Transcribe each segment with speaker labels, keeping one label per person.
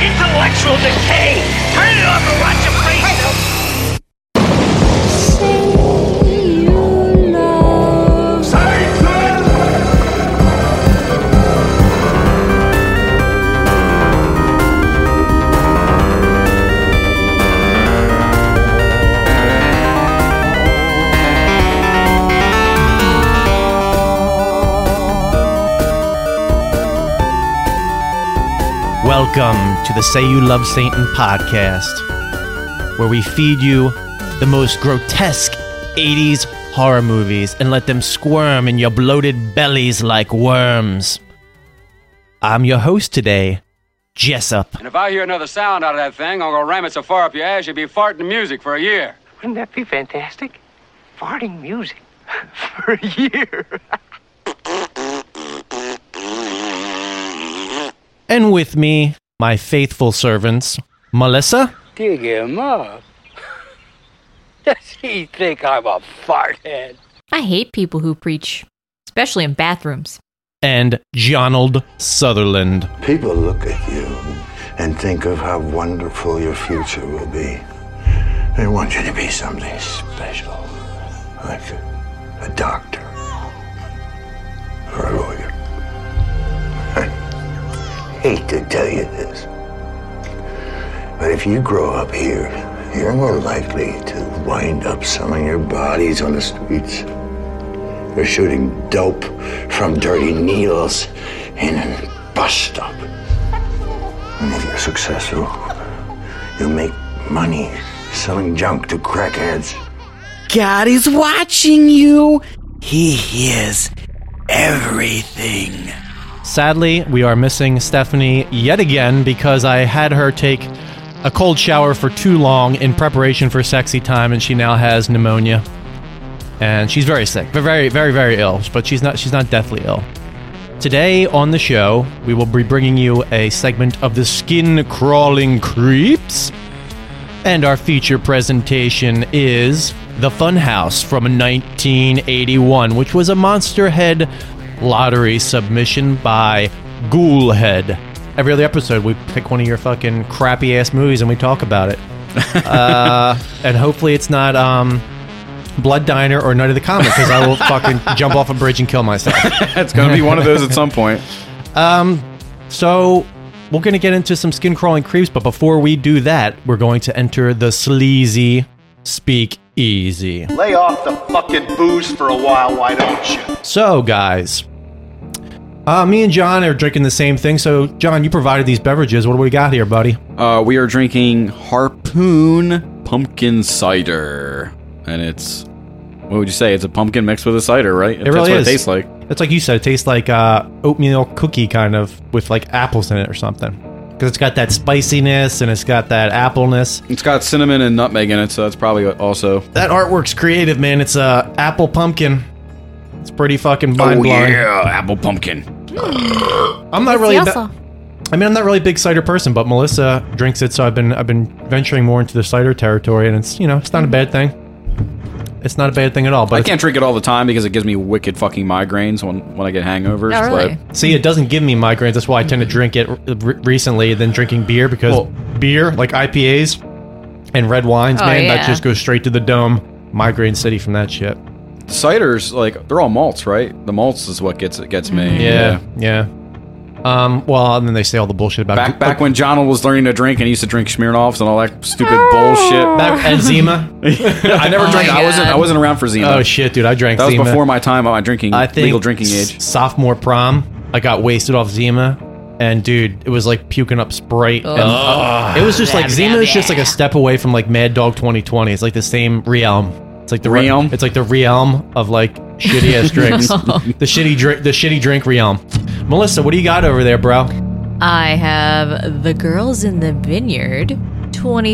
Speaker 1: Intellectual decay! Turn it off and watch your face!
Speaker 2: Welcome to the Say You Love Satan podcast, where we feed you the most grotesque 80s horror movies and let them squirm in your bloated bellies like worms. I'm your host today, Jessup.
Speaker 3: And if I hear another sound out of that thing, I'll go ram it so far up your ass you'll be farting music for a year.
Speaker 4: Wouldn't that be fantastic? Farting music for a year.
Speaker 2: And with me, my faithful servants, Melissa
Speaker 4: Dig him up. Does he think I'm a fart head?
Speaker 5: I hate people who preach, especially in bathrooms.
Speaker 2: and Jonald Sutherland.
Speaker 6: People look at you and think of how wonderful your future will be. They want you to be something special, like a, a doctor or a lawyer. I hate to tell you this, but if you grow up here, you're more likely to wind up selling your bodies on the streets. They're shooting dope from dirty needles in a bus stop. And if you're successful, you'll make money selling junk to crackheads.
Speaker 7: God is watching you. He hears everything.
Speaker 2: Sadly, we are missing Stephanie yet again because I had her take a cold shower for too long in preparation for sexy time, and she now has pneumonia. And she's very sick, but very, very, very ill. But she's not, she's not deathly ill. Today on the show, we will be bringing you a segment of the skin crawling creeps, and our feature presentation is The Funhouse from 1981, which was a Monster Head lottery submission by Ghoulhead. Every other episode, we pick one of your fucking crappy ass movies and we talk about it. uh, and hopefully, it's not um, Blood Diner or Night of the Comet because I will fucking jump off a bridge and kill myself.
Speaker 8: It's gonna be one of those at some point.
Speaker 2: So we're going to get into some skin crawling creeps, but before we do that, we're going to enter the sleazy speak easy.
Speaker 9: Lay off the fucking booze for a while, why don't you?
Speaker 2: So guys, uh, me and John are drinking the same thing. So John, you provided these beverages. What do we got here, buddy?
Speaker 8: Uh, we are drinking Harpoon pumpkin cider, and it's what would you say? It's a pumpkin mixed with a cider, right?
Speaker 2: It really
Speaker 8: That's what
Speaker 2: is.
Speaker 8: it tastes like.
Speaker 2: It's like you said. It tastes like uh, oatmeal cookie kind of with like apples in it or something. Because it's got that spiciness and it's got that appleness.
Speaker 8: It's got cinnamon and nutmeg in it, so that's probably also.
Speaker 2: That artwork's creative, man. It's a uh, apple pumpkin. It's pretty fucking
Speaker 8: Oh,
Speaker 2: mind blowing.
Speaker 8: apple pumpkin.
Speaker 2: I'm not
Speaker 5: It's
Speaker 2: really.
Speaker 5: the
Speaker 2: that- I mean, I'm not really a big cider person, but Melissa drinks it, so I've been I've been venturing more into the cider territory, and it's you know it's not a bad
Speaker 5: Mm-hmm.
Speaker 2: thing. It's not a bad thing at all. But
Speaker 8: I can't drink it all the time because it gives me wicked fucking migraines when when I get hangovers.
Speaker 5: Oh, really?
Speaker 8: But
Speaker 2: see, it doesn't give me migraines. That's why I tend to drink it re- recently than drinking beer because
Speaker 8: Well-
Speaker 2: beer like IPAs and red wines,
Speaker 5: Oh,
Speaker 2: man, that
Speaker 5: yeah.
Speaker 2: just goes straight to the dome. Migraine city from that shit.
Speaker 8: ciders, like they're all malts, right? The malts is what gets it gets me.
Speaker 2: Mm-hmm. yeah. Um. Well, and then they say all the bullshit about
Speaker 8: Back back when John was learning to drink and he used to drink Smirnoffs and all that stupid bullshit.
Speaker 2: That eczema.
Speaker 8: I never drank.
Speaker 5: Oh my
Speaker 8: I wasn't.
Speaker 5: God.
Speaker 8: I wasn't around for Zima.
Speaker 2: oh shit, dude! I drank.
Speaker 8: That was
Speaker 2: Zima.
Speaker 8: before my time on my drinking
Speaker 2: I think
Speaker 8: legal drinking
Speaker 2: s-
Speaker 8: age.
Speaker 2: Sophomore prom, I got wasted off Zima, and dude, it was like puking up Sprite. and- uh, it was just like Zima is just like a step away from like Mad Dog 2020. It's like the same realm. It's like the re-
Speaker 8: Realm?
Speaker 2: It's like the realm of like shitty ass drinks. the shitty drink. The shitty drink realm. Melissa, what do you got over there, bro?
Speaker 5: I have The Girls in the Vineyard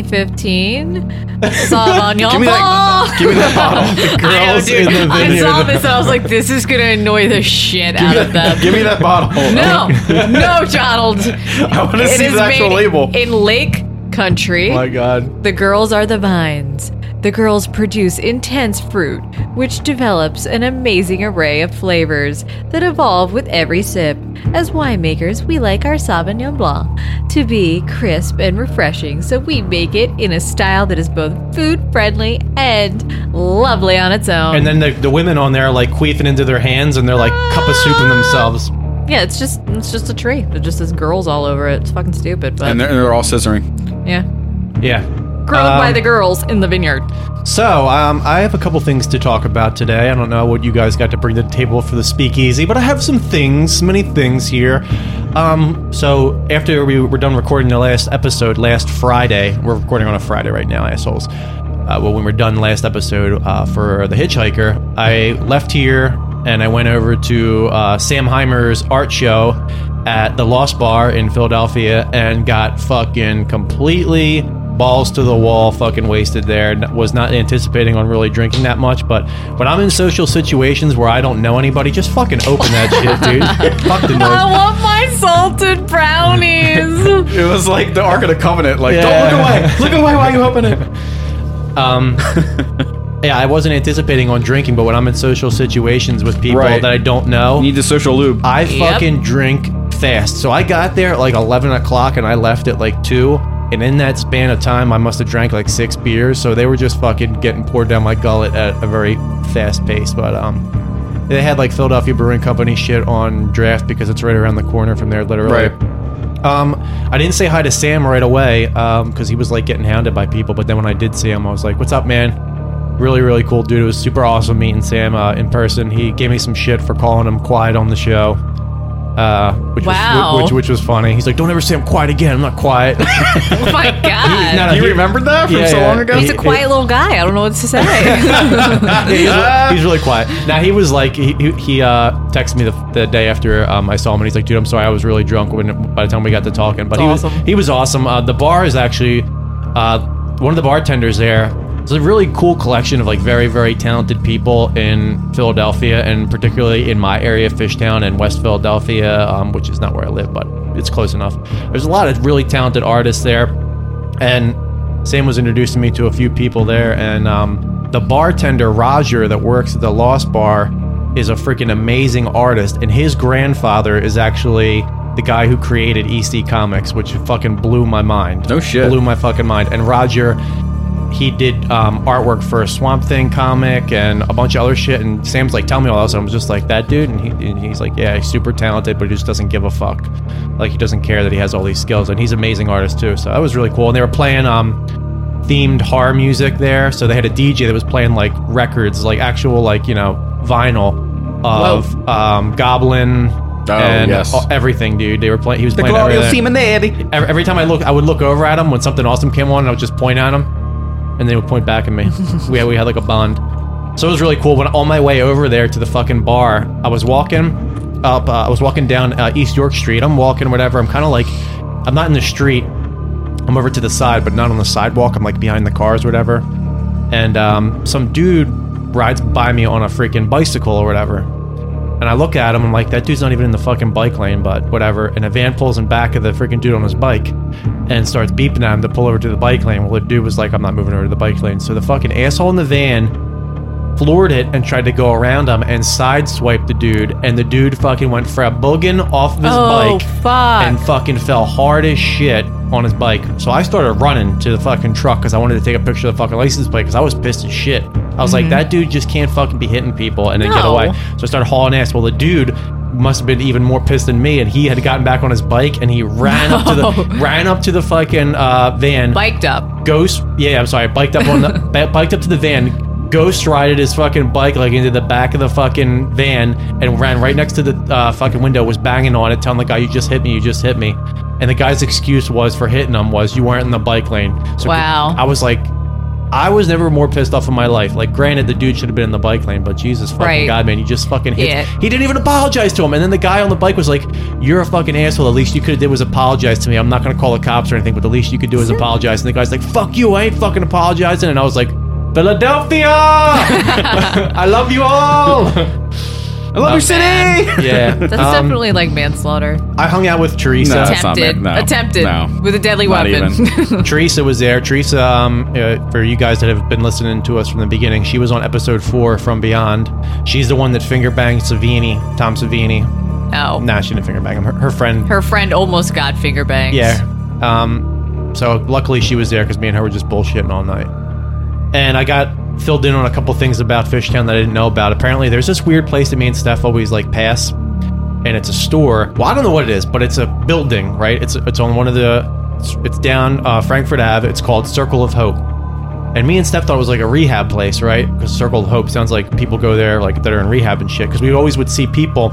Speaker 5: 2015. Sauvignon Blanc.
Speaker 8: Give me that bottle.
Speaker 5: The
Speaker 2: Girls in the
Speaker 5: Oh! I saw
Speaker 2: Vineyard.
Speaker 5: this and I was like, this is going to annoy the shit out of them.
Speaker 8: Give me that bottle.
Speaker 5: no, no, Donald.
Speaker 8: I want to
Speaker 5: It
Speaker 8: see
Speaker 5: is
Speaker 8: the actual
Speaker 5: made
Speaker 8: label.
Speaker 5: in Lake Country.
Speaker 2: Oh God.
Speaker 5: the girls are the vines. The girls produce intense fruit, which develops an amazing array of flavors that evolve with every sip. As winemakers, we like our Sauvignon Blanc to be crisp and refreshing, so we make it in a style that is both food friendly and lovely on its own.
Speaker 2: And then the, the women on there are like queefing into their hands and they're like cup of soup in themselves.
Speaker 5: yeah, it's just it's just a tree. It just has girls all over it. It's fucking stupid, but
Speaker 8: And they're, they're all scissoring.
Speaker 5: yeah,
Speaker 2: Yeah.
Speaker 5: grown by
Speaker 2: Um,
Speaker 5: the girls in the vineyard.
Speaker 2: So, um, I have a couple things to talk about today. I don't know what you guys got to bring to the table for the speakeasy, but I have some things, many things here. Um, so, after we were done recording the last episode last Friday, we're recording on a Friday right now, assholes. Uh, well, when we we're done last episode uh, for The Hitchhiker, I left here and I went over to uh, Sam Heimer's art show at the Lost Bar in Philadelphia and got fucking completely balls to the wall, fucking wasted there. N- Was not anticipating on really drinking that much, but when I'm in social situations where I don't know anybody, just fucking open that shit, dude. Fuck the
Speaker 5: I
Speaker 2: noise.
Speaker 5: want my salted brownies.
Speaker 8: It was like the Ark of the Covenant. Like,
Speaker 2: Yeah.
Speaker 8: Look away while you open it.
Speaker 2: Yeah, I wasn't anticipating on drinking, but when I'm in social situations with people
Speaker 8: Right.
Speaker 2: that I don't know,
Speaker 8: Need the social lube.
Speaker 2: I
Speaker 5: Yep.
Speaker 2: fucking drink fast. So I got there at like 11 o'clock and I left at like 2. And in that span of time, I must have drank like six beers. So they were just fucking getting poured down my gullet at a very fast pace. But, um,. They had like Philadelphia Brewing Company shit on draft because it's right around the corner from there, literally.
Speaker 8: Right.
Speaker 2: Um, I didn't say hi to Sam right away because he was like getting hounded by people. But then when I did see him, I was like, "What's up, man?" Really, really cool dude. It was super awesome meeting Sam uh, in person. He gave me some shit for calling him quiet on the show, uh, which,
Speaker 5: Wow.
Speaker 2: was, which, which was funny. He's like, "Don't ever say I'm quiet again. I'm not quiet."
Speaker 5: oh my god.
Speaker 2: No, no, he-
Speaker 8: remembered that
Speaker 2: Yeah, yeah.
Speaker 5: He's a
Speaker 2: He-
Speaker 5: quiet little guy. I don't know what to say.
Speaker 2: he's, re- he's really quiet. Now he was like, he he, he uh, texted me the, the day after um, I saw him, and he's like, "Dude, I'm sorry, I was really drunk when by the time we got to talking." But he was
Speaker 5: awesome.
Speaker 2: he was awesome. Uh, the bar is actually uh, one of the bartenders there. It's a really cool collection of like very very talented people in Philadelphia, and particularly in my area, Fishtown and West Philadelphia, um, which is not where I live, but it's close enough. There's a lot of really talented artists there and Sam was introducing me to a few people there, and um, the bartender Roger that works at the Lost Bar is a freaking amazing artist, and his grandfather is actually the guy who created EC Comics, which fucking blew my mind.
Speaker 8: No shit.
Speaker 2: blew my fucking mind. And Roger. He did um, artwork for a Swamp Thing comic and a bunch of other shit. And Sam's like, "Tell me all this." And I'm just like, "That dude." And, he, and he's like, "Yeah, he's super talented, but he just doesn't give a fuck. Like he doesn't care that he has all these skills, and he's an amazing artist too." So that was really cool. And they were playing um, themed horror music there. So they had a DJ that was playing like records, like actual like you know vinyl of um, Goblin
Speaker 8: Oh,
Speaker 2: and
Speaker 8: yes.
Speaker 2: uh, everything, dude. They were playing. He was playing everything. Every, every time I look, I would look over at him when something awesome came on, and I would just point at him, and they would point back at me. we had, we had like a bond. So it was really cool. When on my way over there to the fucking bar, I was walking up. Uh, I was walking down uh, East York Street. I'm walking, whatever. I'm kind of like, I'm not in the street. I'm over to the side, but not on the sidewalk. I'm like behind the cars, whatever. And um, some dude rides by me on a freaking bicycle or whatever. And I look at him, I'm like, that dude's not even in the fucking bike lane, but whatever. And a van pulls in back of the freaking dude on his bike and starts beeping at him to pull over to the bike lane. Well, the dude was like, I'm not moving over to the bike lane. So the fucking asshole in the van floored it and tried to go around him and sideswiped the dude. And the dude fucking went frabulgin off of his
Speaker 5: oh
Speaker 2: bike
Speaker 5: fuck.
Speaker 2: and fucking fell hard as shit on his bike. So I started running to the fucking truck because I wanted to take a picture of the fucking license plate because I was pissed as shit. I was like, that dude just can't fucking be hitting people and then get
Speaker 5: No.
Speaker 2: away. So I started hauling ass. Well, the dude must have been even more pissed than me, and he had gotten back on his bike and he ran up to the ran up to the fucking uh, van.
Speaker 5: Biked up.
Speaker 2: Ghost, yeah, I'm sorry, biked up on the bi- biked up to the van. Ghost rided his fucking bike like into the back of the fucking van and ran right next to the uh, fucking window. Was banging on it, telling the guy, "You just hit me, you just hit me." And the guy's excuse was for hitting him was you weren't in the bike lane. So
Speaker 5: Wow.
Speaker 2: I was like, I was never more pissed off in my life. Like, granted, the dude should have been in the bike lane, but Jesus fucking
Speaker 5: Right.
Speaker 2: God, man, you just fucking hit.
Speaker 5: Yeah.
Speaker 2: He didn't even apologize to him. And then the guy on the bike was like, "You're a fucking asshole. The least you could have did was apologize to me. I'm not gonna call the cops or anything, but the least you could do is apologize." And the guy's like, "Fuck you. I ain't fucking apologizing." And I was like, "Philadelphia, I love you all."
Speaker 8: I love your
Speaker 5: man.
Speaker 8: city.
Speaker 2: Yeah. Um,
Speaker 5: That's definitely like manslaughter.
Speaker 2: I hung out with Teresa.
Speaker 8: No. That's Um, not
Speaker 5: Attempted.
Speaker 8: man- no,
Speaker 5: Attempted.
Speaker 8: no.
Speaker 5: With a deadly
Speaker 8: Not
Speaker 5: weapon.
Speaker 2: Teresa was there. Teresa, um, uh, for you guys that have been listening to us from the beginning, she was on episode four from Beyond. She's the one that finger banged Savini, Tom Savini.
Speaker 5: no.
Speaker 2: Nah, she didn't finger bang him. Her, her friend.
Speaker 5: Her friend almost got finger bangs.
Speaker 2: yeah. Um, so luckily she was there because me and her were just bullshitting all night. And I got filled in on a couple things about Fishtown that I didn't know about. Apparently, there's this weird place that me and Steph always like pass, and it's a store. Well, I don't know what it is, but it's a building, right? It's it's on one of the, it's, it's down uh, Frankfurt Ave. It's called Circle of Hope. And me and Steph thought it was like a rehab place, right? Because Circle of Hope sounds like people go there like that are in rehab and shit. Because we always would see people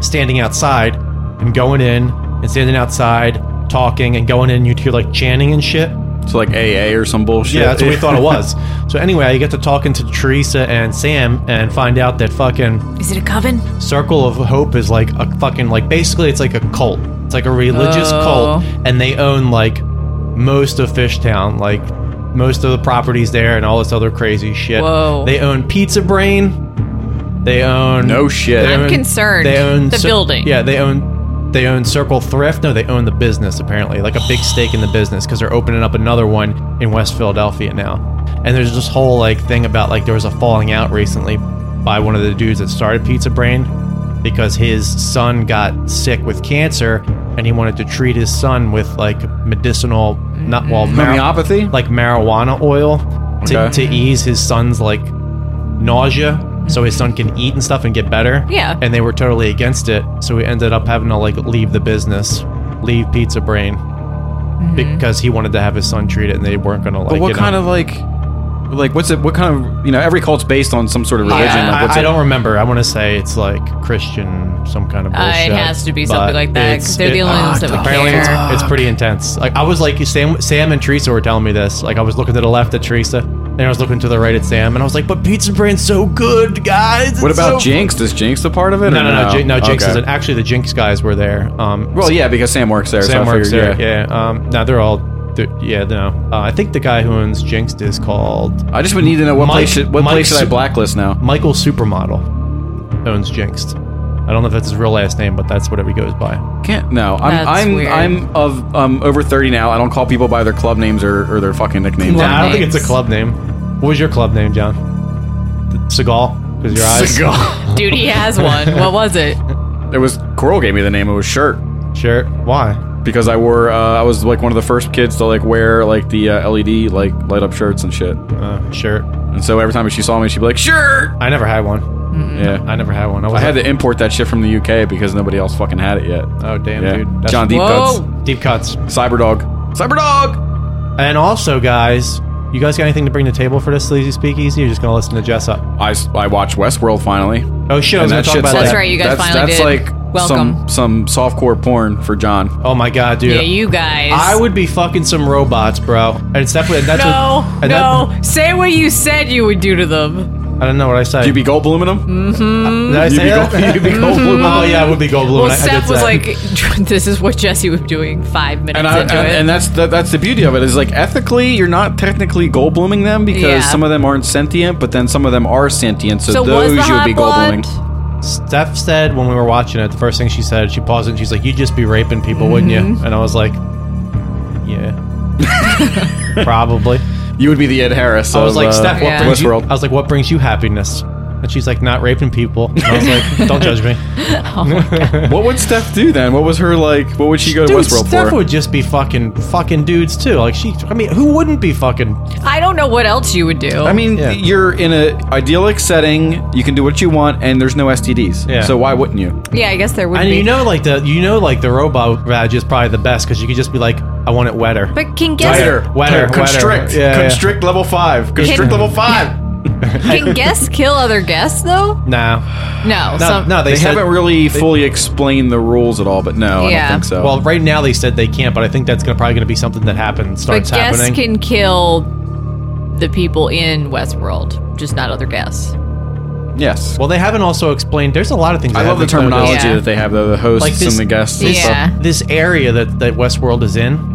Speaker 2: standing outside and going in and standing outside talking and going in. You'd hear like chanting and shit.
Speaker 8: It's like AA or some bullshit.
Speaker 2: Yeah, that's what we thought it was. So anyway, I get to talking to Teresa and Sam and find out that fucking
Speaker 5: Is it a coven?
Speaker 2: Circle of Hope is like a fucking like basically it's like a cult. It's like a religious
Speaker 5: Oh.
Speaker 2: cult, and they own like most of Fishtown, like most of the properties there and all this other crazy shit.
Speaker 5: Whoa.
Speaker 2: They own Pizza Brain. They own
Speaker 8: No shit.
Speaker 2: they
Speaker 5: I'm concerned.
Speaker 2: They own
Speaker 5: The building.
Speaker 2: Yeah, they own they own Circle Thrift. No, they own the business apparently, like a big stake in the business because they're opening up another one in West Philadelphia now. And there's this whole like thing about like there was a falling out recently by one of the dudes that started Pizza Brain because his son got sick with cancer and he wanted to treat his son with like medicinal not well
Speaker 5: Mm-hmm.
Speaker 2: mar-
Speaker 8: Homeopathy?
Speaker 2: like marijuana oil to,
Speaker 8: Okay.
Speaker 2: to ease his son's like nausea so his son can eat and stuff and get better.
Speaker 5: Yeah.
Speaker 2: And they were totally against it, so we ended up having to like leave the business, leave Pizza Brain. Because he wanted to have his son treat it, and they weren't going to like.
Speaker 8: But what
Speaker 2: you know-
Speaker 8: kind of like, like what's it? What kind of you know? Every cult's based on some sort of religion.
Speaker 5: Yeah.
Speaker 8: Like,
Speaker 2: I,
Speaker 8: what's
Speaker 2: I
Speaker 8: it-
Speaker 2: don't remember. I want to say it's like Christian, some kind of
Speaker 5: Uh, it
Speaker 2: bullshit.
Speaker 5: has to be
Speaker 2: but
Speaker 5: something like that,
Speaker 2: it's-
Speaker 5: 'cause they're the
Speaker 2: it-
Speaker 5: only ones that would
Speaker 2: apparently
Speaker 5: care.
Speaker 2: It's, it's pretty intense. Like I was like Sam, Sam and Teresa were telling me this. Like I was looking to the left at Teresa, and I was looking to the right at Sam, and I was like, "But Pizza Brain's so good, guys."
Speaker 8: What
Speaker 2: it's
Speaker 8: about
Speaker 2: so
Speaker 8: Jinx? Is Jinx a part of it? or
Speaker 2: No, no, no. Jin- no Jinx
Speaker 8: Okay.
Speaker 2: isn't. Actually, the Jinx guys were there. Um,
Speaker 8: Well, yeah, because Sam works there. so
Speaker 2: Sam
Speaker 8: I
Speaker 2: works
Speaker 8: figured,
Speaker 2: there. Yeah. Um, no, they're all. They're, yeah, no. Uh, I think the guy who owns Jinx is called
Speaker 8: I just would need to know what
Speaker 2: Mike-
Speaker 8: place should, what
Speaker 2: Mike
Speaker 8: place should I
Speaker 2: Su-
Speaker 8: blacklist now?
Speaker 2: Michael Supermodel. Owns Jinxed. I don't know if that's his real last name, but that's whatever he goes by.
Speaker 8: Can't. No, I'm
Speaker 5: That's
Speaker 8: I'm
Speaker 5: weird.
Speaker 8: I'm of um over thirty now. I don't call people by their club names or, or their fucking nicknames.
Speaker 2: Nah, I don't think
Speaker 5: names.
Speaker 2: it's a club name. What was your club name, John? Seagal? Because your eyes.
Speaker 8: Cigar.
Speaker 5: Dude, he has one. What was it?
Speaker 8: it was Coral gave me the name. It was shirt
Speaker 2: Sure. Why?
Speaker 8: because I wore uh, I was like one of the first kids to like wear like the uh, LED like light up shirts and shit.
Speaker 2: Uh, sure.
Speaker 8: And so every time she saw me, she'd be like shirt.
Speaker 2: I never had one.
Speaker 8: Yeah.
Speaker 2: I never had one. I, was
Speaker 8: I had to import that shit from the UK because nobody else fucking had it yet.
Speaker 2: Oh damn,
Speaker 8: yeah.
Speaker 2: dude. That's-
Speaker 8: John Deep
Speaker 5: Whoa.
Speaker 8: Cuts.
Speaker 2: Deep cuts.
Speaker 8: Cyberdog. Cyberdog!
Speaker 2: And also, guys, you guys got anything to bring to the table for this sleazy speakeasy? You're just gonna listen to Jess up.
Speaker 8: I, s- I watched Westworld finally.
Speaker 2: Oh shit, I was gonna talk about
Speaker 5: That's
Speaker 2: that.
Speaker 5: right, you guys
Speaker 8: that's,
Speaker 5: finally
Speaker 8: That's
Speaker 5: did.
Speaker 8: like
Speaker 5: Welcome.
Speaker 8: some some softcore porn for John.
Speaker 2: Oh my god, dude.
Speaker 5: Yeah, you guys.
Speaker 2: I would be fucking some robots, bro. And it's definitely that's
Speaker 5: No,
Speaker 2: what, and
Speaker 5: no. say what you said you would do to them.
Speaker 2: That, I don't know what I said.
Speaker 8: You be gold
Speaker 5: Mm,
Speaker 8: aluminum?
Speaker 2: Did I say
Speaker 8: You'd be
Speaker 2: that?
Speaker 8: gold- you'd be gold blue.
Speaker 2: Oh yeah, I would be gold blue.
Speaker 5: Well,
Speaker 2: I, I did
Speaker 5: Steph was
Speaker 2: say-
Speaker 5: like, "This is what Jesse was doing five minutes
Speaker 8: And, I, and,
Speaker 5: into it."
Speaker 8: and that's the, that's the beauty of it is like ethically you're not technically gold blooming them because
Speaker 5: Yeah.
Speaker 8: some of them aren't sentient but then some of them are sentient so,
Speaker 5: so
Speaker 8: those
Speaker 5: was the
Speaker 8: you would
Speaker 5: hot
Speaker 8: be gold blooming.
Speaker 5: blonde?
Speaker 2: Steph said when we were watching it, the first thing she said, she paused and she's like, "You'd just be raping people, wouldn't
Speaker 5: Mm-hmm.
Speaker 2: you?" And I was like, "Yeah, probably."
Speaker 8: You would be the Ed Harris.
Speaker 2: I was
Speaker 8: of,
Speaker 2: like,
Speaker 8: uh,
Speaker 2: Steph, what
Speaker 5: Yeah.
Speaker 2: brings you?
Speaker 8: Westworld.
Speaker 2: I was like, what brings you happiness? And she's like, not raping people. And I was like, don't judge me.
Speaker 8: What would Steph do then? What was her like? What would she go to
Speaker 2: Dude,
Speaker 8: Westworld
Speaker 2: Steph
Speaker 8: for?
Speaker 2: would just be fucking fucking dudes too. Like she, I mean, who wouldn't be fucking?
Speaker 5: I don't know what else you would do.
Speaker 8: I mean,
Speaker 2: Yeah.
Speaker 8: you're in a idyllic setting. You can do what you want, and there's no STDs.
Speaker 2: Yeah.
Speaker 8: So why wouldn't you?
Speaker 5: yeah, I guess there would
Speaker 2: And
Speaker 5: be.
Speaker 2: you know, like the you know, like the robot badge is probably the best because you could just be like, I want it wetter.
Speaker 5: but can guess
Speaker 2: Wetter,
Speaker 8: constrict,
Speaker 2: wetter. Yeah, yeah.
Speaker 8: constrict level five,
Speaker 5: Hidden.
Speaker 8: constrict level five.
Speaker 5: can guests kill other guests though?
Speaker 2: Nah,
Speaker 5: No.
Speaker 2: no,
Speaker 5: some,
Speaker 2: no,
Speaker 8: They,
Speaker 2: they, said-
Speaker 8: haven't really fully explained the rules at all, but no, I
Speaker 5: Yeah.
Speaker 8: don't think so.
Speaker 2: Well, right now they said they can't, but I think that's gonna probably gonna be something that happens
Speaker 5: But
Speaker 2: starts
Speaker 5: guests
Speaker 2: happening.
Speaker 5: can kill the people in Westworld, just not other guests.
Speaker 8: yes.
Speaker 2: well, they haven't also explained. There's a lot of things.
Speaker 8: I
Speaker 2: they
Speaker 8: love the
Speaker 2: haven't explained.
Speaker 8: terminology
Speaker 5: Yeah.
Speaker 8: that they have, though, the hosts
Speaker 2: Like this-
Speaker 8: and the guests. and
Speaker 5: this-
Speaker 8: stuff.
Speaker 5: Yeah. Mm-hmm.
Speaker 2: this area that, that Westworld is in.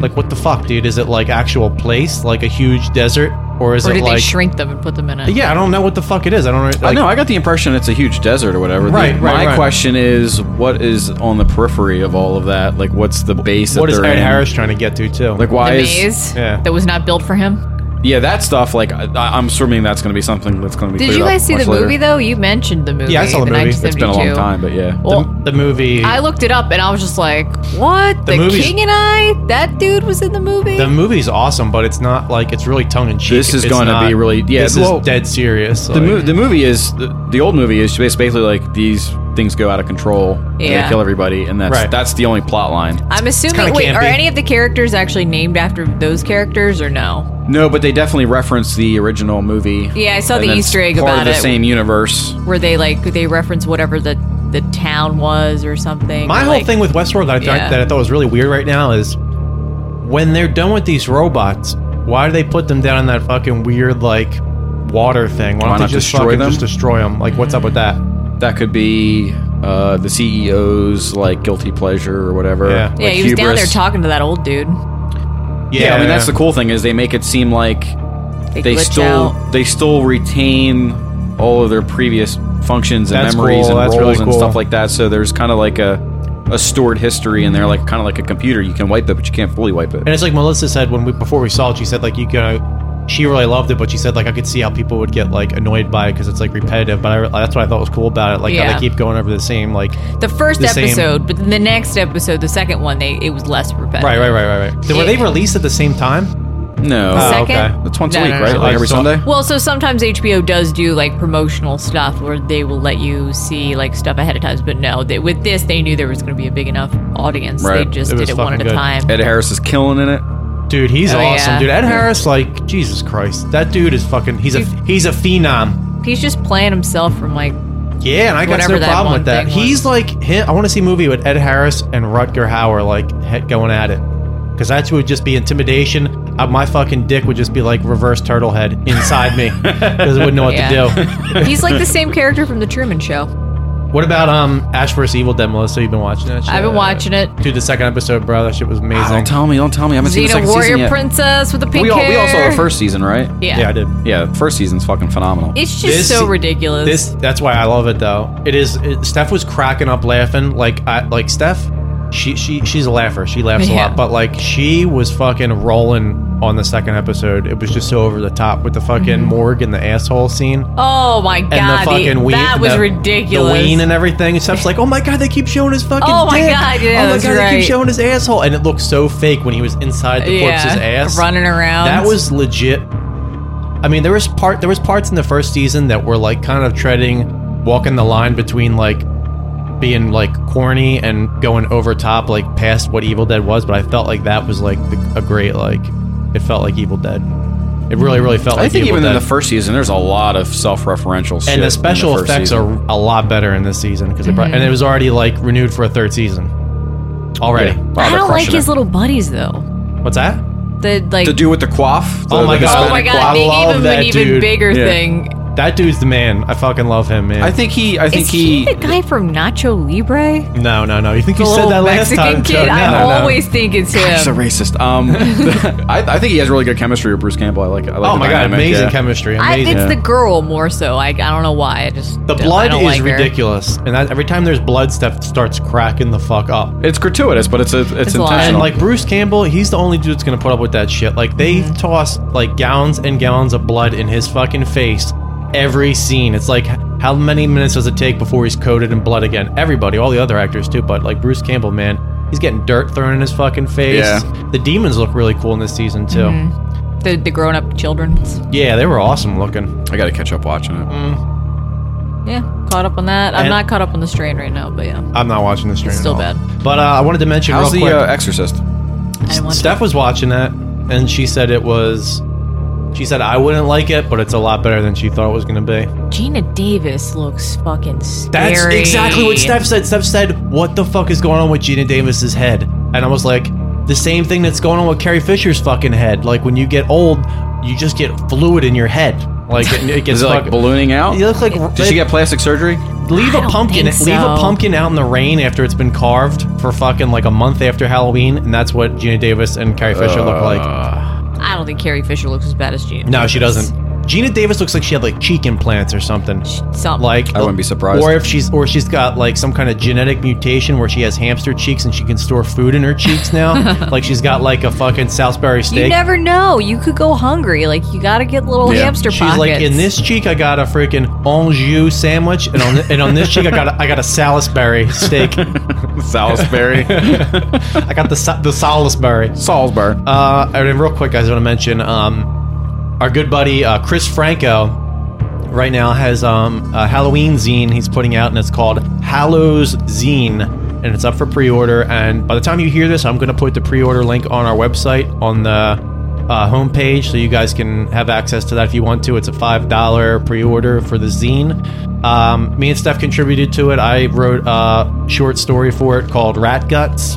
Speaker 2: Like, what the fuck, dude? Is it like actual place, like a huge desert or is
Speaker 5: Or
Speaker 2: it
Speaker 5: did they
Speaker 2: like?
Speaker 5: shrink them and put them in a?
Speaker 2: yeah, I don't know what the fuck it is. I don't know.
Speaker 8: I
Speaker 2: Like,
Speaker 8: know. I got the impression it's a huge desert or whatever. The-
Speaker 2: Right, right,
Speaker 8: My
Speaker 2: right.
Speaker 8: question is, what is on the periphery of all of that? Like, what's the base?
Speaker 2: What
Speaker 8: that
Speaker 2: is
Speaker 8: they're
Speaker 2: Ed
Speaker 8: in?
Speaker 2: Harris trying to get to too?
Speaker 8: Like, why
Speaker 5: The
Speaker 8: is?
Speaker 5: maze
Speaker 2: yeah.
Speaker 5: that was not built for him.
Speaker 8: Yeah, that stuff. Like, I, I'm assuming that's going to be something that's going to be.
Speaker 5: Did
Speaker 8: cleared
Speaker 5: you
Speaker 8: up
Speaker 5: guys see the
Speaker 8: much later.
Speaker 5: movie though? You mentioned the movie.
Speaker 2: Yeah, I saw the movie. It's
Speaker 8: It's been a long
Speaker 5: 1972.
Speaker 8: time, but yeah.
Speaker 5: Well,
Speaker 2: the movie.
Speaker 5: I looked it up and I was just like, "What?
Speaker 2: The
Speaker 5: The,
Speaker 2: movie's-
Speaker 5: King and I? That dude was in the movie."
Speaker 2: the movie's awesome, but it's not like it's really tongue in cheek.
Speaker 8: This is
Speaker 2: It's
Speaker 8: gonna
Speaker 2: not-
Speaker 8: be really- yeah,
Speaker 2: This
Speaker 8: well,
Speaker 2: is dead serious.
Speaker 8: the,
Speaker 2: like-
Speaker 8: mo- the movie is the, the old movie is basically like these things go out of control and
Speaker 5: Yeah.
Speaker 8: they kill everybody, and that's
Speaker 2: Right.
Speaker 8: that's the only plot line.
Speaker 5: I'm assuming.
Speaker 2: kinda
Speaker 5: Wait, are
Speaker 2: campy.
Speaker 5: any of the characters actually named after those characters or no?
Speaker 8: No, but they definitely reference the original movie.
Speaker 5: Yeah, I saw
Speaker 8: And
Speaker 5: the
Speaker 8: then
Speaker 5: Easter
Speaker 8: it's
Speaker 5: egg
Speaker 8: part
Speaker 5: about
Speaker 8: of the
Speaker 5: it.
Speaker 8: same universe.
Speaker 5: Were they like they reference whatever the the town was or something?
Speaker 2: My
Speaker 5: or,
Speaker 2: whole
Speaker 5: like-
Speaker 2: thing with Westworld that I, thought
Speaker 5: Yeah.
Speaker 2: that I thought was really weird right now is when they're done with these robots, why do they put them down in that fucking weird like water thing? Why, don't
Speaker 8: Why
Speaker 2: they
Speaker 8: not
Speaker 2: just
Speaker 8: destroy
Speaker 2: fucking
Speaker 8: them?
Speaker 2: just destroy them? Like, what's up with that?
Speaker 8: That could be uh, the CEO's like guilty pleasure or whatever.
Speaker 2: Yeah.
Speaker 5: Yeah,
Speaker 8: Like,
Speaker 5: he was down there
Speaker 8: hubris.
Speaker 5: talking to that old dude.
Speaker 8: Yeah, I mean that's the cool thing is they make it seem like
Speaker 5: They,
Speaker 8: they
Speaker 5: glitch
Speaker 8: still
Speaker 5: out.
Speaker 8: they still retain all of their previous functions and
Speaker 2: That's
Speaker 8: memories
Speaker 2: cool,
Speaker 8: and
Speaker 2: that's
Speaker 8: roles
Speaker 2: really
Speaker 8: and
Speaker 2: cool.
Speaker 8: stuff like that. So there's kind of like a a stored history in there, like kind of like a computer. You can wipe it, but you can't fully wipe it.
Speaker 2: And it's like Melissa said when we before we saw it, she said like you can. She really loved it, but she said like I could see how people would get like annoyed by it because it's like repetitive. But I, that's what I thought was cool about it, like how
Speaker 5: Yeah.
Speaker 2: they keep going over the same like.
Speaker 5: the first
Speaker 2: the same-
Speaker 5: episode, but then the next episode, the second one, they it was less repetitive.
Speaker 2: Right, right, right, right, right. Were they
Speaker 5: Yeah.
Speaker 2: released at the same time?
Speaker 8: No,
Speaker 2: Oh,
Speaker 5: Second.
Speaker 2: okay.
Speaker 8: it's once
Speaker 5: No,
Speaker 8: a week,
Speaker 5: no, no,
Speaker 8: right?
Speaker 5: no.
Speaker 8: Like every
Speaker 2: So-
Speaker 8: Sunday.
Speaker 5: Well, so sometimes HBO does do like promotional stuff where they will let you see like stuff ahead of time, but no, they, with this they knew there was going to be a big enough audience.
Speaker 8: Right.
Speaker 5: They just
Speaker 2: It was
Speaker 5: did it one at
Speaker 2: fucking
Speaker 5: a
Speaker 2: good.
Speaker 5: time.
Speaker 8: Ed Harris is killing in it.
Speaker 2: Dude, he's
Speaker 5: Oh,
Speaker 2: awesome,
Speaker 5: yeah.
Speaker 2: dude. Ed Harris, like Jesus Christ, that dude is fucking. He's a
Speaker 5: Dude.
Speaker 2: he's a phenom.
Speaker 5: He's just playing himself from like
Speaker 2: Yeah, and I got
Speaker 5: Whatever
Speaker 2: no
Speaker 5: that
Speaker 2: problem
Speaker 5: one
Speaker 2: with that.
Speaker 5: thing was.
Speaker 2: He's like, him, I want to see a movie with Ed Harris and Rutger Hauer like he- going at it, because that would just be intimidation. Uh, my fucking dick would just be like reverse turtle head inside me, because I wouldn't know what to
Speaker 5: Yeah. he's like the same character from the Truman Show.
Speaker 2: do. What about um Ash vs Evil Dead, Melissa? You've been watching that? Shit?
Speaker 5: I've been watching it.
Speaker 2: Dude, the second episode, bro, that shit was
Speaker 8: Ah,
Speaker 2: amazing.
Speaker 8: don't tell me, don't tell me. I haven't seen the
Speaker 5: Xena
Speaker 8: second
Speaker 5: warrior
Speaker 8: season yet.
Speaker 5: princess with the pink
Speaker 8: we, all,
Speaker 5: hair.
Speaker 8: we all saw the first season, right?
Speaker 5: Yeah.
Speaker 2: yeah, I did.
Speaker 8: Yeah, the first season's fucking phenomenal.
Speaker 5: It's just
Speaker 2: This-
Speaker 5: so ridiculous.
Speaker 2: This that's why I love it though. It is it, Steph was cracking up laughing like I like Steph. She she she's a laugher. She laughs a
Speaker 5: Yeah.
Speaker 2: lot, but like she was fucking rolling on the second episode. It was just so over the top with the fucking
Speaker 5: Mm-hmm.
Speaker 2: morgue and the asshole scene
Speaker 5: oh my
Speaker 2: and the
Speaker 5: god,
Speaker 2: fucking
Speaker 5: the,
Speaker 2: ween.
Speaker 5: that was
Speaker 2: the-
Speaker 5: ridiculous.
Speaker 2: The ween and everything. And Steph's like, oh my god, they keep showing his fucking.
Speaker 5: Oh my
Speaker 2: dick.
Speaker 5: God, yeah,
Speaker 2: Oh my
Speaker 5: that's
Speaker 2: god, they
Speaker 5: right.
Speaker 2: keep showing his asshole, and it looked so fake when he was inside the
Speaker 5: yeah,
Speaker 2: corpse's ass
Speaker 5: running around.
Speaker 2: that was legit. I mean, there was part there was parts in the first season that were like kind of treading, walking the line between like being like corny and going over top, like past what Evil Dead was. But I felt like that was like the, a great like it felt like Evil Dead. It really, really felt like
Speaker 8: I think
Speaker 2: Evil
Speaker 8: even
Speaker 2: Dead.
Speaker 8: in the first season, there's a lot of self-referential shit.
Speaker 2: and the
Speaker 8: in
Speaker 2: special
Speaker 8: first
Speaker 2: effects
Speaker 8: season.
Speaker 2: are a lot better in this season because brought
Speaker 5: Mm-hmm.
Speaker 2: and it was already like renewed for a third season already.
Speaker 8: Yeah. Wow,
Speaker 5: I
Speaker 8: they're
Speaker 5: don't like
Speaker 8: crushing
Speaker 5: his
Speaker 8: it.
Speaker 5: little buddies though.
Speaker 2: What's that?
Speaker 5: The like.
Speaker 8: The dude with the quaff. the-
Speaker 2: Oh my
Speaker 8: the
Speaker 2: God.
Speaker 5: oh
Speaker 8: Hispanic
Speaker 5: my
Speaker 2: I love
Speaker 5: god, they gave him
Speaker 2: that
Speaker 5: an even
Speaker 2: dude.
Speaker 5: bigger
Speaker 8: Yeah.
Speaker 5: thing.
Speaker 2: That dude's the man. I fucking love him, man.
Speaker 8: I think he. I think
Speaker 5: Is he,
Speaker 8: he.
Speaker 5: the guy from Nacho Libre?
Speaker 2: no, no, no. You think
Speaker 5: The
Speaker 2: you said
Speaker 5: little
Speaker 2: that last
Speaker 5: Mexican
Speaker 2: time?
Speaker 5: kid.
Speaker 2: Joe. No,
Speaker 5: I
Speaker 2: no, no.
Speaker 5: always think it's
Speaker 8: He's a
Speaker 5: him.
Speaker 8: racist. Um, I, I think he has really good chemistry with Bruce Campbell. I like. I like
Speaker 2: Oh
Speaker 8: the
Speaker 2: my god,
Speaker 8: dynamic,
Speaker 2: amazing
Speaker 8: yeah.
Speaker 2: chemistry,
Speaker 5: I,
Speaker 2: amazing.
Speaker 5: it's the girl more so. I, I don't know why. I just
Speaker 2: the
Speaker 5: don't- I
Speaker 2: blood
Speaker 5: don't
Speaker 2: is
Speaker 5: like her.
Speaker 2: ridiculous, and that, every time there's blood, stuff starts cracking the fuck up.
Speaker 8: It's gratuitous, but it's a, it's,
Speaker 5: a lot.
Speaker 8: intentional.
Speaker 2: And like Bruce Campbell, he's the only dude that's gonna put up with that shit. Like they
Speaker 5: Mm-hmm.
Speaker 2: toss like gallons and gallons of blood in his fucking face every scene. It's like h- how many minutes does it take before he's coated in blood again? Everybody, all the other actors too, but like Bruce Campbell, man, he's getting dirt thrown in his fucking face.
Speaker 8: Yeah.
Speaker 2: The demons look really cool in this season too.
Speaker 5: Mm-hmm. The, the grown up children.
Speaker 2: Yeah, they were awesome looking.
Speaker 8: I got to catch up watching it.
Speaker 2: Mm-hmm.
Speaker 5: Yeah, caught up on that. I'm
Speaker 2: And-
Speaker 5: not caught up on the strain right now, but yeah.
Speaker 2: I'm not watching this stream.
Speaker 5: It's
Speaker 2: at
Speaker 5: still
Speaker 2: all.
Speaker 5: bad.
Speaker 2: But uh, I wanted to mention
Speaker 8: How's
Speaker 2: real
Speaker 8: the
Speaker 2: quick.
Speaker 8: uh, Exorcist?
Speaker 5: I didn't watch
Speaker 2: Steph was watching it, and she said it was. She said I wouldn't like it, but it's a lot better than she thought it was going to be.
Speaker 5: it. Gina Davis looks fucking scary.
Speaker 2: That's exactly what Steph said. Steph said, "What the fuck is going on with Gina Davis's head?" And I was like, "The same thing that's going on with Carrie Fisher's fucking head. Like when you get old, you just get fluid in your head. Like it, it gets
Speaker 8: Is it like
Speaker 2: fuck-
Speaker 8: ballooning out?
Speaker 2: You look like
Speaker 8: Did she get plastic surgery?
Speaker 2: leave
Speaker 5: I
Speaker 2: a
Speaker 5: don't
Speaker 2: pumpkin
Speaker 5: think
Speaker 2: leave a
Speaker 5: so.
Speaker 2: pumpkin out in the rain after it's been carved
Speaker 8: Uh,
Speaker 2: for fucking like a month after Halloween, and that's what Gina Davis and Carrie Fisher look like.
Speaker 5: I don't don't think Carrie Fisher looks as bad as Gina.
Speaker 2: No, she
Speaker 5: Davis.
Speaker 2: doesn't. Gina Davis looks like she had like cheek implants or something.
Speaker 5: Something.
Speaker 2: Like
Speaker 8: I wouldn't be surprised.
Speaker 2: Or if she's or she's got like some kind of genetic mutation where she has hamster cheeks and she can store food in her cheeks now. like she's got like a fucking Salisbury steak.
Speaker 5: you never know. You could go hungry. Like you got to get little
Speaker 8: Yeah.
Speaker 5: hamster
Speaker 2: she's
Speaker 5: pockets.
Speaker 2: like in this cheek I got a freaking Anjou sandwich and on th- and on this cheek I got a, I got a Salisbury steak.
Speaker 8: Salisbury.
Speaker 2: I got the Sa- the Salisbury.
Speaker 8: Salisbury.
Speaker 2: Uh, and then real quick, I just want to mention um, our good buddy uh, Chris Franco right now has um, a Halloween zine he's putting out, and it's called Hallows Zine, and it's up for pre-order. And by the time you hear this, I'm going to put the pre-order link on our website on the uh, homepage, so you guys can have access to that if you want to. It's a five dollar pre-order for the zine. Um, me and Steph contributed to it. I wrote a short story for it called Rat Guts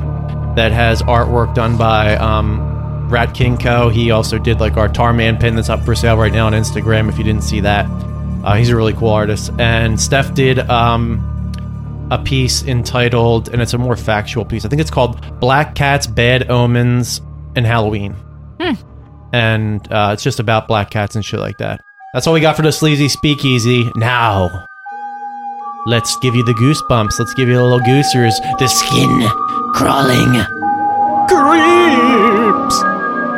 Speaker 2: that has artwork done by um, Rat King Co. He also did like our Tarman pin that's up for sale right now on Instagram. If you didn't see that, uh, he's a really cool artist. And Steph did um, a piece entitled, and it's a more factual piece. I think it's called "Black Cats, Bad Omens, and Halloween." And uh, it's just about black cats and shit like that. That's all we got for the sleazy speakeasy. Now, let's give you the goosebumps. Let's give you a little goosers. The skin crawling.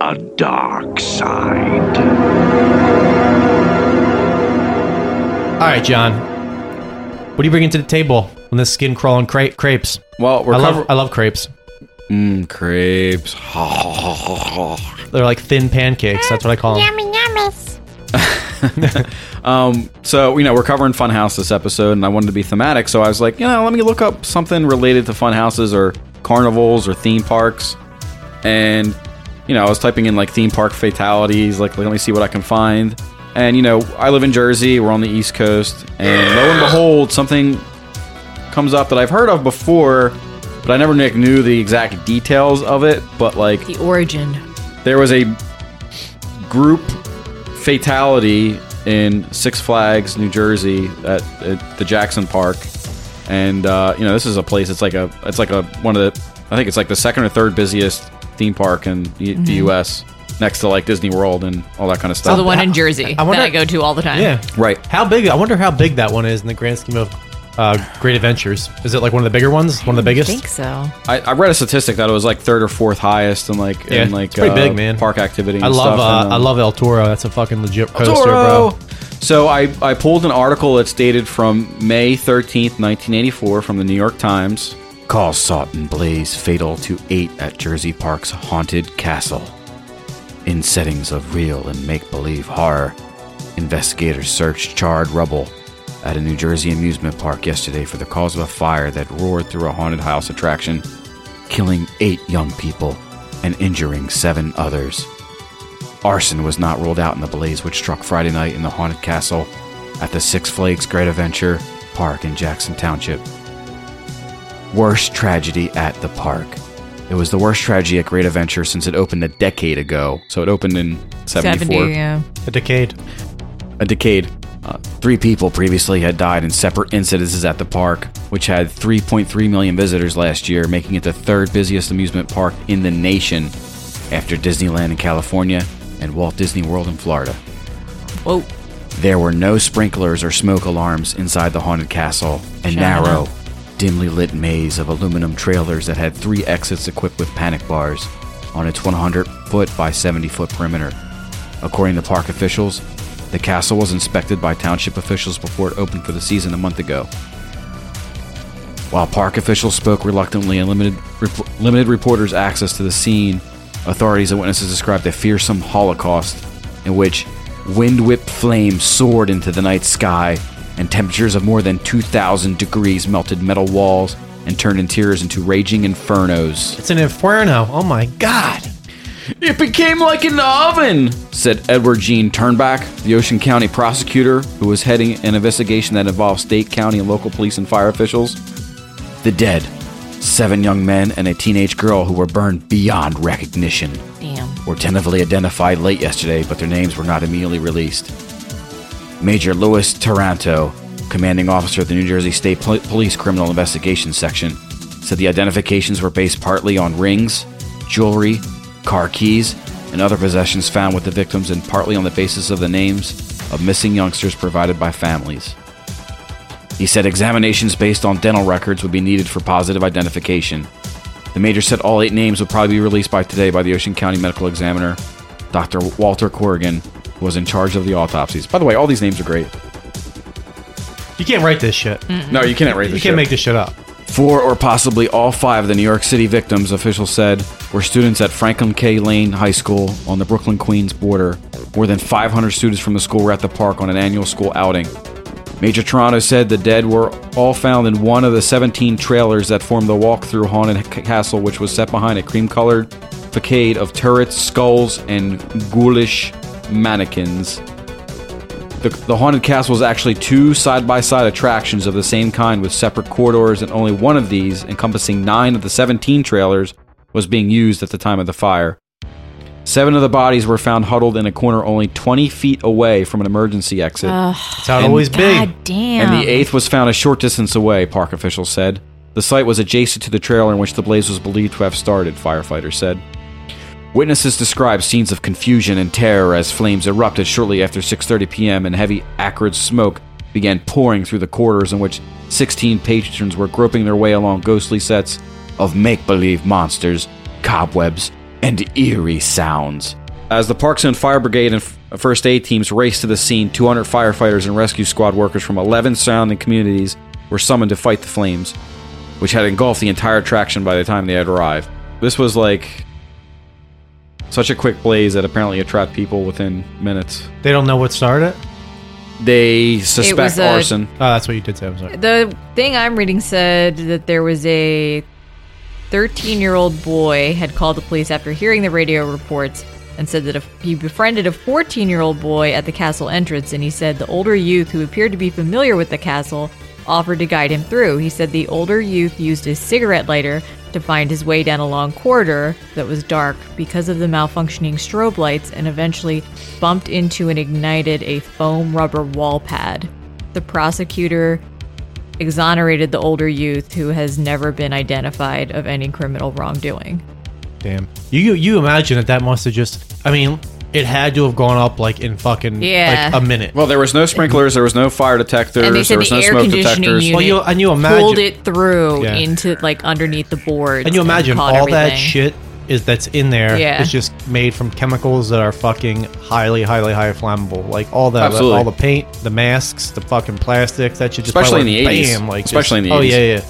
Speaker 10: A dark side.
Speaker 2: All right, John. What do you bringing to the table on this skin crawling cra- crepes?
Speaker 8: Well, we're
Speaker 2: I
Speaker 8: cover-
Speaker 2: love I love crepes.
Speaker 8: Mm, crepes.
Speaker 2: They're like thin pancakes. That's what I call them.
Speaker 8: So, you know, we're covering Funhouse this episode, and I wanted to be thematic, so I was like, you know, let me look up something related to Funhouses or carnivals or theme parks. And, you know, I was typing in like theme park fatalities, like, let me see what I can find. And, you know, I live in Jersey, we're on the East Coast, and lo and behold, something comes up that I've heard of before, but I never like, knew the exact details of it. But, like,
Speaker 5: the origin.
Speaker 8: there was a group fatality in Six Flags, New Jersey, at, at the Jackson Park, and uh, you know this is a place. It's like a it's like a one of the I think it's like the second or third busiest theme park in the, the U.S. next to like Disney World and all that kind
Speaker 5: Mm-hmm. So
Speaker 8: of stuff.
Speaker 5: the one
Speaker 2: I-
Speaker 5: in Jersey
Speaker 2: I wonder-
Speaker 5: that I go to all the time.
Speaker 2: Yeah.
Speaker 8: right.
Speaker 2: How big? I wonder how big that one is in the grand scheme of uh, Great Adventures. Is it like one of the bigger ones? One of the
Speaker 5: I
Speaker 2: biggest?
Speaker 5: think so.
Speaker 8: I, I read a statistic that it was like third or fourth highest in like
Speaker 2: Yeah,
Speaker 8: in like
Speaker 2: it's pretty
Speaker 8: uh,
Speaker 2: big, man.
Speaker 8: park activity. And
Speaker 2: I love
Speaker 8: stuff, and,
Speaker 2: uh, I
Speaker 8: um,
Speaker 2: love El Toro. That's a fucking legit coaster, bro.
Speaker 8: So I, I pulled an article that's dated from May 13th, 1984, from the New York Times. Call Sawton Blaze fatal to eight at Jersey Park's haunted castle. In settings of real and make believe horror, investigators searched charred rubble at a New Jersey amusement park yesterday for the cause of a fire that roared through a haunted house attraction, killing eight young people and injuring seven others. Arson was not ruled out in the blaze which struck Friday night in the haunted castle at the Six Flags Great Adventure Park in Jackson Township. Worst tragedy at the park. It was the worst tragedy at Great Adventure since it opened a decade ago. So it opened in 74
Speaker 5: 70, yeah.
Speaker 2: A decade.
Speaker 8: a decade. Uh, three people previously had died in separate incidences at the park, which had 3.3 million visitors last year, making it the third busiest amusement park in the nation after Disneyland in California and Walt Disney World in Florida.
Speaker 5: Whoa.
Speaker 8: There were no sprinklers or smoke alarms inside the haunted castle, a
Speaker 5: Shut
Speaker 8: narrow, dimly lit maze of aluminum trailers that had three exits equipped with panic bars on its 100 foot by 70 foot perimeter. According to park officials, the castle was inspected by township officials before it opened for the season a month ago. While park officials spoke reluctantly and limited, rep- limited reporters access to the scene, authorities and witnesses described a fearsome holocaust in which wind whipped flames soared into the night sky and temperatures of more than 2,000 degrees melted metal walls and turned interiors into raging infernos.
Speaker 2: It's an inferno. Oh my god.
Speaker 8: It became like an oven, said Edward Jean Turnback, the Ocean County prosecutor who was heading an investigation that involved state, county, and local police and fire officials. The dead, seven young men and a teenage girl who were burned beyond recognition,
Speaker 5: Damn.
Speaker 8: were tentatively identified late yesterday, but their names were not immediately released. Major Louis Taranto, commanding officer of the New Jersey State Pol- Police Criminal Investigation Section, said the identifications were based partly on rings, jewelry, car keys, and other possessions found with the victims, and partly on the basis of the names of missing youngsters provided by families. He said examinations based on dental records would be needed for positive identification. The major said all eight names would probably be released by today by the Ocean County Medical Examiner, Dr. Walter Corrigan, who was in charge of the autopsies. By the way, all these names are great.
Speaker 2: You can't write this shit.
Speaker 8: No, you can't write this
Speaker 2: You can't
Speaker 8: shit.
Speaker 2: make this shit up.
Speaker 8: Four or possibly all five of the New York City victims, officials said, were students at Franklin K. Lane High School on the Brooklyn Queens border. More than 500 students from the school were at the park on an annual school outing. Major Toronto said the dead were all found in one of the 17 trailers that formed the walk-through haunted c- castle, which was set behind a cream-colored facade of turrets, skulls, and ghoulish mannequins. The, the haunted castle was actually two side-by-side attractions of the same kind with separate corridors, and only one of these, encompassing nine of the 17 trailers, was being used at the time of the fire. Seven of the bodies were found huddled in a corner only 20 feet away from an emergency exit.
Speaker 5: Ugh.
Speaker 2: It's how it always be.
Speaker 5: God damn.
Speaker 8: And the eighth was found a short distance away, park officials said. The site was adjacent to the trailer in which the blaze was believed to have started, firefighters said. Witnesses described scenes of confusion and terror as flames erupted shortly after 6:30 p.m. and heavy acrid smoke began pouring through the corridors in which 16 patrons were groping their way along ghostly sets of make-believe monsters, cobwebs, and eerie sounds. As the Parks and Fire Brigade and f- First Aid teams raced to the scene, 200 firefighters and rescue squad workers from 11 surrounding communities were summoned to fight the flames, which had engulfed the entire attraction by the time they had arrived. This was like such a quick blaze that apparently attracted people within minutes.
Speaker 2: They don't know what started it?
Speaker 8: They
Speaker 5: It was uh,
Speaker 8: suspect
Speaker 5: a-
Speaker 8: arson.
Speaker 2: Oh, that's what you did say. I'm sorry.
Speaker 5: the thing I'm reading said that there was a 13 year old boy had called the police after hearing the radio reports and said that if he befriended a 14 year old boy at the castle entrance. And he said the older youth, who appeared to be familiar with the castle, offered to guide him through. He said the older youth used his cigarette lighter to find his way down a long corridor that was dark because of the malfunctioning strobe lights and eventually bumped into and ignited a foam rubber wall pad. The prosecutor exonerated the older youth who has never been identified of any criminal wrongdoing.
Speaker 2: Damn. You, you you imagine that that must have just. I mean, it had to have gone up like in fucking
Speaker 5: Yeah.
Speaker 2: like a minute.
Speaker 8: Well, there was no sprinklers, there was no fire detectors,
Speaker 5: and they
Speaker 8: there
Speaker 5: said
Speaker 8: was
Speaker 5: the
Speaker 8: no
Speaker 5: air
Speaker 8: smoke
Speaker 5: conditioning
Speaker 8: detectors.
Speaker 5: unit
Speaker 2: Well, you- and you imagine-
Speaker 5: pulled it through
Speaker 2: Yeah.
Speaker 5: into like underneath the board.
Speaker 2: and you imagine all that shit is that's in there is
Speaker 5: Yeah.
Speaker 2: just made from chemicals that are fucking highly, highly, highly flammable. Like all the
Speaker 8: Absolutely.
Speaker 2: all the paint, the masks, the fucking plastics. That should just
Speaker 8: Especially
Speaker 2: probably,
Speaker 8: in the 80s.
Speaker 2: bam, like
Speaker 8: Especially in
Speaker 2: just,
Speaker 8: the
Speaker 2: oh
Speaker 8: 80s.
Speaker 2: yeah, yeah.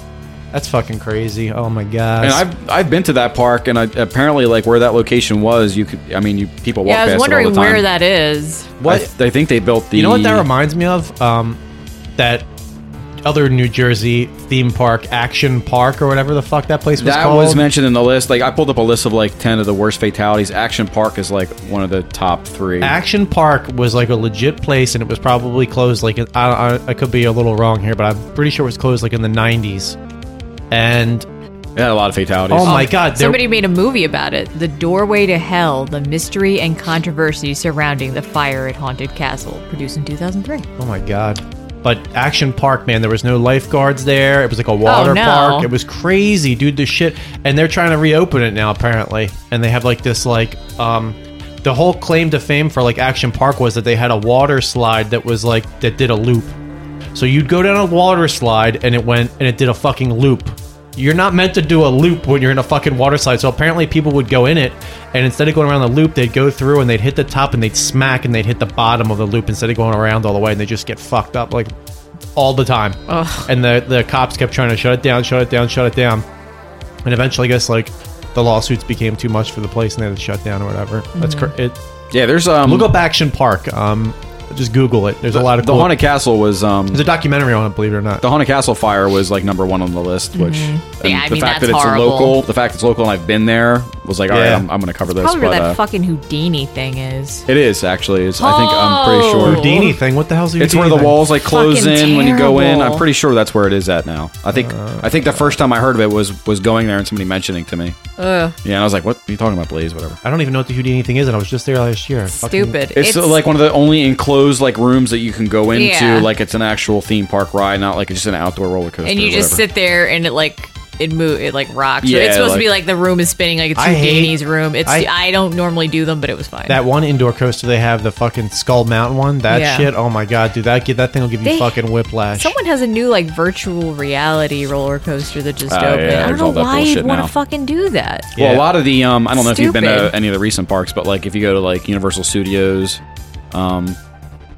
Speaker 2: That's fucking crazy. Oh my god.
Speaker 8: And I've I've been to that park, and I, apparently, like where that location was, you could. I mean, you people walk
Speaker 5: Yeah, I was
Speaker 8: past it all
Speaker 5: wondering
Speaker 8: the time.
Speaker 5: where that is.
Speaker 8: What I, I think they built the.
Speaker 2: You know what that reminds me of? Um, that other New Jersey theme park, Action Park, or whatever the fuck that place was
Speaker 8: That
Speaker 2: called.
Speaker 8: was mentioned in the list. Like I pulled up a list of like ten of the worst fatalities. Action Park is like one of the top three.
Speaker 2: Action Park was like a legit place, and it was probably closed. Like I, I, I could be a little wrong here, but I'm pretty sure it was closed like in the '90s. And
Speaker 8: It had a lot of fatalities.
Speaker 2: oh my god, there-
Speaker 5: Somebody made a movie about it. The Doorway to Hell, the mystery and controversy surrounding the fire at Haunted Castle, produced in 2003.
Speaker 2: oh my god. But Action Park, man, there was no lifeguards there. It was like a water
Speaker 5: no.
Speaker 2: park. It was crazy, dude. This shit, and they're trying to reopen it now apparently. And they have like this like um, the whole claim to fame for like Action Park was that they had a water slide that was like that did a loop. So you'd go down a water slide and it went and it did a fucking loop. You're not meant to do a loop when you're in a fucking water slide. So apparently people would go in it and instead of going around the loop, they'd go through and they'd hit the top and they'd smack and they'd hit the bottom of the loop instead of going around all the way and they just get fucked up like all the time. And the the cops kept trying to shut it down, shut it down, shut it down. And eventually I guess like the lawsuits became too much for the place and they had to shut down or whatever.
Speaker 8: Mm.
Speaker 2: That's cr- it.
Speaker 8: Yeah, there's um.
Speaker 2: Look up Action Park. Um just Google it. There's a lot of
Speaker 8: the
Speaker 2: cool-
Speaker 8: haunted castle was um.
Speaker 2: There's a documentary on it, believe it or not.
Speaker 8: the haunted castle fire was like number one on the list, which and
Speaker 5: Yeah, Mm-hmm. I
Speaker 8: the
Speaker 5: mean,
Speaker 8: fact
Speaker 5: that's
Speaker 8: that it's
Speaker 5: horrible.
Speaker 8: local, the fact it's local, and I've been there was like, all right,
Speaker 2: Yeah.
Speaker 8: I'm, I'm going to cover this.
Speaker 5: Probably where
Speaker 8: But,
Speaker 5: that
Speaker 8: uh,
Speaker 5: fucking Houdini thing is.
Speaker 8: it is actually. It's, I think I'm pretty
Speaker 5: Oh.
Speaker 8: sure.
Speaker 2: Houdini thing. What the hell's a Houdini
Speaker 8: It's where the
Speaker 2: thing?
Speaker 8: walls like close in
Speaker 5: Fucking
Speaker 8: when you go in. I'm
Speaker 5: terrible.
Speaker 8: pretty sure that's where it is at now. I think I think the first time I heard of it was was going there and somebody mentioning to me.
Speaker 5: Ugh,
Speaker 8: Yeah, and I was like, "What are you talking about, Blaze? Whatever."
Speaker 2: I don't even know what the Houdini thing is, and I was just there last year. Fucking-
Speaker 5: stupid.
Speaker 8: It's, uh, like one of the only enclosed like rooms that you can go into.
Speaker 5: Yeah.
Speaker 8: Like it's an actual theme park ride, not like it's just an outdoor roller coaster.
Speaker 5: and you
Speaker 8: or
Speaker 5: just
Speaker 8: whatever.
Speaker 5: sit there and it like it move it like rocks.
Speaker 8: Yeah,
Speaker 5: it's supposed
Speaker 8: like-
Speaker 5: to be like the room is spinning like it's
Speaker 2: I hate-
Speaker 5: Houdini's room. It's
Speaker 2: I-
Speaker 5: I, don't normally do them, but it was fine.
Speaker 2: That one indoor coaster they have, the fucking Skull Mountain one, that
Speaker 5: Yeah.
Speaker 2: shit. Oh my god, dude, that that thing will give you
Speaker 5: They-
Speaker 2: fucking whiplash.
Speaker 5: Someone has a new like virtual reality roller coaster that just
Speaker 8: Oh, yeah,
Speaker 5: opened. I
Speaker 8: there's
Speaker 5: don't
Speaker 8: all
Speaker 5: know
Speaker 8: that
Speaker 5: why you'd
Speaker 8: bullshit
Speaker 5: want
Speaker 8: now.
Speaker 5: to fucking do that.
Speaker 8: Well,
Speaker 2: Yeah.
Speaker 8: a lot of the um, I don't know if you've been to
Speaker 5: Stupid.
Speaker 8: any of the recent parks, but like if you go to like Universal Studios, um,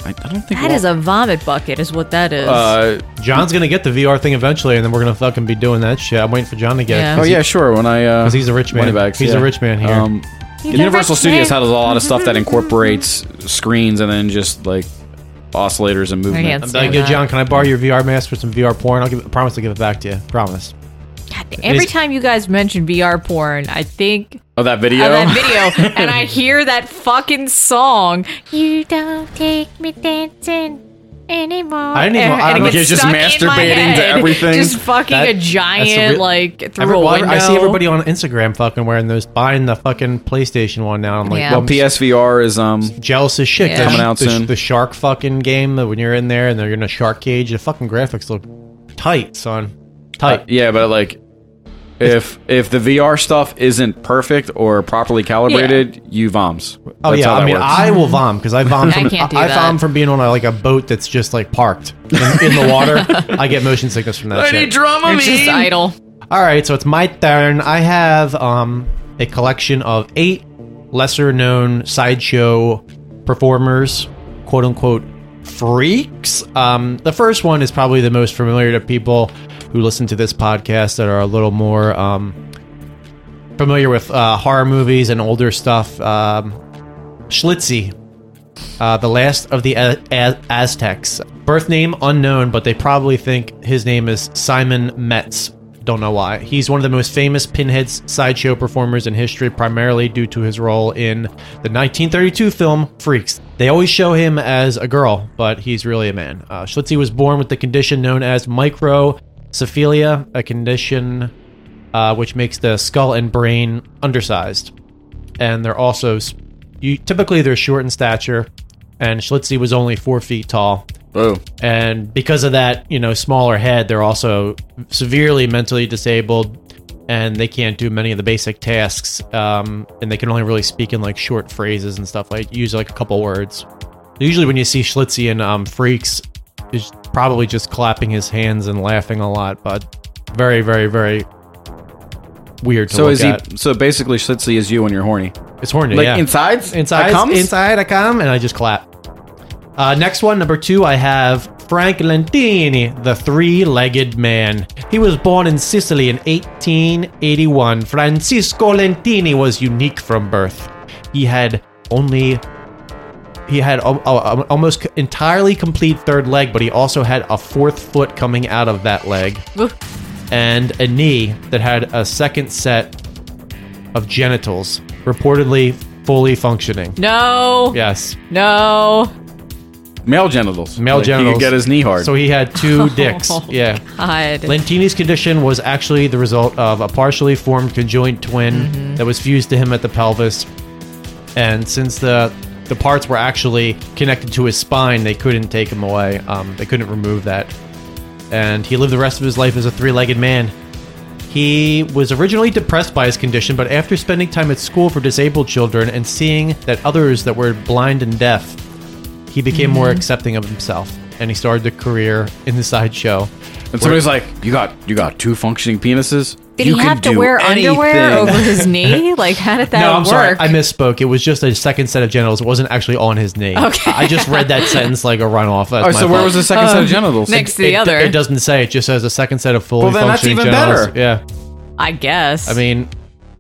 Speaker 8: I, I don't think
Speaker 5: That
Speaker 8: Walt-
Speaker 5: is a vomit bucket, is what that is.
Speaker 8: Uh,
Speaker 2: John's gonna get the VR thing eventually, and then we're gonna fucking be doing that shit. I'm waiting for John to get
Speaker 5: Yeah.
Speaker 2: it.
Speaker 8: oh
Speaker 2: 'cause
Speaker 8: yeah, sure. When I uh,
Speaker 2: 'Cause he's a rich man.
Speaker 8: Moneybags,
Speaker 2: He's a rich man here.
Speaker 8: Um,
Speaker 5: He's a
Speaker 8: Universal
Speaker 5: rich
Speaker 8: Studios
Speaker 5: man.
Speaker 8: has a lot of stuff that incorporates screens and then just like oscillators and movement.
Speaker 5: hands.
Speaker 2: Like, yo, John, can I borrow your VR mask for some VR porn? I'll give, I promise I'll give it back to you. Promise.
Speaker 5: Every
Speaker 2: is-
Speaker 5: time you guys mention VR porn, I think
Speaker 8: Oh, that video.
Speaker 5: of that video, and I hear that fucking song. You don't take me dancing anymore.
Speaker 2: I didn't even-
Speaker 5: And-
Speaker 2: I don't
Speaker 5: and it
Speaker 2: know.
Speaker 5: gets
Speaker 8: You're just
Speaker 5: stuck in my
Speaker 8: masturbating to
Speaker 5: head.
Speaker 8: everything.
Speaker 5: Just fucking
Speaker 2: That-
Speaker 5: a
Speaker 2: that's a
Speaker 5: giant
Speaker 2: real-
Speaker 5: like through
Speaker 2: Every-
Speaker 5: a
Speaker 2: well,
Speaker 5: window.
Speaker 2: I see everybody on Instagram fucking wearing those, buying the fucking PlayStation one now. I'm like,
Speaker 5: Yeah.
Speaker 2: well,
Speaker 8: well, PSVR is um.
Speaker 2: jealous as shit.
Speaker 5: Yeah.
Speaker 2: The-
Speaker 5: Coming
Speaker 8: out
Speaker 2: the,
Speaker 8: soon.
Speaker 2: The shark fucking game that when you're in there and they're in a shark cage, the fucking graphics look tight, son. Tight.
Speaker 8: uh, Yeah, but like, if if the VR stuff isn't perfect or properly calibrated, you voms.
Speaker 2: Oh
Speaker 8: That's
Speaker 2: yeah,
Speaker 8: how
Speaker 2: I
Speaker 8: that
Speaker 2: mean,
Speaker 8: works.
Speaker 2: I will vom because I vom
Speaker 5: I
Speaker 2: from I,
Speaker 5: can't do
Speaker 2: I
Speaker 5: that.
Speaker 2: vom from being on a, like a boat that's just like parked in, in the water. I get motion sickness from that. shit.
Speaker 7: drama
Speaker 5: It's just idle.
Speaker 2: All right, so it's my turn. I have um, a collection of eight lesser-known sideshow performers, quote unquote freaks. Um, the first one is probably the most familiar to people who listen to this podcast that are a little more um, familiar with uh, horror movies and older stuff. Um, Schlitzie, uh, the last of the A- A- Aztecs. Birth name unknown, but they probably think his name is Simon Metz. Don't know why. He's one of the most famous pinhead sideshow performers in history, primarily due to his role in the 1932 film Freaks. They always show him as a girl, but he's really a man. Uh, Schlitzie was born with the condition known as microcephalia, a condition uh, which makes the skull and brain undersized and they're also s- you typically they're short in stature and schlitzie was only four feet tall
Speaker 8: Whoa.
Speaker 2: and because of that you know smaller head they're also severely mentally disabled and they can't do many of the basic tasks um, and they can only really speak in like short phrases and stuff like use like a couple words usually when you see schlitzie and um, freaks is probably just clapping his hands and laughing a lot but very very very weird to
Speaker 8: So
Speaker 2: look
Speaker 8: is he?
Speaker 2: at.
Speaker 8: So basically, Schlitzie is you when you're horny.
Speaker 2: it's horny
Speaker 8: Like
Speaker 2: yeah.
Speaker 8: inside,
Speaker 2: inside,
Speaker 8: I comes?
Speaker 2: inside I come, and I just clap. Uh, next one, number two, I have Frank Lentini, the three-legged man. He was born in Sicily in 1881. Francisco Lentini was unique from birth. He had only he had al- al- almost entirely complete third leg, but he also had a fourth foot coming out of that leg, and a knee that had a second set of genitals, reportedly fully functioning.
Speaker 5: No,
Speaker 2: Yes,
Speaker 5: no.
Speaker 8: Male genitals.
Speaker 2: male
Speaker 8: Like, He
Speaker 2: genitals.
Speaker 8: could get his knee hard.
Speaker 2: So he had two dicks. Yeah.
Speaker 5: God.
Speaker 2: Lentini's condition was actually the result of a partially formed conjoined twin that was fused to him at the pelvis. And since the the parts were actually connected to his spine, they couldn't take him away. Um, they couldn't remove that. And he lived the rest of his life as a three-legged man. He was originally depressed by his condition, but after spending time at school for disabled children and seeing that others that were blind and deaf, he became more accepting of himself. And he started a career in the sideshow.
Speaker 8: and somebody's like, "You got, you got two functioning penises.
Speaker 5: Did
Speaker 8: you
Speaker 5: he
Speaker 8: can
Speaker 5: have to
Speaker 8: do
Speaker 5: wear underwear
Speaker 8: anything."
Speaker 5: over his knee? Like, how did that
Speaker 2: No, I'm
Speaker 5: work?
Speaker 2: sorry. I misspoke. It was just a second set of genitals. It wasn't actually on his knee.
Speaker 5: Okay.
Speaker 2: I just read that sentence like a runoff. That's
Speaker 8: Oh,
Speaker 2: my
Speaker 8: so where
Speaker 2: fault.
Speaker 8: was the second
Speaker 2: Uh,
Speaker 8: set of genitals?
Speaker 5: Next to
Speaker 2: It-
Speaker 5: the other,
Speaker 2: It doesn't say. It just says a second set of fully
Speaker 8: Well, then that's
Speaker 2: functioning
Speaker 8: even
Speaker 2: genitals.
Speaker 8: better.
Speaker 2: Yeah.
Speaker 5: I guess.
Speaker 2: I mean,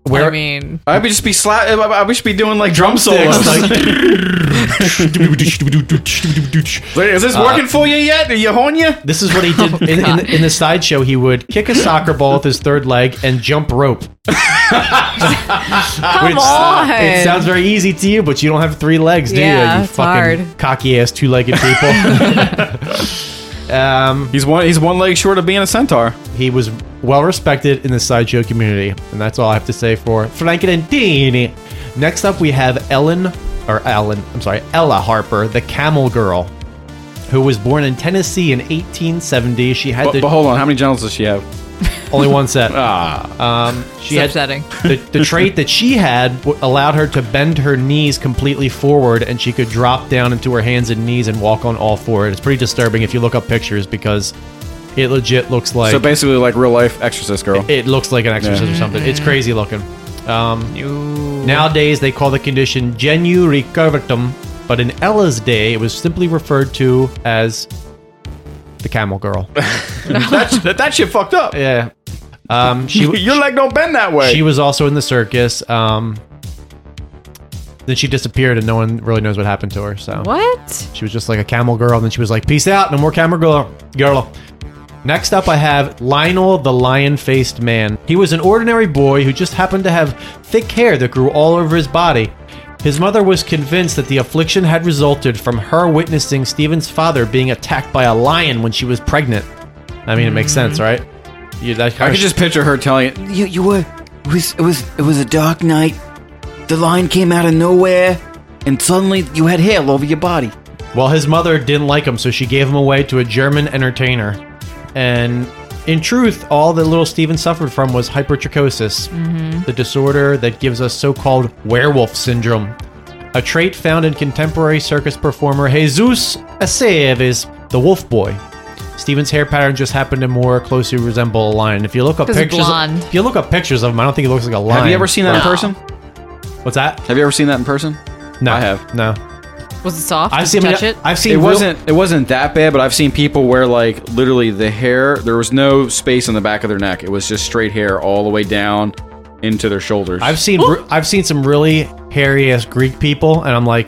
Speaker 2: Where-
Speaker 5: I mean,
Speaker 8: I would just be slap. I would just be doing like drum solos.
Speaker 2: Sticks,
Speaker 8: Like, is this
Speaker 2: Uh,
Speaker 8: working for you yet? Are you horn you?
Speaker 2: This is what he
Speaker 5: Oh,
Speaker 2: did in, in, in the sideshow. He would kick a soccer ball with his third leg and jump rope.
Speaker 5: come
Speaker 2: Which,
Speaker 5: on.
Speaker 2: It sounds very easy to you, but you don't have three legs, do
Speaker 5: Yeah,
Speaker 2: you? You
Speaker 5: it's
Speaker 2: fucking
Speaker 5: hard.
Speaker 2: cocky ass two legged people. um,
Speaker 8: He's one. He's one leg short of being a centaur.
Speaker 2: he was well respected in the sideshow community, and that's all I have to say for Frankenstein. Next up, we have Ellen, or Ellen, I'm sorry, Ella Harper, the Camel Girl, who was born in Tennessee in 1870. She had
Speaker 8: But,
Speaker 2: the
Speaker 8: but hold on, how many genitals does she have?
Speaker 2: only one set.
Speaker 8: Ah,
Speaker 2: She
Speaker 5: It's
Speaker 2: had-
Speaker 5: upsetting.
Speaker 2: The, the trait that she had w- allowed her to bend her knees completely forward, and she could drop down into her hands and knees and walk on all four. It's pretty disturbing if you look up pictures because it legit looks like
Speaker 8: so basically like real life Exorcist girl.
Speaker 2: it looks like an exorcist or something. It's crazy looking. Um, nowadays, they call the condition genu recurvatum, but in Ella's day, it was simply referred to as the camel girl.
Speaker 8: That's- that, that shit fucked up.
Speaker 2: yeah. Um, she,
Speaker 8: You- Your leg don't bend that way.
Speaker 2: She was also in the circus. Um, then she disappeared, and no one really knows what happened to her. So
Speaker 5: What?
Speaker 2: she was just like a camel girl. And then she was like, "Peace out, no more camel girl." Girl. Next up, I have Lionel, the lion-faced man. He was an ordinary boy who just happened to have thick hair that grew all over his body. His mother was convinced that the affliction had resulted from her witnessing Stephen's father being attacked by a lion when she was pregnant. I mean, it makes sense, right? You, that
Speaker 8: Mm-hmm. I
Speaker 2: kind
Speaker 8: could just picture her telling it.
Speaker 7: You, you were. It was, it was. It was a dark night. The lion came out of nowhere, and suddenly you had hair all over your body.
Speaker 2: Well, his mother didn't like him, so she gave him away to a German entertainer. And in truth, all that little Steven suffered from was hypertrichosis,
Speaker 5: Mm-hmm.
Speaker 2: the disorder that gives us so called werewolf syndrome, a trait found in contemporary circus performer Jesus Aceves, the wolf boy. Steven's hair pattern just happened to more closely resemble a lion. If you look up
Speaker 5: 'Cause he's
Speaker 2: pictures,
Speaker 5: blonde.
Speaker 2: if you look up pictures of him, I don't think he looks like a lion.
Speaker 8: Have you ever seen that in person?
Speaker 2: What's that?
Speaker 8: Have you ever seen that in person?
Speaker 2: No,
Speaker 8: I have.
Speaker 2: No,
Speaker 5: Was it soft?
Speaker 2: I've
Speaker 5: Did
Speaker 2: seen.
Speaker 5: you touch it.
Speaker 2: I've seen.
Speaker 8: It
Speaker 2: real-
Speaker 8: wasn't. It wasn't that bad, but I've seen people where like literally the hair. There was no space in the back of their neck. It was just straight hair all the way down into their shoulders.
Speaker 2: I've seen re- I've seen some really hairy ass Greek people, and I'm like,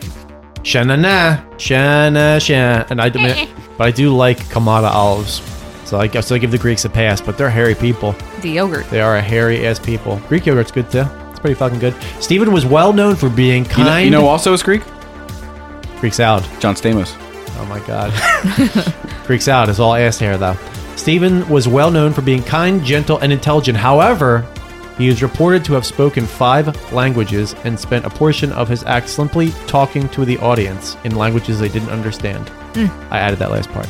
Speaker 2: shana na, shana shan, and I demand, but I do like Kamada olives, so I guess I give the Greeks a pass. But they're hairy people.
Speaker 5: the yogurt.
Speaker 2: They are a hairy ass people. Greek yogurt's good too. It's pretty fucking good. Stephen was well known for being
Speaker 8: You know,
Speaker 2: kind.
Speaker 8: you know also is Greek?
Speaker 2: Greek salad.
Speaker 8: John Stamos.
Speaker 2: Oh my god. Freaks out. It's all ass hair, though. Stephen was well known for being kind, gentle, and intelligent. However, he is reported to have spoken five languages and spent a portion of his act simply talking to the audience in languages they didn't understand. I added that last part.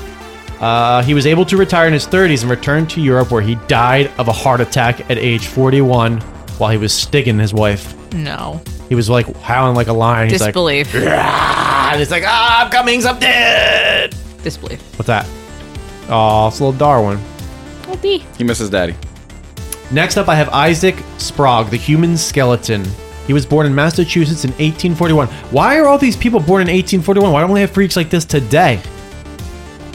Speaker 2: Uh, he was able to retire in his 30s and returned to Europe, where he died of a heart attack at age 41 while he was stinging his wife.
Speaker 5: No.
Speaker 2: He was like howling like a lion. He's like,
Speaker 5: Disbelief.
Speaker 2: ah, and it's like, ah, I'm coming, I'm dead.
Speaker 5: Disbelief.
Speaker 2: What's that? Oh, it's little Darwin.
Speaker 8: He misses daddy.
Speaker 2: Next up, I have Isaac Sprague, the human skeleton. He was born in Massachusetts in 1841. Why are all these people born in 1841? Why don't we have freaks like this today?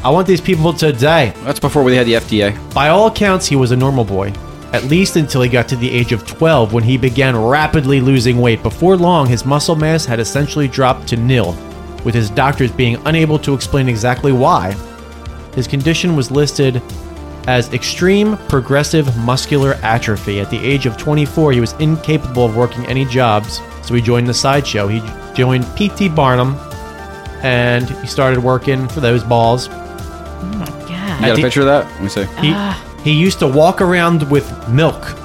Speaker 2: I want these people today.
Speaker 8: That's before they had the FDA.
Speaker 2: By all accounts, he was a normal boy, at least until he got to the age of 12 when he began rapidly losing weight. Before long, his muscle mass had essentially dropped to nil, with his doctors being unable to explain exactly why. His condition was listed as extreme progressive muscular atrophy. At the age of 24, he was incapable of working any jobs, so he joined the sideshow. He joined P.T. Barnum and he started working for those balls.
Speaker 8: You
Speaker 5: Yeah.
Speaker 8: got a
Speaker 2: the-
Speaker 8: picture of that? Let me see.
Speaker 2: He,
Speaker 5: Ah.
Speaker 2: he used to walk around with milk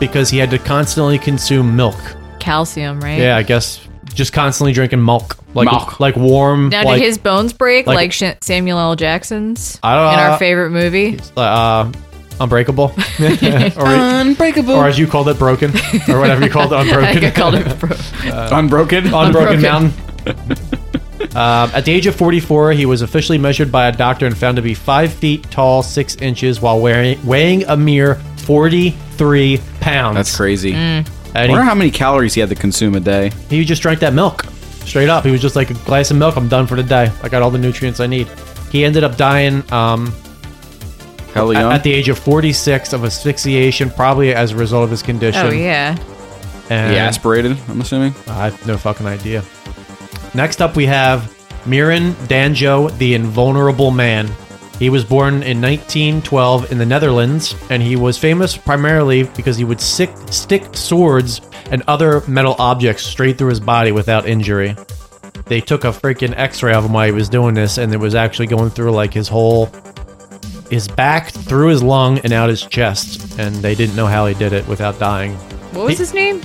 Speaker 2: because he had to constantly consume milk.
Speaker 5: Calcium, right?
Speaker 2: Yeah, I guess just constantly drinking milk, like
Speaker 8: Milk.
Speaker 2: like warm.
Speaker 5: Now,
Speaker 2: like,
Speaker 5: did his bones break
Speaker 2: like-
Speaker 5: like, Sh- Samuel L. Jackson's
Speaker 2: I don't
Speaker 5: in
Speaker 2: know.
Speaker 5: our favorite movie?
Speaker 2: uh, unbreakable, or,
Speaker 7: Unbreakable.
Speaker 2: or as you called it, broken, or whatever you called it,
Speaker 5: I
Speaker 2: unbroken.
Speaker 5: think I called it. Bro-
Speaker 8: Unbroken.
Speaker 2: Unbroken Mountain. Um, at the age of 44, he was officially measured by a doctor and found to be 5 feet tall, 6 inches, while wearing, weighing a mere 43 pounds.
Speaker 8: That's crazy. I
Speaker 2: And he-
Speaker 8: wonder how many calories he had to consume a day.
Speaker 2: He just drank that milk straight up. He was just like a glass of milk. I'm done for the day. I got all the nutrients I need. He ended up dying um,
Speaker 8: Hell
Speaker 2: at,
Speaker 8: young.
Speaker 2: at the age of 46 of asphyxiation, probably as a result of his condition.
Speaker 5: oh yeah.
Speaker 2: And
Speaker 8: He aspirated, I'm assuming.
Speaker 2: I have no fucking idea. Next up, we have Miran Danjo, the Invulnerable Man. He was born in 1912 in the Netherlands, and he was famous primarily because he would sick, stick swords and other metal objects straight through his body without injury. They took a freaking X-ray of him while he was doing this, and it was actually going through like his whole, his back, through his lung, and out his chest. And they didn't know how he did it without dying.
Speaker 5: What was
Speaker 2: He-
Speaker 5: his name?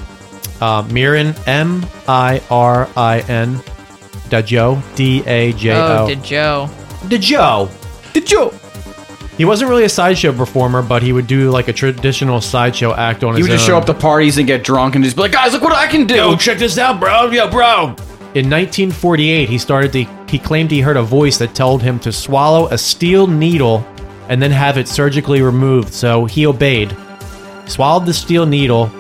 Speaker 2: uh, Mirin, M I R I N, Dajo, D A J
Speaker 5: Oh,
Speaker 2: O.
Speaker 5: did Joe.
Speaker 2: Dajo! Dajo! He wasn't really a sideshow performer, but he would do like a traditional sideshow act on
Speaker 8: He
Speaker 2: his
Speaker 8: would just
Speaker 2: own.
Speaker 8: show up to parties and get drunk and just be like, guys, look what I can do.
Speaker 2: Yo, check this out, bro. Yo, bro. In 1948, he started to. He claimed he heard a voice that told him to swallow a steel needle and then have it surgically removed. So he obeyed, swallowed the steel needle,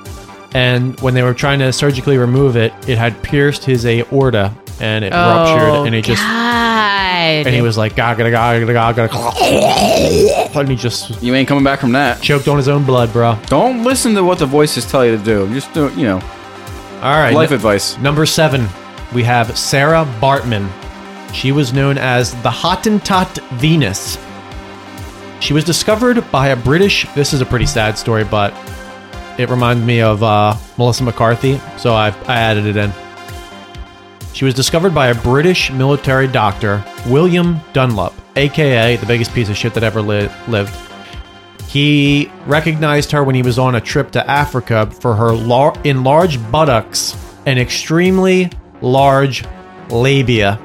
Speaker 2: and when they were trying to surgically remove it, it had pierced his aorta and it ruptured, and he just
Speaker 5: Oh, God.
Speaker 2: and he was like ga ga ga ga ga ga, and he just
Speaker 8: You ain't coming back from that.
Speaker 2: choked on his own blood, bro. All
Speaker 8: Don't listen to what the voices tell you to do. Just do, you know,
Speaker 2: right,
Speaker 8: life advice.
Speaker 2: Number seven, we have Sarah Bartman. She was known as the Hottentot Venus. She was discovered by a British. This is a pretty sad story, but it reminds me of uh, Melissa McCarthy, so I, I added it in. She was discovered by a British military doctor, William Dunlop, aka the biggest piece of shit that ever li- lived. He recognized her when he was on a trip to Africa for her lar- enlarged buttocks and extremely large labia.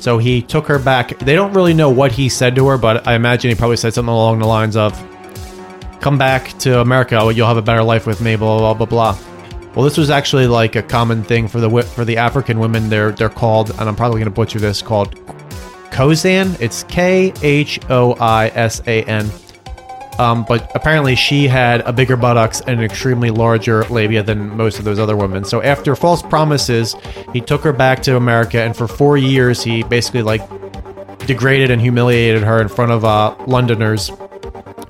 Speaker 2: So he took her back. They don't really know what he said to her, but I imagine he probably said something along the lines of, Come back to America, you'll have a better life with me, blah, blah, blah, blah. Well, this was actually like a common thing for the wi- for the African women. They're they're called, and I'm probably going to butcher this, called Kozan. It's K H O I S A N. Um, but apparently, she had a bigger buttocks and an extremely larger labia than most of those other women. So after false promises, he took her back to America, and for four years, he basically like degraded and humiliated her in front of uh, Londoners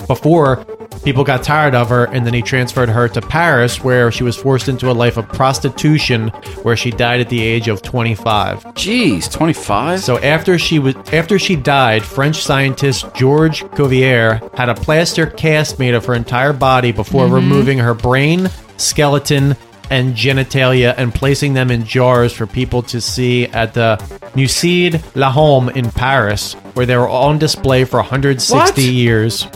Speaker 2: before people got tired of her and then he transferred her to Paris where she was forced into a life of prostitution where she died at the age of 25.
Speaker 8: Jeez, 25?
Speaker 2: So after she was after she died, French scientist Georges Cuvier had a plaster cast made of her entire body before
Speaker 8: Mm-hmm.
Speaker 2: removing her brain, skeleton, and genitalia and placing them in jars for people to see at the Musée La Homme in Paris, where they were on display for 160
Speaker 8: What?
Speaker 2: years.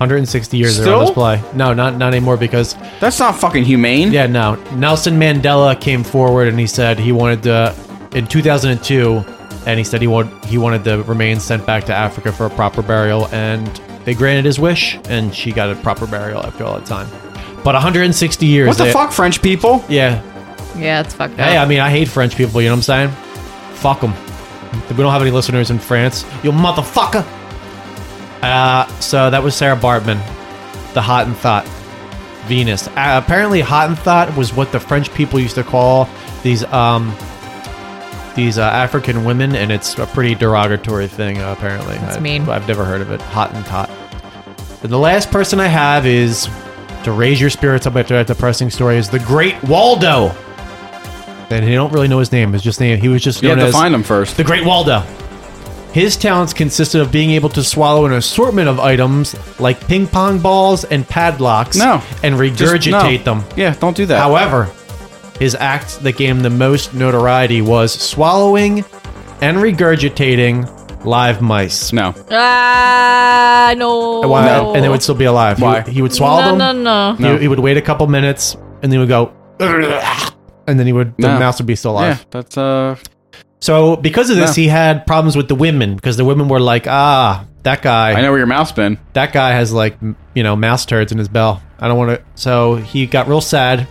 Speaker 2: 160 years they were on
Speaker 8: Still?
Speaker 2: display. No, not not anymore because
Speaker 8: That's not fucking humane.
Speaker 2: yeah, no. Nelson Mandela came forward and he said he wanted to in 2002, and he said he wanted he wanted the remains sent back to Africa for a proper burial, and they granted his wish, and she got a proper burial after all that time. But 160 years.
Speaker 8: What the
Speaker 2: they-
Speaker 8: fuck, French people?
Speaker 2: Yeah.
Speaker 5: yeah, it's fucked
Speaker 2: Hey, I
Speaker 5: up.
Speaker 2: mean, I hate French people. You know what I'm saying? Fuck them. We don't have any listeners in France. You motherfucker. Uh, so that was Sarah Bartman, the Hot and Thought Venus. Uh, apparently, Hot and Thought was what the French people used to call these um these uh, African women, and it's a pretty derogatory thing. Uh, apparently,
Speaker 5: That's
Speaker 2: I,
Speaker 5: mean.
Speaker 2: I've never heard of it. Hot and Thought. And the last person I have is to raise your spirits up after that depressing story is the Great Waldo. And he don't really know his name. His just name. He was just
Speaker 8: You
Speaker 2: known
Speaker 8: had to
Speaker 2: as
Speaker 8: find them first.
Speaker 2: the Great Waldo. His talents consisted of being able to swallow an assortment of items like ping pong balls and padlocks
Speaker 8: No.
Speaker 2: and
Speaker 8: Just-
Speaker 2: regurgitate
Speaker 8: no.
Speaker 2: them.
Speaker 8: Yeah, don't do that.
Speaker 2: However, his act that gave him the most notoriety was swallowing and regurgitating live mice.
Speaker 8: no.
Speaker 5: Ah, no.
Speaker 2: Why- And they would still be alive. He
Speaker 8: Why?
Speaker 2: would- He, would swallow
Speaker 5: no,
Speaker 2: them.
Speaker 5: No, no,
Speaker 2: He, he would wait a couple minutes and then he would go, and then he would, the
Speaker 8: No.
Speaker 2: mouse would be still alive.
Speaker 8: Yeah, that's uh
Speaker 2: So because of this,
Speaker 8: No.
Speaker 2: he had problems with the women because the women were like, ah, that guy,
Speaker 8: I know where your mouth's been.
Speaker 2: that guy has like, m- you know, mouse turds in his bell. I don't want to. So he got real sad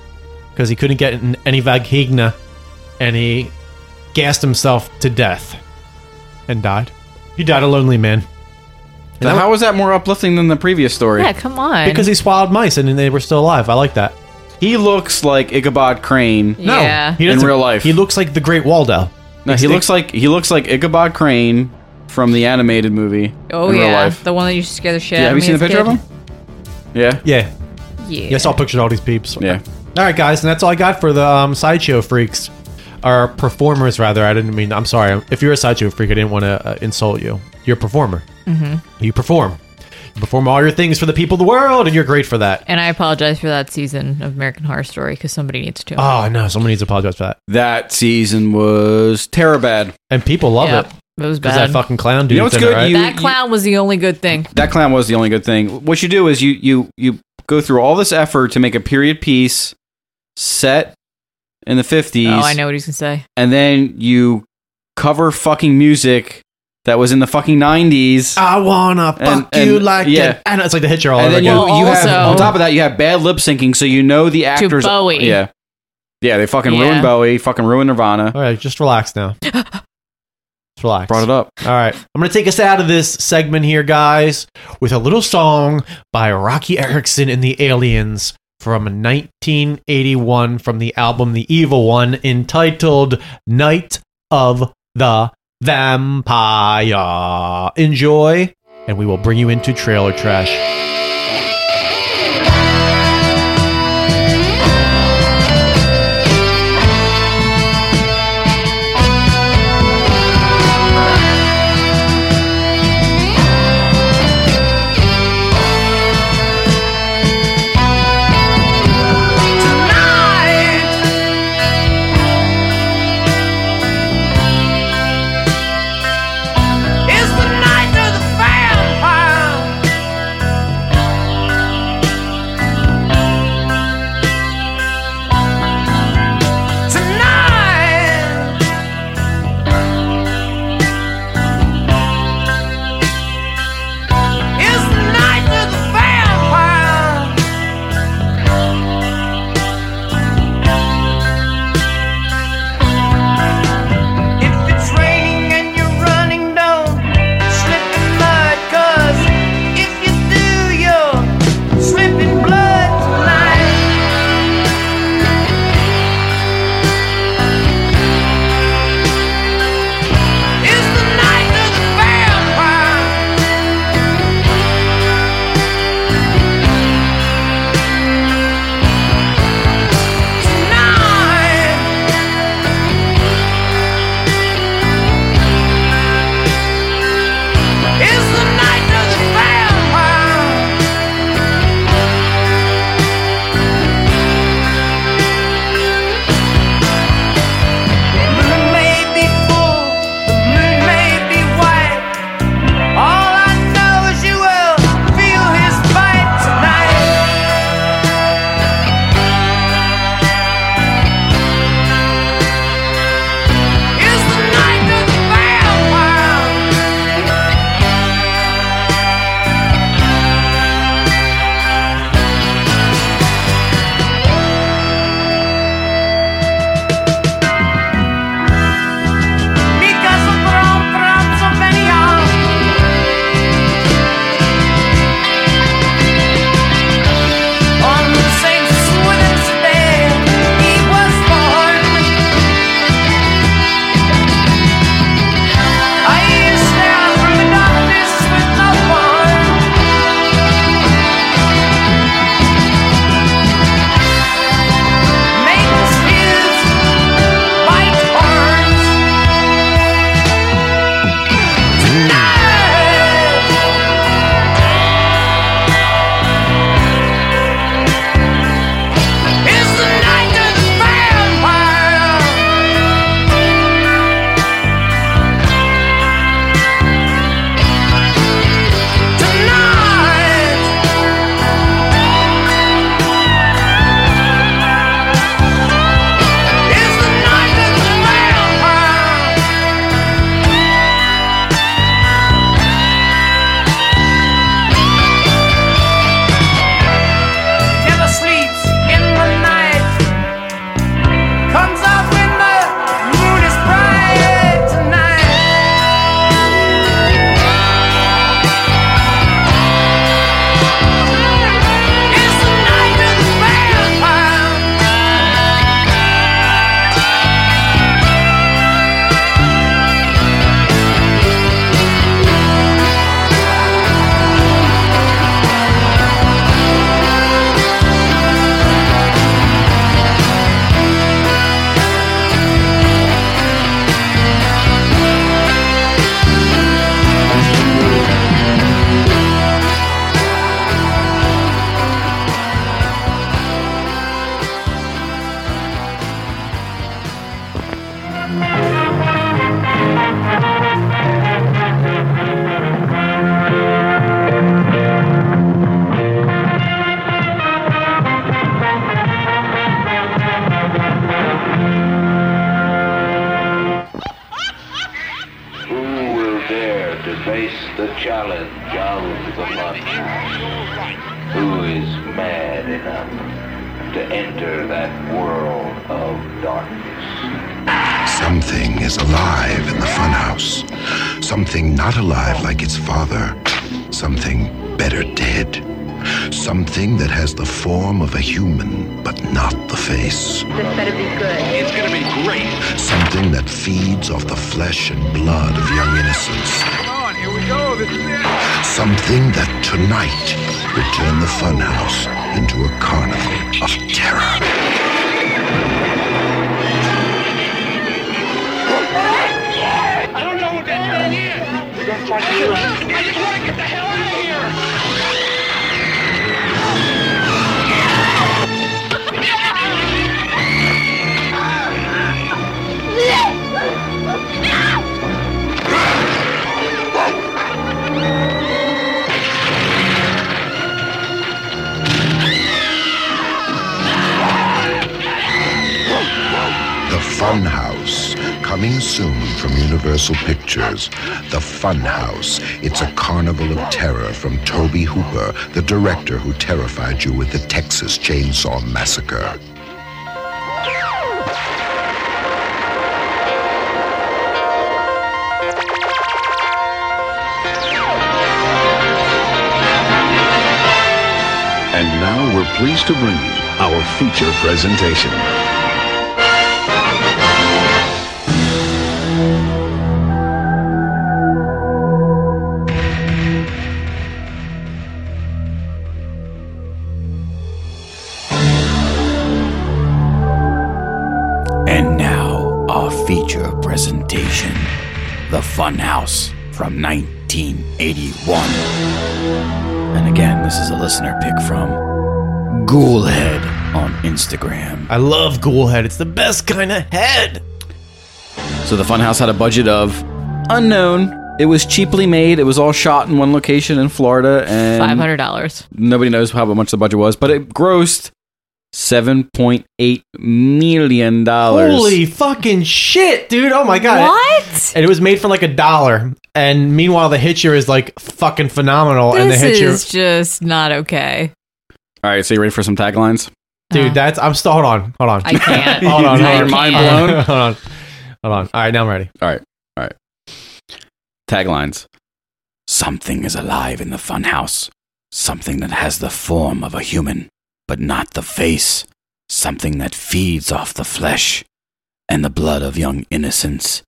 Speaker 2: because he couldn't get in any vagina and he gassed himself to death and died. He died a lonely man
Speaker 8: Now, how was that more uplifting than the previous story?
Speaker 5: Yeah, come on.
Speaker 2: because he swallowed mice and they were still alive. I like that.
Speaker 8: He looks like Ichabod Crane.
Speaker 2: No,
Speaker 5: yeah.
Speaker 2: he
Speaker 8: In
Speaker 2: doesn't-
Speaker 8: real life.
Speaker 2: he looks like the Great Waldo.
Speaker 8: No, he
Speaker 2: Extinct-
Speaker 8: looks like he looks like Ichabod Crane from the animated movie.
Speaker 5: oh
Speaker 8: in
Speaker 5: yeah,
Speaker 8: Real life.
Speaker 5: the one that used to scare the shit.
Speaker 8: yeah,
Speaker 5: out
Speaker 8: have you
Speaker 5: of me as
Speaker 8: seen a
Speaker 5: a
Speaker 8: picture of
Speaker 5: kid.
Speaker 8: him? Yeah.
Speaker 2: Yeah,
Speaker 5: Yeah.
Speaker 2: yes, I'll picture all these peeps.
Speaker 8: Yeah.
Speaker 2: All right, guys, and that's all I got for the um, sideshow freaks, or performers rather. I didn't mean. I'm sorry. If you're a sideshow freak, I didn't want to uh, insult you. You're a performer.
Speaker 5: Mhm.
Speaker 2: You perform. You perform all your things for the people of the world, and you're great for that.
Speaker 5: And I apologize for that season of American Horror Story because somebody needs to.
Speaker 2: Oh, I know. Someone needs to apologize for that.
Speaker 8: That season was terrible bad.
Speaker 2: And people love
Speaker 5: Yeah,
Speaker 2: it.
Speaker 5: it was
Speaker 2: 'Cause
Speaker 5: bad.
Speaker 2: that fucking clown dude.
Speaker 8: You know what's
Speaker 2: in it,
Speaker 8: good?
Speaker 2: right?
Speaker 8: You-
Speaker 5: that clown was the only good thing.
Speaker 8: That clown was the only good thing. What you do is you you you go through all this effort to make a period piece set in the 50s.
Speaker 5: Oh, I know what he's gonna say.
Speaker 8: And then you cover fucking music that was in the fucking
Speaker 5: Oh,
Speaker 8: 90s.
Speaker 2: I wanna
Speaker 8: And-
Speaker 2: fuck you
Speaker 8: and-
Speaker 2: like
Speaker 8: yeah.
Speaker 2: yeah. And it's like the hitcher all
Speaker 8: and
Speaker 2: over
Speaker 8: then you,
Speaker 2: again.
Speaker 5: Well,
Speaker 8: you have,
Speaker 5: Oh, also-
Speaker 8: on top of that, you have bad lip syncing, so you know the actors.
Speaker 5: Bowie.
Speaker 8: Yeah. Yeah, they fucking
Speaker 5: Yeah.
Speaker 8: ruined Bowie, fucking ruined Nirvana.
Speaker 2: all right, just relax now. Just relax.
Speaker 8: Brought it up.
Speaker 2: All right. I'm going to take us out of this segment here, guys, with a little song by Rocky Erickson and the Aliens from 1981 from the album The Evil One entitled Night of the Vampire. Enjoy, and we will bring you into trailer trash.
Speaker 1: It's the night of the vampire.
Speaker 11: to face the challenge of the Bloodhound, who is mad enough to enter that world of darkness.
Speaker 12: Something is alive in the funhouse. Something not alive like its father. Something better dead. Something that has the form of a human, but not the
Speaker 1: This
Speaker 12: face.
Speaker 1: better be good. It's gonna be great.
Speaker 12: Something that feeds off the flesh and blood of young innocents.
Speaker 1: Come on, here we go. This is it.
Speaker 12: Something that tonight will turn the funhouse into a carnival of terror.
Speaker 1: I don't know what that thing is. We're gonna try to kill him. I just wanna get the hell out of here.
Speaker 12: The Funhouse, coming soon from Universal Pictures. The Funhouse. It's a carnival of terror from Toby Hooper, the director who terrified you with the Texas Chainsaw Massacre.
Speaker 13: And now we're pleased to bring you our feature presentation.
Speaker 7: And now, our feature presentation The Funhouse from 1981. And again, this is a listener pick from Ghoulhead on Instagram.
Speaker 2: I love Ghoulhead. It's the best kind of head.
Speaker 8: So the Funhouse had a budget of unknown. It was cheaply made. It was all shot in one location in Florida, and
Speaker 5: Five hundred dollars.
Speaker 8: Nobody knows how much the budget was, but it grossed seven point eight million dollars.
Speaker 2: Holy fucking shit, dude. Oh my god.
Speaker 5: What?
Speaker 2: And it was made for like a dollar. And meanwhile, the Hitcher is like fucking phenomenal. and the
Speaker 5: This
Speaker 2: Hitcher.
Speaker 5: is just not okay.
Speaker 8: All right, so you ready for some taglines?
Speaker 2: Dude, that's. I'm still. Hold on. Hold on.
Speaker 5: uh. I can't.
Speaker 2: hold on.
Speaker 8: Now
Speaker 2: hold
Speaker 8: you're
Speaker 2: on.
Speaker 8: mind blown?
Speaker 2: hold on. Hold on. All right, now I'm ready.
Speaker 8: All right, all right. Taglines: Something is alive in the Funhouse.
Speaker 7: Something that has the form of a human, but not the face. Something that feeds off the flesh and the blood of young innocence.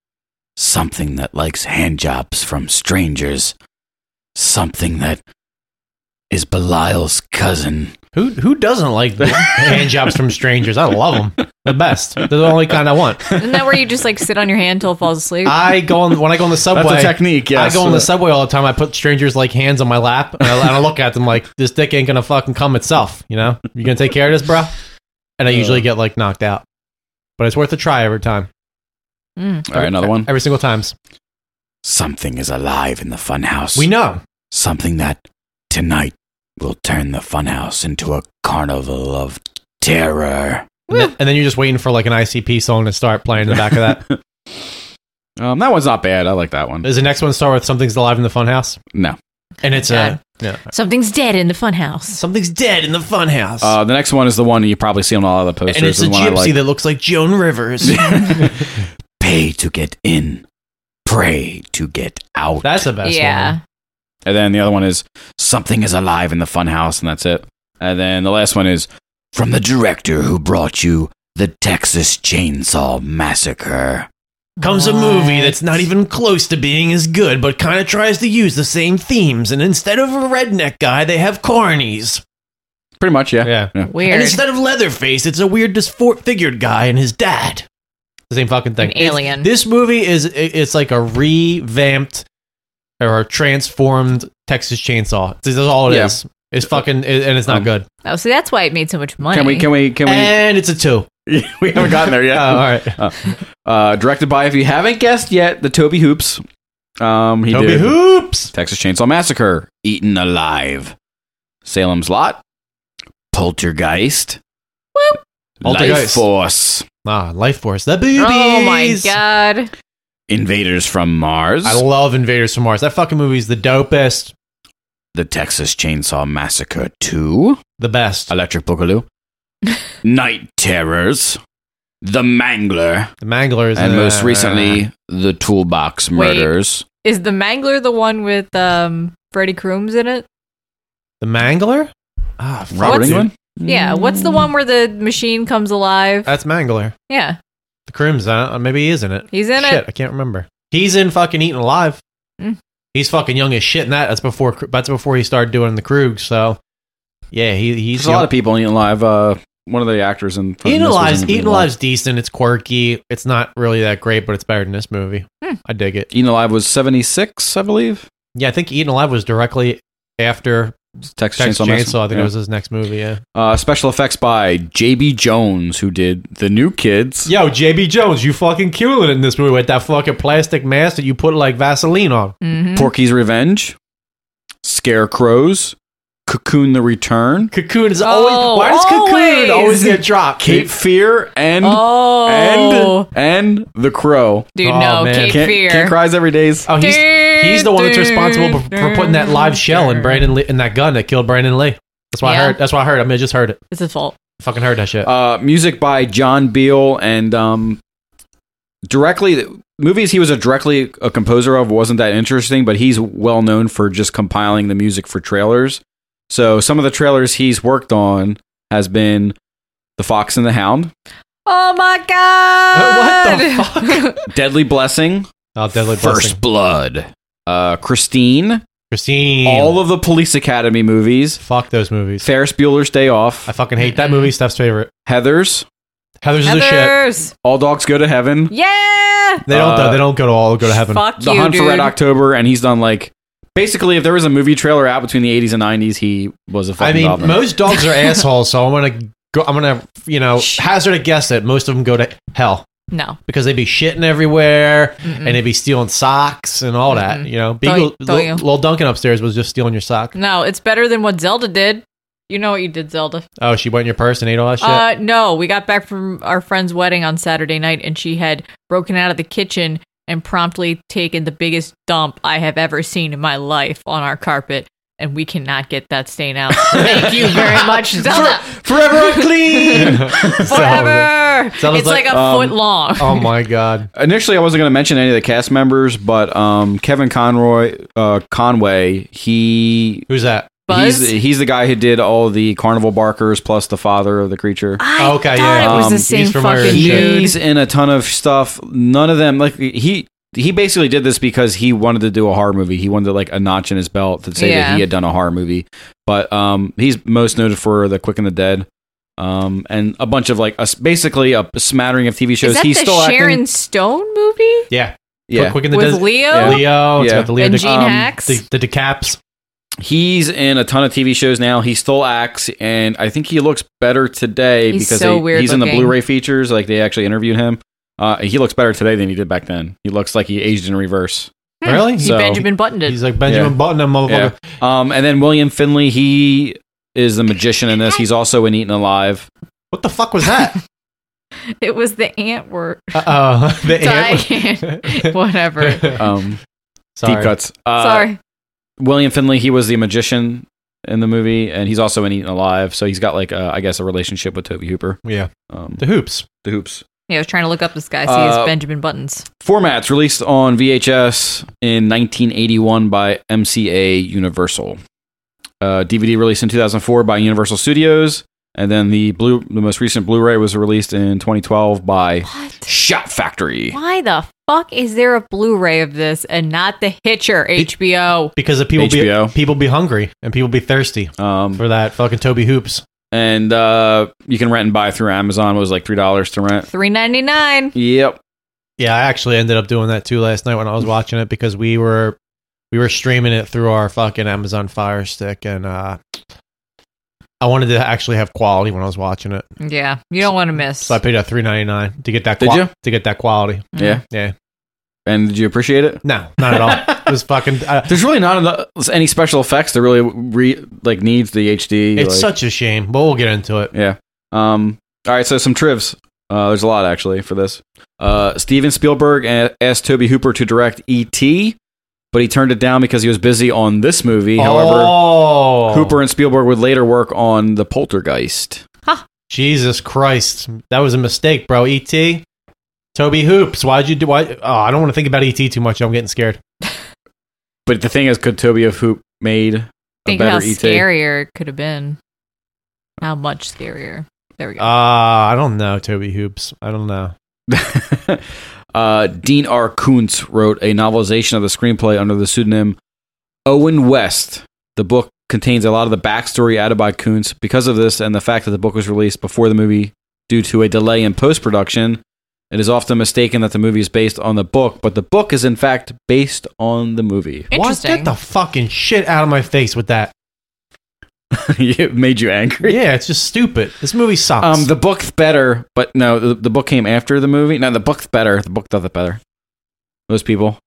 Speaker 7: Something that likes handjobs from strangers. Something that is Belial's cousin.
Speaker 2: Who who doesn't like hand jobs from strangers? I love them. The best. They're the only kind I want.
Speaker 5: Isn't that where you just like sit on your hand till it falls asleep?
Speaker 2: I go on when I go on the subway.
Speaker 8: technique, yes.
Speaker 2: I go on the subway all the time. I put strangers like hands on my lap, and I, and I look at them like this dick ain't gonna fucking come itself. You know, you gonna take care of this, bro? And I usually get like knocked out, but it's worth a try every time.
Speaker 5: Hmm.
Speaker 8: All right, another one.
Speaker 2: E-, Every single times.
Speaker 7: Something is alive in the funhouse.
Speaker 2: We know.
Speaker 7: Something that tonight will turn the funhouse into a carnival of terror.
Speaker 2: And then, and then you're just waiting for like an ICP song to start playing in the back of that.
Speaker 8: Um, that one's not bad. I like that one.
Speaker 2: Does the next one start with "Something's Alive in the Funhouse"?
Speaker 8: No.
Speaker 2: And it's a yeah.
Speaker 5: Something's dead in the funhouse.
Speaker 2: Something's dead in the funhouse.
Speaker 8: Uh, the next one is the one you probably see on all the posters.
Speaker 2: and it's
Speaker 8: the
Speaker 2: a
Speaker 8: one I
Speaker 2: gypsy
Speaker 8: like.
Speaker 2: that looks like Joan Rivers.
Speaker 7: Pay to get in, pray to get out.
Speaker 2: That's the best
Speaker 5: yeah.
Speaker 8: And then the other one is something is alive in the funhouse, and that's it. And then the last one is
Speaker 7: From the director who brought you the Texas Chainsaw Massacre.
Speaker 2: Comes a movie that's not even close to being as good, but kind of tries to use the same themes. And instead of a redneck guy, they have carnies.
Speaker 8: pretty much yeah.
Speaker 2: Yeah.
Speaker 5: Weird.
Speaker 2: And instead of Leatherface, it's a weird disfigured guy and his dad. The same fucking thing.
Speaker 5: An alien.
Speaker 2: It's- this movie is i- it's like a revamped or a transformed Texas Chainsaw. This is all it is.
Speaker 8: Yeah.
Speaker 2: It's fucking i- and it's not good.
Speaker 5: oh, so that's why it made so much money.
Speaker 8: Can we? Can we? Can we?
Speaker 2: And it's a two.
Speaker 8: we haven't gotten there yet.
Speaker 2: Oh, all right.
Speaker 8: uh, directed by, if you haven't guessed yet, the Toby Hoops. Um, he
Speaker 2: Toby
Speaker 8: did
Speaker 2: Hoops.
Speaker 8: Texas Chainsaw Massacre, Eaten Alive, Salem's Lot, Poltergeist,
Speaker 2: Poltergeist.
Speaker 8: Life Force.
Speaker 2: Ah, Life Force. The boobies.
Speaker 5: Oh my god.
Speaker 7: Invaders from Mars.
Speaker 2: I love Invaders from Mars. That fucking movie's the dopest.
Speaker 7: The Texas Chainsaw Massacre 2.
Speaker 2: The best.
Speaker 7: Electric Boogaloo. Night Terrors. The Mangler.
Speaker 2: The Mangler is
Speaker 7: And
Speaker 2: uh,
Speaker 7: most recently, The Toolbox
Speaker 5: Wait.
Speaker 7: Murders.
Speaker 5: Is the Mangler the one with um Freddy Crooms in it?
Speaker 2: The Mangler? Ah, fuck,
Speaker 7: Robert
Speaker 2: dude.
Speaker 7: England?
Speaker 5: Yeah. What's the one where the machine comes alive?
Speaker 2: That's Mangler.
Speaker 5: yeah.
Speaker 2: The Crims, uh, maybe he is in it.
Speaker 5: He's in
Speaker 2: shit,
Speaker 5: it.
Speaker 2: I can't remember. He's in fucking Eaten Alive.
Speaker 5: Mm.
Speaker 2: He's fucking young as shit in that. That's before that's before he started doing the Krug. So yeah, he he's
Speaker 8: There's a lot of people in Eating Live. Uh, one of the actors in from
Speaker 2: Eaten
Speaker 8: this was
Speaker 2: Alive's
Speaker 8: in Eating
Speaker 2: Eaten Alive's decent. It's quirky. It's not really that great, but it's better than this movie. I dig it.
Speaker 8: Eaten Alive was seventy six, I believe.
Speaker 2: Yeah, I think Eaten Alive was directly after
Speaker 8: Texas
Speaker 2: Texas
Speaker 8: Chainsaw
Speaker 2: Chainsaw.
Speaker 8: Massacre,
Speaker 2: I think
Speaker 8: yeah.
Speaker 2: it was his next movie. Yeah.
Speaker 8: Uh, special effects by J.B. Jones, who did The New Kids.
Speaker 2: Yo, JB Jones, you fucking killing it in this movie with that fucking plastic mask that you put like Vaseline on.
Speaker 8: Porky's Revenge, Scarecrows, Cocoon the Return,
Speaker 2: Cocoon is always. why does Cocoon Oh, always get dropped?
Speaker 8: Cape Fear and
Speaker 5: Oh.
Speaker 8: and and The Crow.
Speaker 5: Dude, Oh, no, man. Cape
Speaker 8: Can't-
Speaker 5: Fear.
Speaker 8: Can't cries every days.
Speaker 2: Oh, he's he's the one that's responsible for, for putting that live shell in Brandon Lee, in that gun that killed Brandon Lee. That's why I
Speaker 5: Yeah.
Speaker 2: heard. That's why I heard. I mean, I just heard it.
Speaker 5: It's his fault.
Speaker 2: Fucking heard that shit.
Speaker 8: Uh, music by John Beale and um, directly movies he was a directly a composer of wasn't that interesting, but he's well known for just compiling the music for trailers. So some of the trailers he's worked on has been The Fox and the Hound,
Speaker 5: Oh my god! What the fuck?
Speaker 8: Deadly Blessing,
Speaker 2: oh, Deadly Blessing.
Speaker 8: First Blood, uh, Christine,
Speaker 2: Christine,
Speaker 8: all of the Police Academy movies,
Speaker 2: fuck those movies.
Speaker 8: Ferris Bueller's Day Off,
Speaker 2: I fucking hate that movie. Steph's favorite.
Speaker 8: Heather's,
Speaker 2: Heather's is a shit.
Speaker 5: Heathers!
Speaker 8: All Dogs Go to Heaven.
Speaker 5: Yeah!
Speaker 2: They don't.
Speaker 8: Uh,
Speaker 2: though. They don't go to all go to heaven.
Speaker 5: Fuck
Speaker 8: The
Speaker 5: you,
Speaker 8: Hunt
Speaker 5: dude.
Speaker 8: for Red October, and he's done like basically if there was a movie trailer out between the 80s and 90s, he was a
Speaker 2: I
Speaker 8: fucking
Speaker 2: mean,
Speaker 8: dog man.
Speaker 2: most dogs are assholes, so I'm gonna go. I'm gonna you know hazard a guess that most of them go to hell
Speaker 5: No.
Speaker 2: because they'd be shitting everywhere
Speaker 5: Mm-mm.
Speaker 2: and they'd be stealing socks and all that. You know, Beagle,
Speaker 5: Don't- don't
Speaker 2: Lil-
Speaker 5: you.
Speaker 2: Lil Duncan upstairs was just stealing your sock.
Speaker 5: No, it's better than what Zelda did. You know what you did, Zelda.
Speaker 2: Oh, she went in your purse and ate all that shit.
Speaker 5: Uh, no, we got back from our friend's wedding on Saturday night, and she had broken out of the kitchen and promptly taken the biggest dump I have ever seen in my life on our carpet, and we cannot get that stain out. Thank you very much, Zelda.
Speaker 2: Forever unclean.
Speaker 5: Forever.
Speaker 2: Zelda's
Speaker 5: it's like,
Speaker 2: like,
Speaker 5: a
Speaker 8: um,
Speaker 5: foot long.
Speaker 2: oh my god.
Speaker 8: Initially, I wasn't going to mention any of the cast members, but um, Kevin Conroy uh, Conway, he
Speaker 2: Who's that?
Speaker 5: Buzz?
Speaker 8: oh, he's he's the guy who did all the Carnival Barkers plus the father of the creature.
Speaker 5: I
Speaker 2: Okay,
Speaker 5: thought
Speaker 2: yeah.
Speaker 5: it was
Speaker 8: Um,
Speaker 5: the same
Speaker 2: he's from
Speaker 5: fucking
Speaker 2: Irish, yeah.
Speaker 5: dude.
Speaker 8: He's in a ton of stuff. None of them like he he basically did this because he wanted to do a horror movie. He wanted like a notch in his belt to say
Speaker 5: Yeah.
Speaker 8: that he had done a horror movie. But um, he's most noted for The Quick and the Dead, um, and a bunch of like a, basically a smattering of TV shows.
Speaker 5: Is that
Speaker 8: he's
Speaker 5: the
Speaker 8: still
Speaker 5: Sharon
Speaker 8: acting.
Speaker 5: Stone movie?
Speaker 2: Yeah.
Speaker 8: Yeah,
Speaker 2: Quick, quick in the
Speaker 5: With
Speaker 2: Des-
Speaker 5: Leo?
Speaker 2: Leo. It's
Speaker 8: Yeah.
Speaker 2: got the Leo
Speaker 5: and
Speaker 2: Dic-
Speaker 5: Gene
Speaker 8: um,
Speaker 5: Hacks?
Speaker 2: the, the decaps.
Speaker 8: he's in a ton of TV shows now. He still acts, and I think he looks better today
Speaker 5: He's
Speaker 8: because
Speaker 5: so
Speaker 8: they-
Speaker 5: weird
Speaker 8: he's in the
Speaker 5: looking.
Speaker 8: Blu-ray features. Like they actually interviewed him. Uh, he looks better today than he did back then. He looks like he aged in reverse.
Speaker 5: Hmm.
Speaker 2: Really?
Speaker 5: He
Speaker 8: So-
Speaker 5: Benjamin Buttoned it.
Speaker 2: He's like Benjamin
Speaker 8: Yeah.
Speaker 2: Button, that motherfucker.
Speaker 8: Um, and then William Finley, he is the magician in this. He's also in Eaten Alive.
Speaker 2: What the fuck was that?
Speaker 5: It was the ant word.
Speaker 2: uh oh. The
Speaker 5: Diane. Whatever.
Speaker 8: Um, deep
Speaker 2: Sorry.
Speaker 8: cuts. Uh,
Speaker 5: Sorry.
Speaker 8: William Finley, he was the magician in the movie, and he's also in Eaten Alive. So he's got like, uh, I guess, a relationship with Toby Hooper.
Speaker 2: Yeah.
Speaker 8: Um,
Speaker 2: The hoops.
Speaker 8: the hoops.
Speaker 5: Yeah, I was trying to look up this guy. See,
Speaker 8: Uh,
Speaker 5: it's Benjamin Buttons.
Speaker 8: Formats released on VHS in 1981 by MCA Universal. Uh, DVD released in 2004 by Universal Studios, and then the blue, the most recent Blu-ray was released in 2012 by
Speaker 5: What?
Speaker 8: Shot Factory.
Speaker 5: Why the fuck is there a Blu-ray of this and not The Hitcher HBO?
Speaker 2: Because if people
Speaker 8: HBO.
Speaker 2: be people be hungry and people be thirsty
Speaker 8: Um,
Speaker 2: for that fucking Toby Hoops.
Speaker 8: and uh, you can rent and buy through Amazon. It was like three dollars to rent.
Speaker 5: Three ninety nine.
Speaker 8: Yep.
Speaker 2: Yeah, I actually ended up doing that too last night when I was watching it because we were we were streaming it through our fucking Amazon Fire Stick and uh I wanted to actually have quality when I was watching it.
Speaker 5: Yeah, you don't want to miss.
Speaker 2: So I paid a three ninety nine to get that
Speaker 8: Did
Speaker 2: qua-
Speaker 8: you?
Speaker 2: to get that quality.
Speaker 8: Yeah.
Speaker 2: Yeah.
Speaker 8: And did you appreciate it?
Speaker 2: No, not at all. it was fucking uh,
Speaker 8: There's really not enough, any special effects that really re, like needs the HD.
Speaker 2: it's
Speaker 8: like-
Speaker 2: such a shame, but we'll get into it.
Speaker 8: yeah. Um. All right. So some trivs. Uh, there's a lot actually for this. Uh, Steven Spielberg a- asked Toby Hooper to direct E.T., but he turned it down because he was busy on this movie.
Speaker 2: Oh.
Speaker 8: However, Hooper and Spielberg would later work on The Poltergeist.
Speaker 2: Jesus Christ, that was a mistake, bro. E.T. Toby Hoops, why'd you do? Why? Oh, I don't want to think about E.T. too much. I'm getting scared.
Speaker 8: But the thing is, could Toby have Hoop made a
Speaker 5: Think
Speaker 8: better
Speaker 5: how
Speaker 8: E
Speaker 2: E
Speaker 8: E.T.?
Speaker 5: scarier it could have been. How much scarier. There we go.
Speaker 2: Ah, I don't know, Toby Hoops. I don't know.
Speaker 8: Uh, Dean R. Kuntz wrote a novelization of the screenplay under the pseudonym Owen West. The book contains a lot of the backstory added by Kuntz. Because of this and the fact that the book was released before the movie due to a delay in post production, it is often mistaken that the movie is based on the book, but the book is in fact based on the movie.
Speaker 2: What? Get the fucking shit out of my face with that.
Speaker 8: it made you angry?
Speaker 2: Yeah, it's just stupid. This movie sucks.
Speaker 8: Um, the book's better, but no, the, the book came after the movie. No, the book's better. The book does it better. Those people.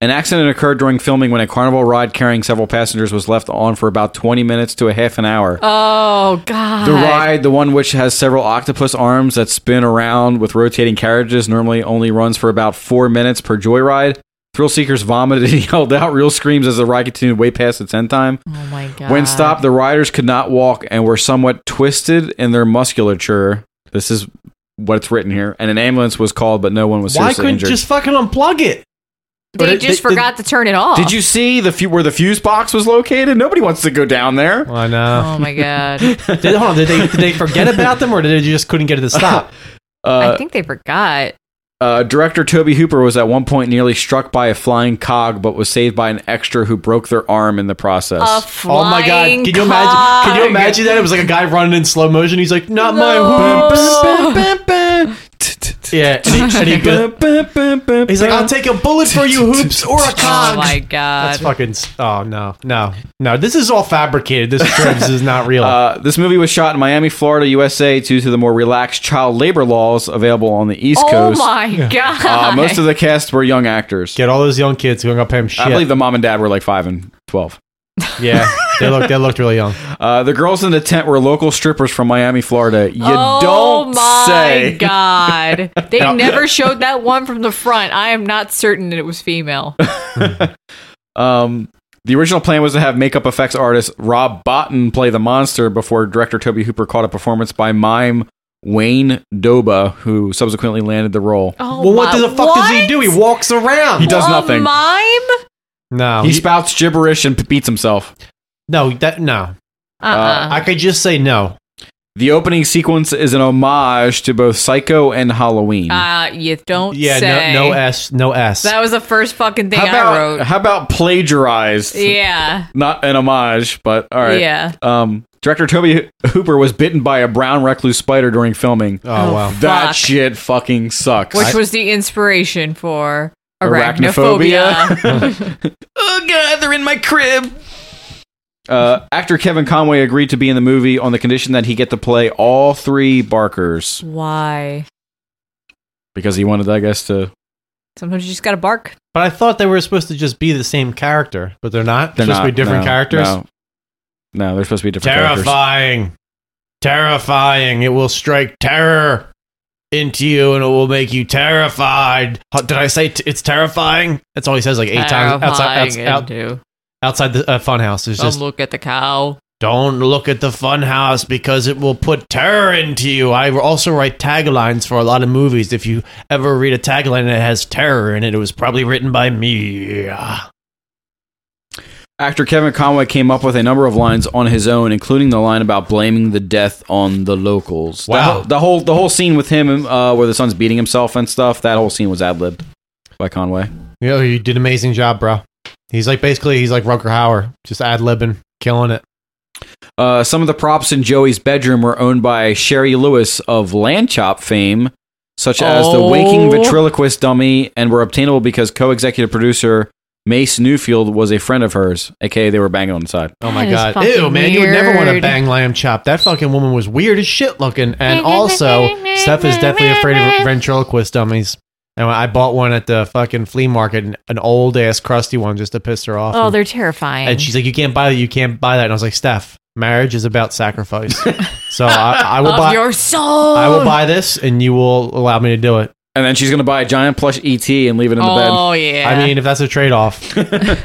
Speaker 8: An accident occurred during filming when a carnival ride carrying several passengers was left on for about 20 minutes to a half an hour.
Speaker 5: Oh God!
Speaker 8: The ride, the one which has several octopus arms that spin around with rotating carriages, normally only runs for about four minutes per joyride. Thrill seekers vomited and yelled out real screams as the ride continued way past its end time.
Speaker 5: Oh my God!
Speaker 8: When stopped, the riders could not walk and were somewhat twisted in their musculature. This is what it's written here. And an ambulance was called, but no one was
Speaker 2: Why
Speaker 8: seriously
Speaker 2: couldn't
Speaker 8: injured.
Speaker 2: just fucking unplug it?
Speaker 5: they
Speaker 8: it-
Speaker 5: just
Speaker 8: they-
Speaker 5: forgot to turn it off.
Speaker 8: Did you see the fu- where the fuse box was located? Nobody wants to go down there.
Speaker 2: I know.
Speaker 5: Oh my God!
Speaker 2: Did, hold on, did they did they forget about them, or did they just couldn't get it to stop? Uh,
Speaker 5: I think they forgot.
Speaker 8: Uh, director Toby Hooper was at one point nearly struck by a flying cog, but was saved by an extra who broke their arm in the process.
Speaker 2: oh my god! Can you imagine? Can you imagine that it was like a guy running in slow motion? He's like, "Not my hoops." yeah, and he, and he go- he's like, "I'll take a bullet for you, hoops, or a cog."
Speaker 5: Oh my
Speaker 2: That's
Speaker 5: God!
Speaker 2: fucking. s- Oh no, no, no! This is all fabricated. This Travis is not real.
Speaker 8: Uh, this movie was shot in Miami, Florida, USA, due to the more relaxed child labor laws available on the East
Speaker 5: oh
Speaker 8: Coast.
Speaker 5: my God!
Speaker 8: Uh, most of the cast were young actors.
Speaker 2: Get all those young kids who hung up him shit.
Speaker 8: I believe the mom and dad were like five and twelve.
Speaker 2: yeah, they looked they looked really young.
Speaker 8: Uh, the girls in the tent were local strippers from Miami, Florida. You
Speaker 5: oh
Speaker 8: don't
Speaker 5: my
Speaker 8: say.
Speaker 5: God! They
Speaker 8: Yeah.
Speaker 5: never showed that one from the front. I am not certain that it was female.
Speaker 8: Um, the original plan was to have makeup effects artist Rob Botten play the monster before director Toby Hooper caught a performance by mime Wayne Doba, who subsequently landed the role.
Speaker 5: Oh
Speaker 2: well, what
Speaker 5: my-
Speaker 2: the fuck does he do? He walks around.
Speaker 8: He does
Speaker 5: A
Speaker 8: nothing.
Speaker 5: Mime?
Speaker 2: no,
Speaker 8: He spouts gibberish and p- beats himself.
Speaker 2: no, that no.
Speaker 8: Uh,
Speaker 5: Uh-uh.
Speaker 2: I could just say no.
Speaker 8: The opening sequence is an homage to both Psycho and Halloween.
Speaker 5: Uh, you don't
Speaker 2: Yeah,
Speaker 5: say.
Speaker 2: no, no s, no s.
Speaker 5: That was the first fucking thing
Speaker 8: how about
Speaker 5: I wrote.
Speaker 8: how about plagiarized?
Speaker 5: Yeah.
Speaker 8: Not an homage, but all right.
Speaker 5: Yeah.
Speaker 8: Um, director Toby Hooper was bitten by a brown recluse spider during filming.
Speaker 2: oh wow.
Speaker 8: that
Speaker 5: fuck.
Speaker 8: shit fucking sucks.
Speaker 5: Which was the inspiration for
Speaker 8: Arachnophobia.
Speaker 5: arachnophobia. oh god, they're in my crib.
Speaker 8: Uh, actor Kevin Conway agreed to be in the movie on the condition that he get to play all three Barkers
Speaker 5: Why?
Speaker 8: because he wanted, I guess, to.
Speaker 5: Sometimes you just gotta bark.
Speaker 2: But I thought they were supposed to just be the same character, but they're not.
Speaker 8: They're
Speaker 2: supposed to be
Speaker 8: not-
Speaker 2: different
Speaker 8: no,
Speaker 2: characters.
Speaker 8: No. No, they're supposed to be different characters.
Speaker 2: Terrifying. Terrifying. It will strike terror into you and it will make you terrified. Huh, Did I say t- it's terrifying? That's all he says like eight
Speaker 5: Oh
Speaker 2: times outside outs-
Speaker 5: Terrifying
Speaker 2: out-
Speaker 5: and do.
Speaker 2: outside the uh, funhouse. It's
Speaker 5: Don't
Speaker 2: just
Speaker 5: look at the cow.
Speaker 2: don't look at the funhouse because it will put terror into you. I also write taglines for a lot of movies. If you ever read a tagline that has terror in it, it was probably written by me.
Speaker 8: Actor Kevin Conway came up with a number of lines on his own, including the line about blaming the death on the locals. The
Speaker 2: Wow.
Speaker 8: whole- The, whole the whole scene with him, uh, where the son's beating himself and stuff, that whole scene was ad libbed by Conway.
Speaker 2: Yeah, you did an amazing job, bro. He's like basically he's like Rucker Hauer, just ad libbing, killing it.
Speaker 8: Uh, some of the props in Joey's bedroom were owned by Sherry Lewis of Landchop fame, such as the
Speaker 5: Oh.
Speaker 8: waking ventriloquist dummy, and were obtainable because co-executive producer Mace Newfield was a friend of hers. AKA, they were banging on the side.
Speaker 2: Oh my
Speaker 5: That is
Speaker 2: god.
Speaker 5: fucking
Speaker 2: Ew, man, you would never want to
Speaker 5: weird.
Speaker 2: bang lamb chop. That fucking woman was weird as shit looking. And also, Steph is definitely afraid of ventriloquist dummies. And I bought one at the fucking flea market, an- an old ass crusty one just to piss her off.
Speaker 5: Oh,
Speaker 2: and,
Speaker 5: they're terrifying.
Speaker 2: and she's like, You can't buy that, you can't buy that. And I was like, Steph, Marriage is about sacrifice. so I, I will
Speaker 5: Of
Speaker 2: buy
Speaker 5: your soul.
Speaker 2: I will buy this, and you will allow me to do it.
Speaker 8: And then she's gonna buy a giant plush ET and leave it in the bed.
Speaker 5: Oh, yeah.
Speaker 2: I mean, if that's a trade off,
Speaker 8: The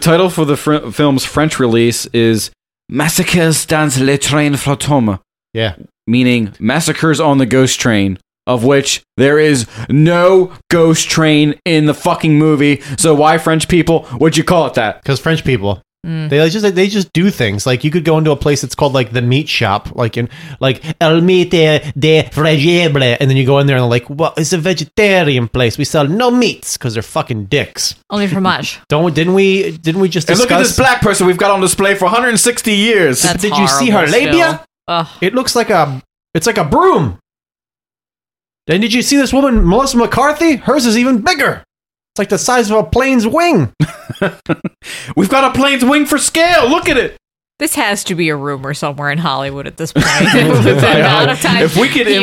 Speaker 8: title for the fr- film's French release is Massacres dans le train fantôme.
Speaker 2: Yeah.
Speaker 8: Meaning massacres on the ghost train, of which there is no ghost train in the fucking movie. So why French people would you call it that?
Speaker 2: because French people. They just they just do things like you could go into a place that's called like the meat shop, like in like El Mite de Fregible, and then you go in there and they're like, well, it's a vegetarian place. We sell no meats because they're fucking dicks.
Speaker 5: Only fromage.
Speaker 2: Don't didn't we didn't we just
Speaker 8: And look at
Speaker 2: discuss-
Speaker 8: this black person we've got on display for 160 years.
Speaker 5: That's
Speaker 2: Did you see her
Speaker 5: horrible
Speaker 2: labia?
Speaker 5: still. Ugh.
Speaker 2: It looks like a it's like a broom. Then did you see this woman, Melissa McCarthy? Hers is even bigger. It's like the size of a plane's wing.
Speaker 8: We've got a plane's wing for scale. Look at it.
Speaker 5: This has to be a rumor somewhere in Hollywood at this point. With the amount of time
Speaker 8: If we could
Speaker 5: you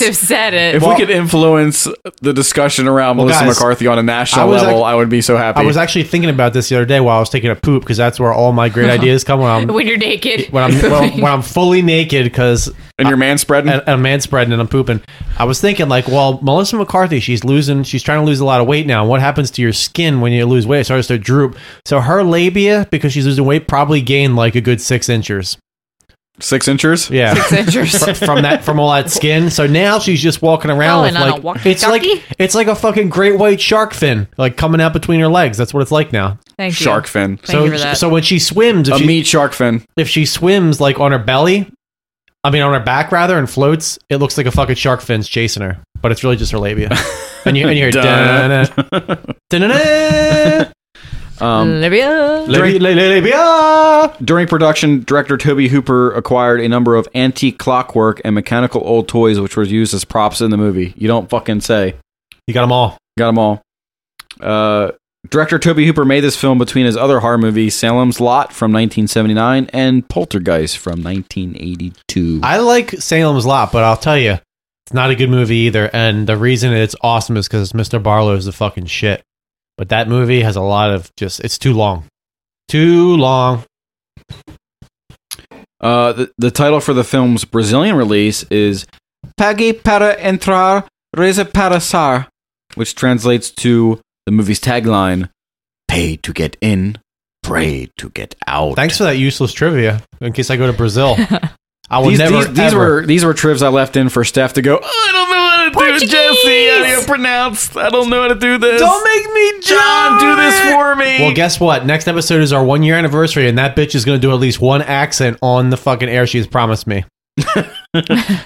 Speaker 5: guys have said it.
Speaker 8: If we could influence the discussion around
Speaker 2: Well,
Speaker 8: Melissa
Speaker 2: guys,
Speaker 8: McCarthy on a national
Speaker 2: I was
Speaker 8: level,
Speaker 2: act-
Speaker 8: I would be so happy.
Speaker 2: I was actually thinking about this the other day while I was taking a poop because that's where all my great ideas come when I'm
Speaker 5: when you're naked,
Speaker 2: when I'm when, when I'm fully naked because
Speaker 8: and you're man spreading
Speaker 2: and, and man spreading and I'm pooping. I was thinking like, well, Melissa McCarthy, she's losing, she's trying to lose a lot of weight now. What happens to your skin when you lose weight? It starts to droop. So her labia, because she's losing weight, probably gained like a good six inches.
Speaker 8: Six inches?
Speaker 2: Yeah,
Speaker 5: Six inches.
Speaker 2: Fr- from that from all that skin. So now she's just walking around
Speaker 5: Rolling
Speaker 2: with
Speaker 5: on a
Speaker 2: like
Speaker 5: walkie-talkie?
Speaker 2: it's like it's like a fucking great white shark fin like coming out between her legs. That's what it's like now.
Speaker 5: Thank you.
Speaker 8: Shark fin.
Speaker 5: Thank
Speaker 2: so
Speaker 5: you for that.
Speaker 2: so when she swims, if
Speaker 8: a
Speaker 2: she,
Speaker 8: meat shark fin.
Speaker 2: if she swims like on her belly, I mean on her back rather, and floats, it looks like a fucking shark fin's chasing her, but it's really just her labia. And you and you hear
Speaker 8: Duh.
Speaker 2: da da
Speaker 8: Um,
Speaker 5: Libya.
Speaker 8: During-
Speaker 2: labia.
Speaker 8: during production, director Toby Hooper acquired a number of antique clockwork and mechanical old toys, which were used as props in the movie. You don't fucking say.
Speaker 2: You got them all.
Speaker 8: Got them all. Uh, director Toby Hooper made this film between his other horror movies, Salem's Lot from 1979 and Poltergeist from 1982.
Speaker 2: I like Salem's Lot, but I'll tell you, it's not a good movie either. And the reason it's awesome is because Mr. Barlow is the fucking shit. But that movie has a lot of just, it's too long. Too long.
Speaker 8: Uh, the, the title for the film's Brazilian release is Pague para entrar, reza para sar, which translates to the movie's tagline,
Speaker 7: Pay to get in, pray to get out.
Speaker 2: Thanks for that useless trivia in case I go to Brazil. I will
Speaker 8: these,
Speaker 2: never.
Speaker 8: these, these
Speaker 2: ever-
Speaker 8: were these were trivs I left in for Steph to go. "Oh, I don't know how to do it, Jesse. How do you pronounce? I don't know how to do this. Don't make me, John. Do this for me.
Speaker 2: Well, guess what? Next episode is our one year anniversary, and that bitch is going to do at least one accent on the fucking air she has promised me.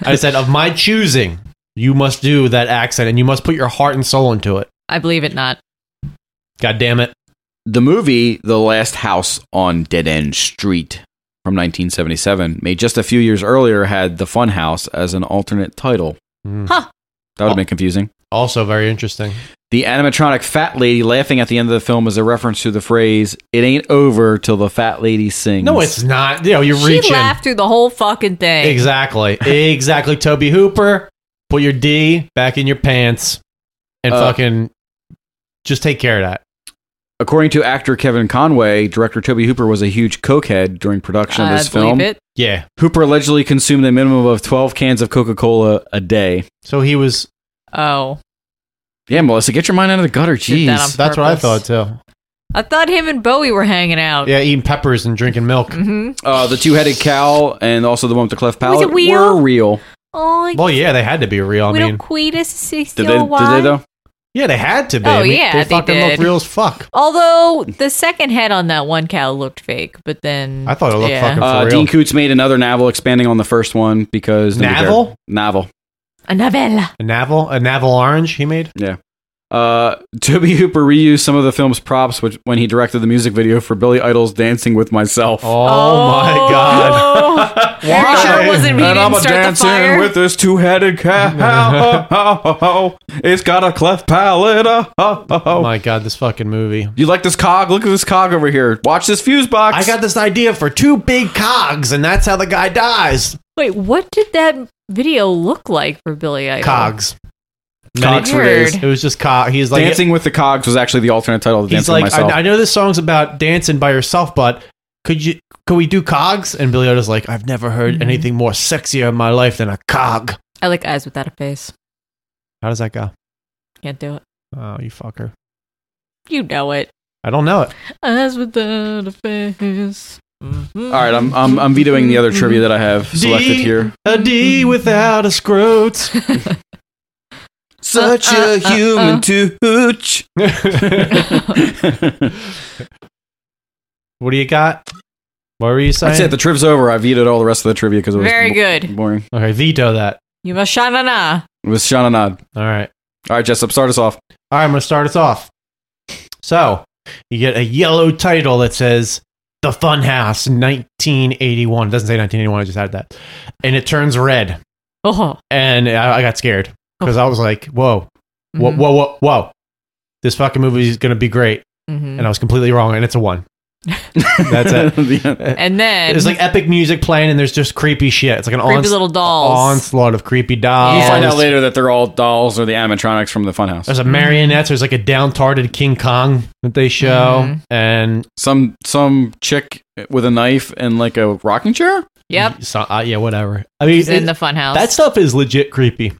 Speaker 2: I said, of my choosing, you must do that accent, and you must put your heart and soul into it.
Speaker 5: I believe it not.
Speaker 2: God damn it.
Speaker 8: the movie The Last House on Dead End Street from 1977, made just a few years earlier, had The Fun House as an alternate title.
Speaker 2: Mm.
Speaker 5: Huh.
Speaker 8: That would have been confusing.
Speaker 2: Also, very interesting.
Speaker 8: The animatronic fat lady laughing at the end of the film is a reference to the phrase "It ain't over till the fat lady sings."
Speaker 2: No, it's not. You know, you're
Speaker 5: She
Speaker 2: reaching.
Speaker 5: laughed through the whole fucking thing.
Speaker 2: Exactly. Exactly. Toby Hooper, put your D back in your pants and
Speaker 8: Uh,
Speaker 2: fucking just take care of that.
Speaker 8: According to actor Kevin Conway, director Toby Hooper was a huge cokehead during production of
Speaker 5: I
Speaker 8: this
Speaker 5: believe
Speaker 8: film.
Speaker 5: it.
Speaker 2: Yeah.
Speaker 8: Hooper allegedly consumed a minimum of 12 cans of Coca-Cola a day.
Speaker 2: So he was.
Speaker 5: Oh,
Speaker 8: Yeah, Melissa, get your mind out of the gutter,
Speaker 5: Did that
Speaker 8: jeez.
Speaker 5: on-
Speaker 2: That's what I thought
Speaker 5: Purpose.
Speaker 2: too.
Speaker 5: I thought him and Bowie were hanging out.
Speaker 2: Yeah, eating peppers and drinking milk.
Speaker 5: Mm-hmm.
Speaker 8: Uh, the two-headed cow and also the one with the cleft
Speaker 5: Was it
Speaker 8: palate
Speaker 5: real?
Speaker 8: were real.
Speaker 5: Oh, like,
Speaker 2: Well, yeah, they had to be real. I
Speaker 5: we
Speaker 2: mean,
Speaker 5: don't quit us. Did
Speaker 8: Did they, did they though?
Speaker 2: Yeah, they had to be.
Speaker 5: Oh,
Speaker 2: I mean,
Speaker 5: yeah,
Speaker 2: they
Speaker 5: they
Speaker 2: fucking look
Speaker 5: did.
Speaker 2: real as fuck.
Speaker 5: Although the second head on that one cow looked fake, but then
Speaker 2: I thought it looked fucking- For
Speaker 8: Uh,
Speaker 2: real.
Speaker 8: Dean Koontz made another novel expanding on the first one because...
Speaker 2: Navel?
Speaker 8: Novel.
Speaker 5: a novella.
Speaker 2: A navel, a navel orange he made.
Speaker 8: Uh, Toby Hooper reused some of the film's props which, when he directed the music video for Billy Idol's "Dancing with Myself."
Speaker 2: Oh, my god!
Speaker 5: Why? sure it wasn't me
Speaker 8: and
Speaker 5: didn't
Speaker 8: I'm a
Speaker 5: start the
Speaker 8: dancing
Speaker 5: fire?
Speaker 8: with this two-headed cow. It's got a cleft palate. Oh, oh,
Speaker 2: Oh
Speaker 8: oh.
Speaker 2: my god! This fucking movie.
Speaker 8: You like this cog? Look at this cog over here. Watch this fuse box.
Speaker 2: I got this idea for two big cogs, and that's how the guy dies.
Speaker 5: Wait, what did that video look like for Billy Idol?
Speaker 2: Cogs.
Speaker 8: cogs for days.
Speaker 5: Weird.
Speaker 2: It was just cog. He's like
Speaker 8: dancing with the cogs was actually the alternate title of
Speaker 2: He's
Speaker 8: "Dancing
Speaker 2: like,
Speaker 8: with Myself."
Speaker 2: I, I know this song's about dancing by yourself, but could you could we do cogs? And Billy Oda's like, I've never heard
Speaker 5: Mhm.
Speaker 2: anything more sexier in my life than a cog.
Speaker 5: I like eyes without a face.
Speaker 2: How does that go?
Speaker 5: Can't do it.
Speaker 2: Oh, you fucker.
Speaker 5: You know it.
Speaker 2: I don't know it.
Speaker 5: Eyes without a face. Mm-hmm.
Speaker 8: All right, I'm I'm, I'm vetoing the other trivia that I have selected here.
Speaker 2: A D without a scrote.
Speaker 8: Such
Speaker 2: Uh,
Speaker 8: a
Speaker 2: uh, uh,
Speaker 8: human
Speaker 2: uh.
Speaker 8: tooch.
Speaker 2: what do you got? What were you saying?
Speaker 8: That's it. The triv's over. I vetoed all the rest of the trivia because it was
Speaker 5: Very
Speaker 8: bo-
Speaker 5: good.
Speaker 8: boring.
Speaker 2: Okay, veto that.
Speaker 5: You must shine an eye.
Speaker 8: It was Sean and Nod.
Speaker 2: All right.
Speaker 8: All right, Jessup, start us off.
Speaker 2: All right, I'm going to start us off. So, you get a yellow title that says The Fun House 1981. It doesn't say 1981, I just added that. And it turns red.
Speaker 5: Oh.
Speaker 2: And I, I got scared because I was like, whoa, whoa,
Speaker 8: Mm-hmm.
Speaker 5: Mhm.
Speaker 2: whoa, whoa, whoa. This fucking movie is going to be great.
Speaker 5: Mhm.
Speaker 2: And I was completely wrong, and it's a one. That's it.
Speaker 5: And then
Speaker 2: There's like epic music playing, and there's just creepy shit. It's like an
Speaker 5: Creepy
Speaker 2: onslaught-
Speaker 5: little dolls.
Speaker 2: onslaught of creepy dolls.
Speaker 8: You find out later that they're all dolls or the animatronics from the funhouse.
Speaker 2: There's a marionettes. There's like a downtarded King Kong that they show,
Speaker 5: Mm-hmm.
Speaker 2: and
Speaker 8: some some chick with a knife and like a rocking chair.
Speaker 5: Yep.
Speaker 2: So, uh, yeah, whatever. I mean,
Speaker 5: He's in
Speaker 2: it-
Speaker 5: the funhouse.
Speaker 2: That stuff is legit creepy.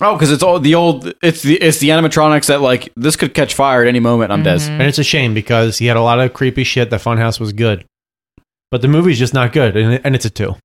Speaker 8: Oh, because it's all the old. It's the it's the animatronics that like this could catch fire at any moment. I'm Dez.
Speaker 5: Mm-hmm.
Speaker 2: and it's a shame because he had a lot of creepy shit. The Funhouse was good, but the movie's just not good, and, and it's a two.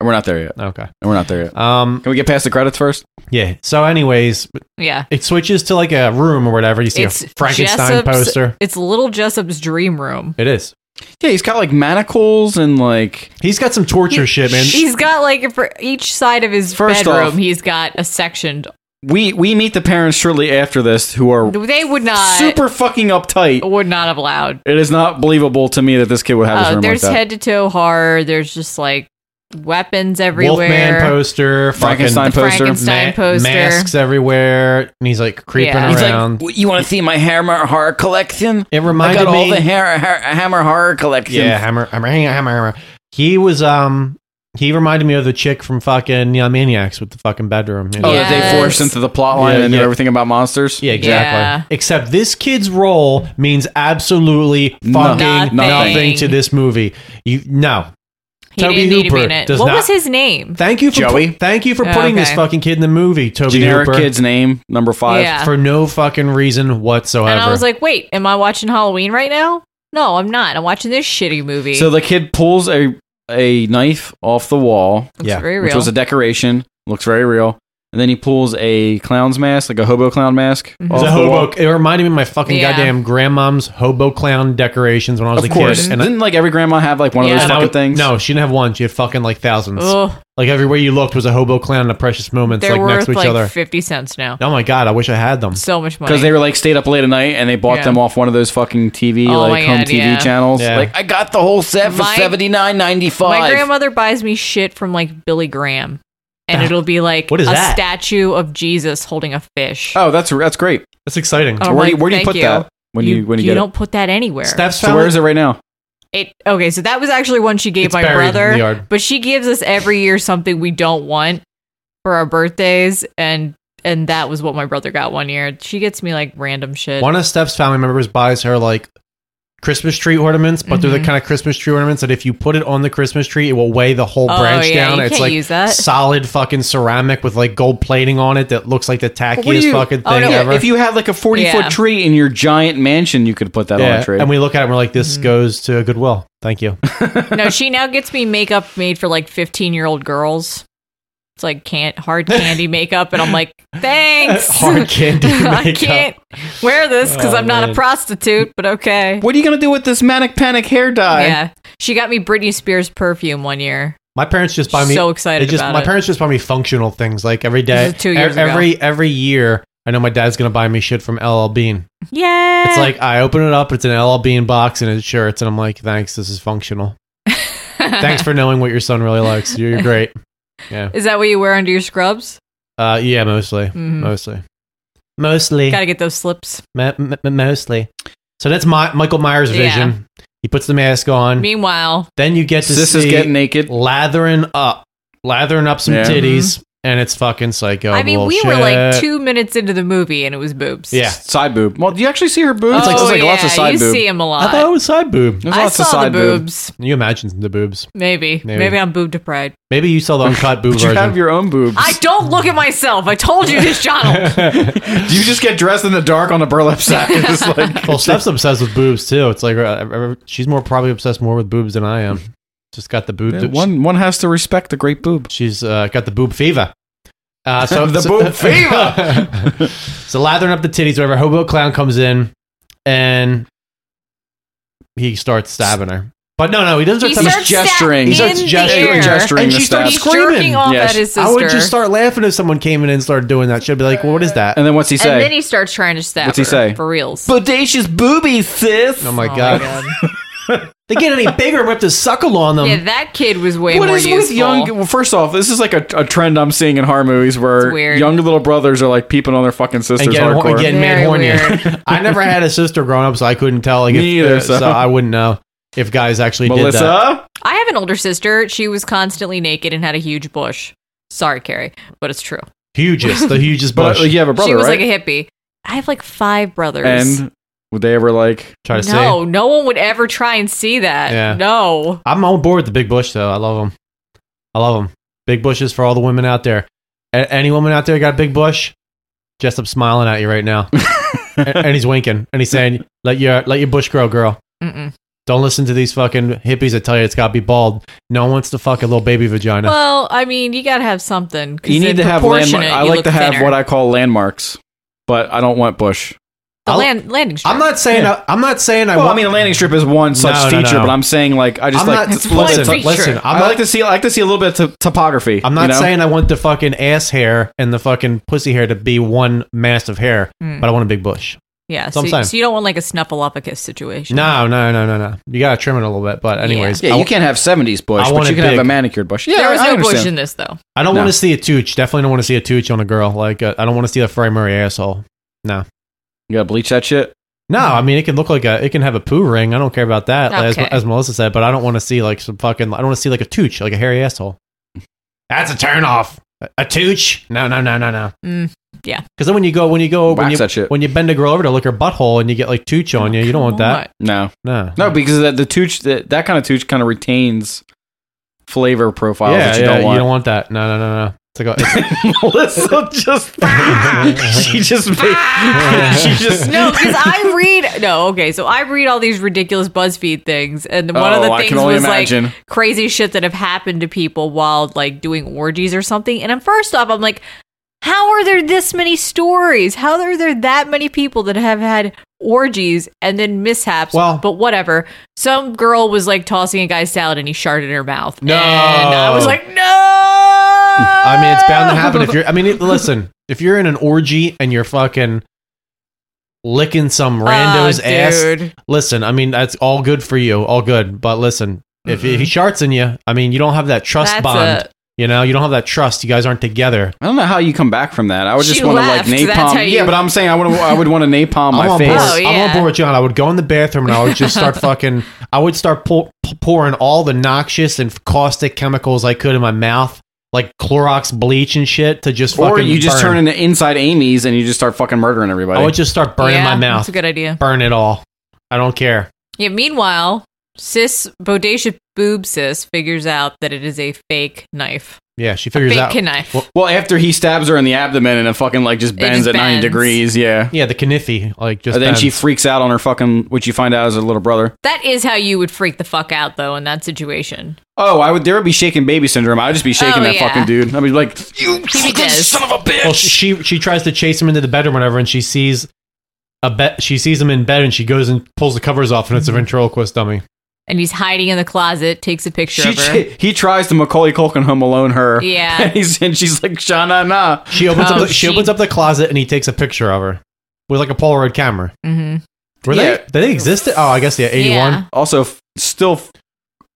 Speaker 8: And we're not there yet.
Speaker 2: Okay.
Speaker 8: And we're not there yet.
Speaker 2: Um,
Speaker 8: Can we get past the credits first?
Speaker 2: Yeah. So, anyways,
Speaker 5: Yeah.
Speaker 2: it switches to like a room or whatever. You see
Speaker 5: It's
Speaker 2: a Frankenstein
Speaker 5: Jessup's-
Speaker 2: poster.
Speaker 5: It's little Jessup's dream room.
Speaker 2: It is.
Speaker 8: Yeah, he's got like manacles and like
Speaker 2: he's got some torture shit, man.
Speaker 5: He's got like for each side of his
Speaker 8: First
Speaker 5: bedroom,
Speaker 8: off-
Speaker 5: he's got a sectioned.
Speaker 8: We we meet the parents shortly after this who are
Speaker 5: They would not
Speaker 8: super fucking uptight.
Speaker 5: Would not have allowed.
Speaker 8: It is not believable to me that this kid would have this
Speaker 5: Uh,
Speaker 8: room like
Speaker 5: there's
Speaker 8: that.
Speaker 5: head to toe horror. There's just like weapons everywhere.
Speaker 2: Wolfman poster, fucking-
Speaker 8: Frankenstein The poster.
Speaker 5: Frankenstein poster.
Speaker 2: masks everywhere, and he's like creeping
Speaker 5: Yeah. He's like,
Speaker 2: around.
Speaker 8: you want to see my hammer horror collection?
Speaker 2: It reminded
Speaker 8: I got all
Speaker 2: me-
Speaker 8: the har- har- hammer horror collection.
Speaker 2: yeah, hammer, hammer, hammer, hammer, hammer. He was um, he reminded me of the chick from fucking Neon Maniacs with the fucking bedroom. you
Speaker 8: Oh,
Speaker 2: know?
Speaker 8: that they forced into the plot line
Speaker 2: Yeah,
Speaker 8: and knew
Speaker 2: yeah.
Speaker 8: everything about monsters.
Speaker 2: Yeah, exactly. Except this kid's role means absolutely fucking nothing,
Speaker 8: Nothing.
Speaker 2: to this movie. You no.
Speaker 5: He didn't need to be in it.
Speaker 2: does
Speaker 5: What
Speaker 2: not-
Speaker 5: was his name?
Speaker 2: Thank you for
Speaker 8: Joey?
Speaker 2: pu- thank you for
Speaker 5: Oh,
Speaker 2: putting this
Speaker 5: okay.
Speaker 2: fucking kid in the movie. Toby
Speaker 8: Generic
Speaker 2: Hooper.
Speaker 8: kid's name number five.
Speaker 5: Yeah.
Speaker 2: for no fucking reason whatsoever.
Speaker 5: And I was like, wait, am I watching Halloween right now? No, I'm not. I'm watching this shitty movie.
Speaker 8: So the kid pulls a a knife off the wall.
Speaker 5: Looks Yeah. very
Speaker 8: which
Speaker 5: real.
Speaker 8: was a decoration. Looks very real. And then he pulls a clown's mask, like a hobo clown mask.
Speaker 2: It
Speaker 5: Mm-hmm.
Speaker 8: off
Speaker 2: was a
Speaker 8: the wall.
Speaker 2: hobo. It reminded me of my fucking
Speaker 5: Yeah.
Speaker 2: goddamn grandmom's hobo clown decorations when I was
Speaker 8: Of
Speaker 2: a
Speaker 8: course.
Speaker 2: kid. And I-
Speaker 8: Didn't like every grandma have like one
Speaker 2: Yeah.
Speaker 8: of those
Speaker 2: And I
Speaker 8: fucking
Speaker 2: would-
Speaker 8: things?
Speaker 2: No, she didn't have one. She had fucking like thousands.
Speaker 5: Ugh.
Speaker 2: Like everywhere you looked was a hobo clown and a precious moments
Speaker 5: Oh. They're
Speaker 2: like next
Speaker 5: worth
Speaker 2: to each
Speaker 5: like
Speaker 2: other.
Speaker 5: 50 cents now.
Speaker 2: Oh my god, I wish I had them.
Speaker 5: So much money.
Speaker 8: Because they were like stayed up late at night and they bought
Speaker 5: Yeah.
Speaker 8: them off one of those fucking TV
Speaker 5: Oh my
Speaker 8: like home
Speaker 5: God,
Speaker 8: TV
Speaker 5: yeah.
Speaker 8: channels.
Speaker 2: Yeah.
Speaker 8: Like I got the whole set for
Speaker 5: My-
Speaker 8: seventy nine ninety
Speaker 5: My
Speaker 8: five.
Speaker 5: grandmother buys me shit from like Billy Graham, and it'll be like
Speaker 8: What is
Speaker 5: a
Speaker 8: that?
Speaker 5: statue of Jesus holding a fish.
Speaker 8: Oh, that's that's great.
Speaker 2: That's exciting.
Speaker 5: I'm
Speaker 8: where do you,
Speaker 5: like,
Speaker 8: where do you
Speaker 5: Oh thank
Speaker 8: put
Speaker 5: you.
Speaker 8: that when you, when you, get
Speaker 5: don't
Speaker 8: it?
Speaker 5: put that anywhere.
Speaker 8: So where is it right now?
Speaker 5: It okay. So that was actually one she gave
Speaker 8: It's
Speaker 5: my
Speaker 8: buried in the
Speaker 5: brother.
Speaker 8: yard.
Speaker 5: But she gives us every year something we don't want for our birthdays, and and that was what my brother got one year. She gets me like random shit.
Speaker 2: One of Steph's family members buys her like Christmas tree ornaments, but they're the
Speaker 5: Mhm.
Speaker 2: kind of Christmas tree ornaments that if you put it on the Christmas tree, it will weigh the whole
Speaker 5: Oh,
Speaker 2: branch
Speaker 5: yeah,
Speaker 2: down.
Speaker 5: you
Speaker 2: it's
Speaker 5: can't
Speaker 2: like
Speaker 5: use that.
Speaker 2: solid fucking ceramic with like gold plating on it that looks like the
Speaker 8: Well, what
Speaker 2: tackiest
Speaker 8: do you-
Speaker 2: fucking thing
Speaker 8: Oh, no,
Speaker 2: ever.
Speaker 8: If you had like a forty
Speaker 5: Yeah.
Speaker 8: foot tree in your giant mansion, you could put that on
Speaker 2: yeah,
Speaker 8: a tree.
Speaker 2: and we look at it and we're like,
Speaker 5: Mm-hmm.
Speaker 2: this goes to Goodwill. Thank you.
Speaker 5: no, she now gets me makeup made for like fifteen year old girls. It's like can't hard candy makeup, and I'm like, thanks.
Speaker 8: Hard candy
Speaker 5: I
Speaker 8: makeup.
Speaker 5: can't wear this because
Speaker 8: Oh,
Speaker 5: I'm not
Speaker 8: man.
Speaker 5: a prostitute, but okay.
Speaker 8: What are you gonna do with this manic panic hair dye?
Speaker 5: Yeah, she got me Britney Spears perfume one year.
Speaker 2: My parents just buy me.
Speaker 5: So excited
Speaker 2: they just,
Speaker 5: about
Speaker 2: my
Speaker 5: it.
Speaker 2: parents just buy me functional things like every day.
Speaker 5: This is two years
Speaker 2: e- every every year, I know my dad's gonna buy me shit from LL Bean.
Speaker 5: Yeah,
Speaker 2: It's like I open it up, it's an LL Bean box and it's shirts, and I'm like, thanks, this is functional. thanks for knowing what your son really likes. You're, you're great. Yeah.
Speaker 5: is that what you wear under your scrubs?
Speaker 2: Uh, yeah, mostly,
Speaker 5: Mhm.
Speaker 2: mostly, mostly,
Speaker 5: Got to get those slips.
Speaker 2: Mo- m- m- mostly. So that's my Michael Myers'
Speaker 5: Yeah.
Speaker 2: vision. He puts the mask on.
Speaker 5: Meanwhile,
Speaker 2: Then you get to
Speaker 8: Sis
Speaker 2: see
Speaker 8: is getting naked,
Speaker 2: lathering up, lathering up some
Speaker 8: Yeah.
Speaker 2: titties, and it's fucking psycho.
Speaker 5: Mm-hmm. I mean, we
Speaker 2: bullshit.
Speaker 5: were like two minutes into the movie and it was boobs.
Speaker 2: Yeah,
Speaker 8: side boob. Well, do you actually see her boobs?
Speaker 5: Oh, yeah, you see 'em a lot.
Speaker 2: I thought it was side boob.
Speaker 5: There's I lots of saw the side boob. boobs.
Speaker 2: Can You imagine the boobs.
Speaker 5: Maybe. Maybe,
Speaker 2: Maybe.
Speaker 5: I'm boob deprived.
Speaker 2: Maybe you saw the uncut boob
Speaker 8: But you
Speaker 2: version.
Speaker 8: have your own boobs.
Speaker 5: I don't look at myself. I told you this, John.
Speaker 8: you just get dressed in the dark on a burlap sack. It's like
Speaker 2: well, Steph's obsessed with boobs too. It's like uh, uh, she's more probably obsessed more with boobs than I am. Just got the boob.
Speaker 8: Yeah, one- one has to respect the great boob.
Speaker 2: She's uh, got the boob fever. Uh, so
Speaker 8: The
Speaker 2: so-
Speaker 8: boob fever!
Speaker 2: so lathering up the titties, whatever. Hobo clown comes in and he starts stabbing her. But no, no, he doesn't.
Speaker 5: He
Speaker 2: start stabbing-
Speaker 5: starts He's gesturing.
Speaker 2: He starts
Speaker 5: in the
Speaker 2: gesturing.
Speaker 5: air. Gesturing
Speaker 2: and
Speaker 5: the
Speaker 2: she starts
Speaker 5: stab. He's jerking
Speaker 2: screaming.
Speaker 5: off Yes. at his
Speaker 2: I would
Speaker 5: sister.
Speaker 2: just start laughing if someone came in and started doing that. She'd be like, well, "What is that?"
Speaker 8: And then what's
Speaker 5: and then he starts trying to stab
Speaker 2: What's he
Speaker 5: her,
Speaker 2: say?
Speaker 5: For reals.
Speaker 8: Bodacious boobies, sis.
Speaker 2: Oh my god! they get any bigger? Rip the suckle on them.
Speaker 5: Yeah, that kid was way
Speaker 8: Um, What
Speaker 5: more
Speaker 8: is
Speaker 5: useful.
Speaker 8: with young? Well, first off, this is like a, a trend I'm seeing in horror movies where
Speaker 5: weird.
Speaker 8: young little brothers are like peeping on their fucking sisters
Speaker 2: and getting, hor-
Speaker 8: hardcore.
Speaker 2: getting made hornier. I never had a sister growing up, so I couldn't tell. Like,
Speaker 8: Me
Speaker 2: if,
Speaker 8: either,
Speaker 2: uh, so.
Speaker 8: so.
Speaker 2: I wouldn't know if guys actually
Speaker 8: Melissa?
Speaker 2: did that.
Speaker 5: I have an older sister. She was constantly naked and had a huge bush. Sorry, Carrie, but it's true.
Speaker 2: Hugest, the hugest
Speaker 8: But, uh,
Speaker 2: bush.
Speaker 8: like, you have a brother,
Speaker 5: she was
Speaker 8: right?
Speaker 5: like a hippie. I have like five brothers.
Speaker 8: and would they ever like
Speaker 2: try
Speaker 5: no, no one would ever try and see that.
Speaker 2: Yeah.
Speaker 5: No.
Speaker 2: I'm on board with the big bush, though. I love them. I love them. Big bushes for all the women out there. A- any woman out there got a big bush? Just up smiling at you right now, and, and he's winking, and he's saying, "Let your let your bush grow, girl.
Speaker 5: Mm-mm.
Speaker 2: Don't listen to these fucking hippies that tell you it's got to be bald. No one wants to fuck a little baby vagina."
Speaker 5: Well, I mean, you gotta have something. 'cause
Speaker 8: You
Speaker 5: in
Speaker 8: need to have
Speaker 5: proportionate,
Speaker 8: landmarks. I
Speaker 5: you
Speaker 8: like
Speaker 5: look
Speaker 8: to have
Speaker 5: thinner.
Speaker 8: what I call landmarks, but I don't want bush.
Speaker 5: the
Speaker 2: I'll-
Speaker 5: land, landing strip.
Speaker 2: I'm not saying I, am not saying I
Speaker 8: well, I
Speaker 2: want-
Speaker 8: mean, a landing strip is one such
Speaker 2: No, no,
Speaker 8: feature,
Speaker 2: no.
Speaker 8: but I'm saying like I just
Speaker 2: I'm
Speaker 8: like
Speaker 2: not-
Speaker 8: to-
Speaker 2: It's one
Speaker 8: listen,
Speaker 2: feature. listen, I'm
Speaker 8: I
Speaker 2: not-
Speaker 8: like to see I like to see a little bit of to- topography.
Speaker 2: I'm not
Speaker 8: you know?
Speaker 2: saying I want the fucking ass hair and the fucking pussy hair to be one mass of hair,
Speaker 5: Mm.
Speaker 2: but I want a big bush.
Speaker 5: Yeah,
Speaker 2: That's what
Speaker 5: so,
Speaker 2: I'm saying.
Speaker 5: so you don't want like a snuffleupagus situation.
Speaker 2: No, no, no, no, no. You gotta trim it a little bit, but anyways,
Speaker 8: Yeah,
Speaker 2: I,
Speaker 8: you can't have 70s bush,
Speaker 2: I
Speaker 8: but
Speaker 2: want
Speaker 8: you
Speaker 2: it
Speaker 8: can have
Speaker 2: big.
Speaker 8: a manicured bush. Yeah,
Speaker 5: there was
Speaker 8: I
Speaker 5: no bush
Speaker 8: understand.
Speaker 5: in this though.
Speaker 2: I don't
Speaker 8: No.
Speaker 2: want to see a tooch. Definitely don't want to see a tooch on a girl. Like uh, I don't want to see a Fred Murray asshole. No,
Speaker 8: You gotta bleach that shit.
Speaker 2: no. I mean, it can look like a. It can have a poo ring. I don't care about that, as,
Speaker 5: Okay.
Speaker 2: as Melissa said. But I don't want to see like some fucking. I don't want to see like a tooch, like a hairy asshole. That's a turn off. A, a tooch? No, no, no, no, no.
Speaker 5: Mm, yeah.
Speaker 2: Because then when you go when you go when
Speaker 8: Wax
Speaker 2: you
Speaker 8: that shit.
Speaker 2: when you bend a girl over to look her butthole and you get like tooch
Speaker 5: Oh,
Speaker 2: on you, you don't want that.
Speaker 8: No,
Speaker 2: No.
Speaker 8: no, because that the tooch that, that kind of tooch kind of retains flavor profiles
Speaker 2: yeah,
Speaker 8: that you
Speaker 2: yeah,
Speaker 8: don't want.
Speaker 2: you don't want that. No, no, no, no. It's like a, it's-
Speaker 8: Melissa just she just made, she just
Speaker 5: No, because I read no. Okay, so I read all these ridiculous BuzzFeed things, and one of
Speaker 8: Oh,
Speaker 5: the
Speaker 8: I
Speaker 5: things
Speaker 8: can only
Speaker 5: was
Speaker 8: imagine.
Speaker 5: like crazy shit that have happened to people while like doing orgies or something. And I'm first off, I'm like, how are there this many stories? How are there that many people that have had orgies and then mishaps?
Speaker 2: Well-
Speaker 5: but whatever. Some girl was like tossing a guy's salad, and he sharded in her mouth.
Speaker 2: No.
Speaker 5: and I was like, no.
Speaker 2: I mean, it's bound to happen if you're. I mean, it, listen, if you're in an orgy and you're fucking licking some rando's ass.
Speaker 5: Oh, dude.
Speaker 2: Listen, I mean, that's all good for you, all good. But listen, if he sharts in you, I mean, you don't have that trust
Speaker 5: That's
Speaker 2: bond.
Speaker 5: a-
Speaker 2: you know, you don't have that trust. You guys aren't together.
Speaker 8: I don't know how you come back from that. I would just
Speaker 5: She
Speaker 8: want to like
Speaker 5: left, that's how
Speaker 8: napalm.
Speaker 5: you-
Speaker 8: Yeah, but I'm saying I would I would want to napalm
Speaker 2: I'm
Speaker 8: my
Speaker 2: on
Speaker 8: face.
Speaker 2: board.
Speaker 5: Oh,
Speaker 2: I'm
Speaker 5: yeah.
Speaker 2: on board with John. I would go in the bathroom and I would just start fucking. I would start pour, p- pouring all the noxious and caustic chemicals I could in my mouth, like Clorox bleach and shit, to just fucking.
Speaker 8: Or you just
Speaker 2: burn.
Speaker 8: turn into inside Amy's and you just start fucking murdering everybody.
Speaker 2: I would just start burning
Speaker 5: Yeah,
Speaker 2: my
Speaker 5: That's
Speaker 2: mouth.
Speaker 5: a good idea.
Speaker 2: Burn it all. I don't care.
Speaker 5: Yeah, meanwhile, sis bodacious boob sis figures out that it is a fake knife.
Speaker 2: Yeah, she figures
Speaker 5: fake
Speaker 2: out.
Speaker 5: knife.
Speaker 2: Well,
Speaker 8: well, after he stabs her in the abdomen and it fucking like just bends
Speaker 5: just
Speaker 8: at
Speaker 5: bends.
Speaker 8: 90 degrees, yeah.
Speaker 2: yeah, the kniffy. Like just.
Speaker 8: and then she
Speaker 2: bends.
Speaker 8: freaks out on her fucking, which you find out is her little brother.
Speaker 5: That is how you would freak the fuck out though in that situation.
Speaker 8: Oh, I would. There would be shaking baby syndrome. I'd just be shaking
Speaker 5: Oh,
Speaker 8: that
Speaker 5: yeah.
Speaker 8: fucking dude. I'd be like, "You
Speaker 5: He
Speaker 8: fucking
Speaker 5: does.
Speaker 8: son of a bitch!"
Speaker 2: Well, she she tries to chase him into the bedroom, whenever, and she sees a bet. She sees him in bed, and she goes and pulls the covers off, and it's a ventriloquist dummy.
Speaker 5: And he's hiding in the closet, takes a picture
Speaker 8: She,
Speaker 5: of her.
Speaker 8: she- he tries to Macaulay Culkin Home Alone her.
Speaker 5: Yeah.
Speaker 8: and, he's, and she's like, "Sha na na."
Speaker 2: She opens
Speaker 5: Oh,
Speaker 2: up. The, she,
Speaker 5: she-
Speaker 2: opens up the closet and he takes a picture of her with like a Polaroid camera.
Speaker 5: hmm
Speaker 2: Were
Speaker 8: Yeah.
Speaker 2: they? Did they exist? Oh, I guess yeah, eighty one.
Speaker 5: Yeah.
Speaker 8: Also, f- still f-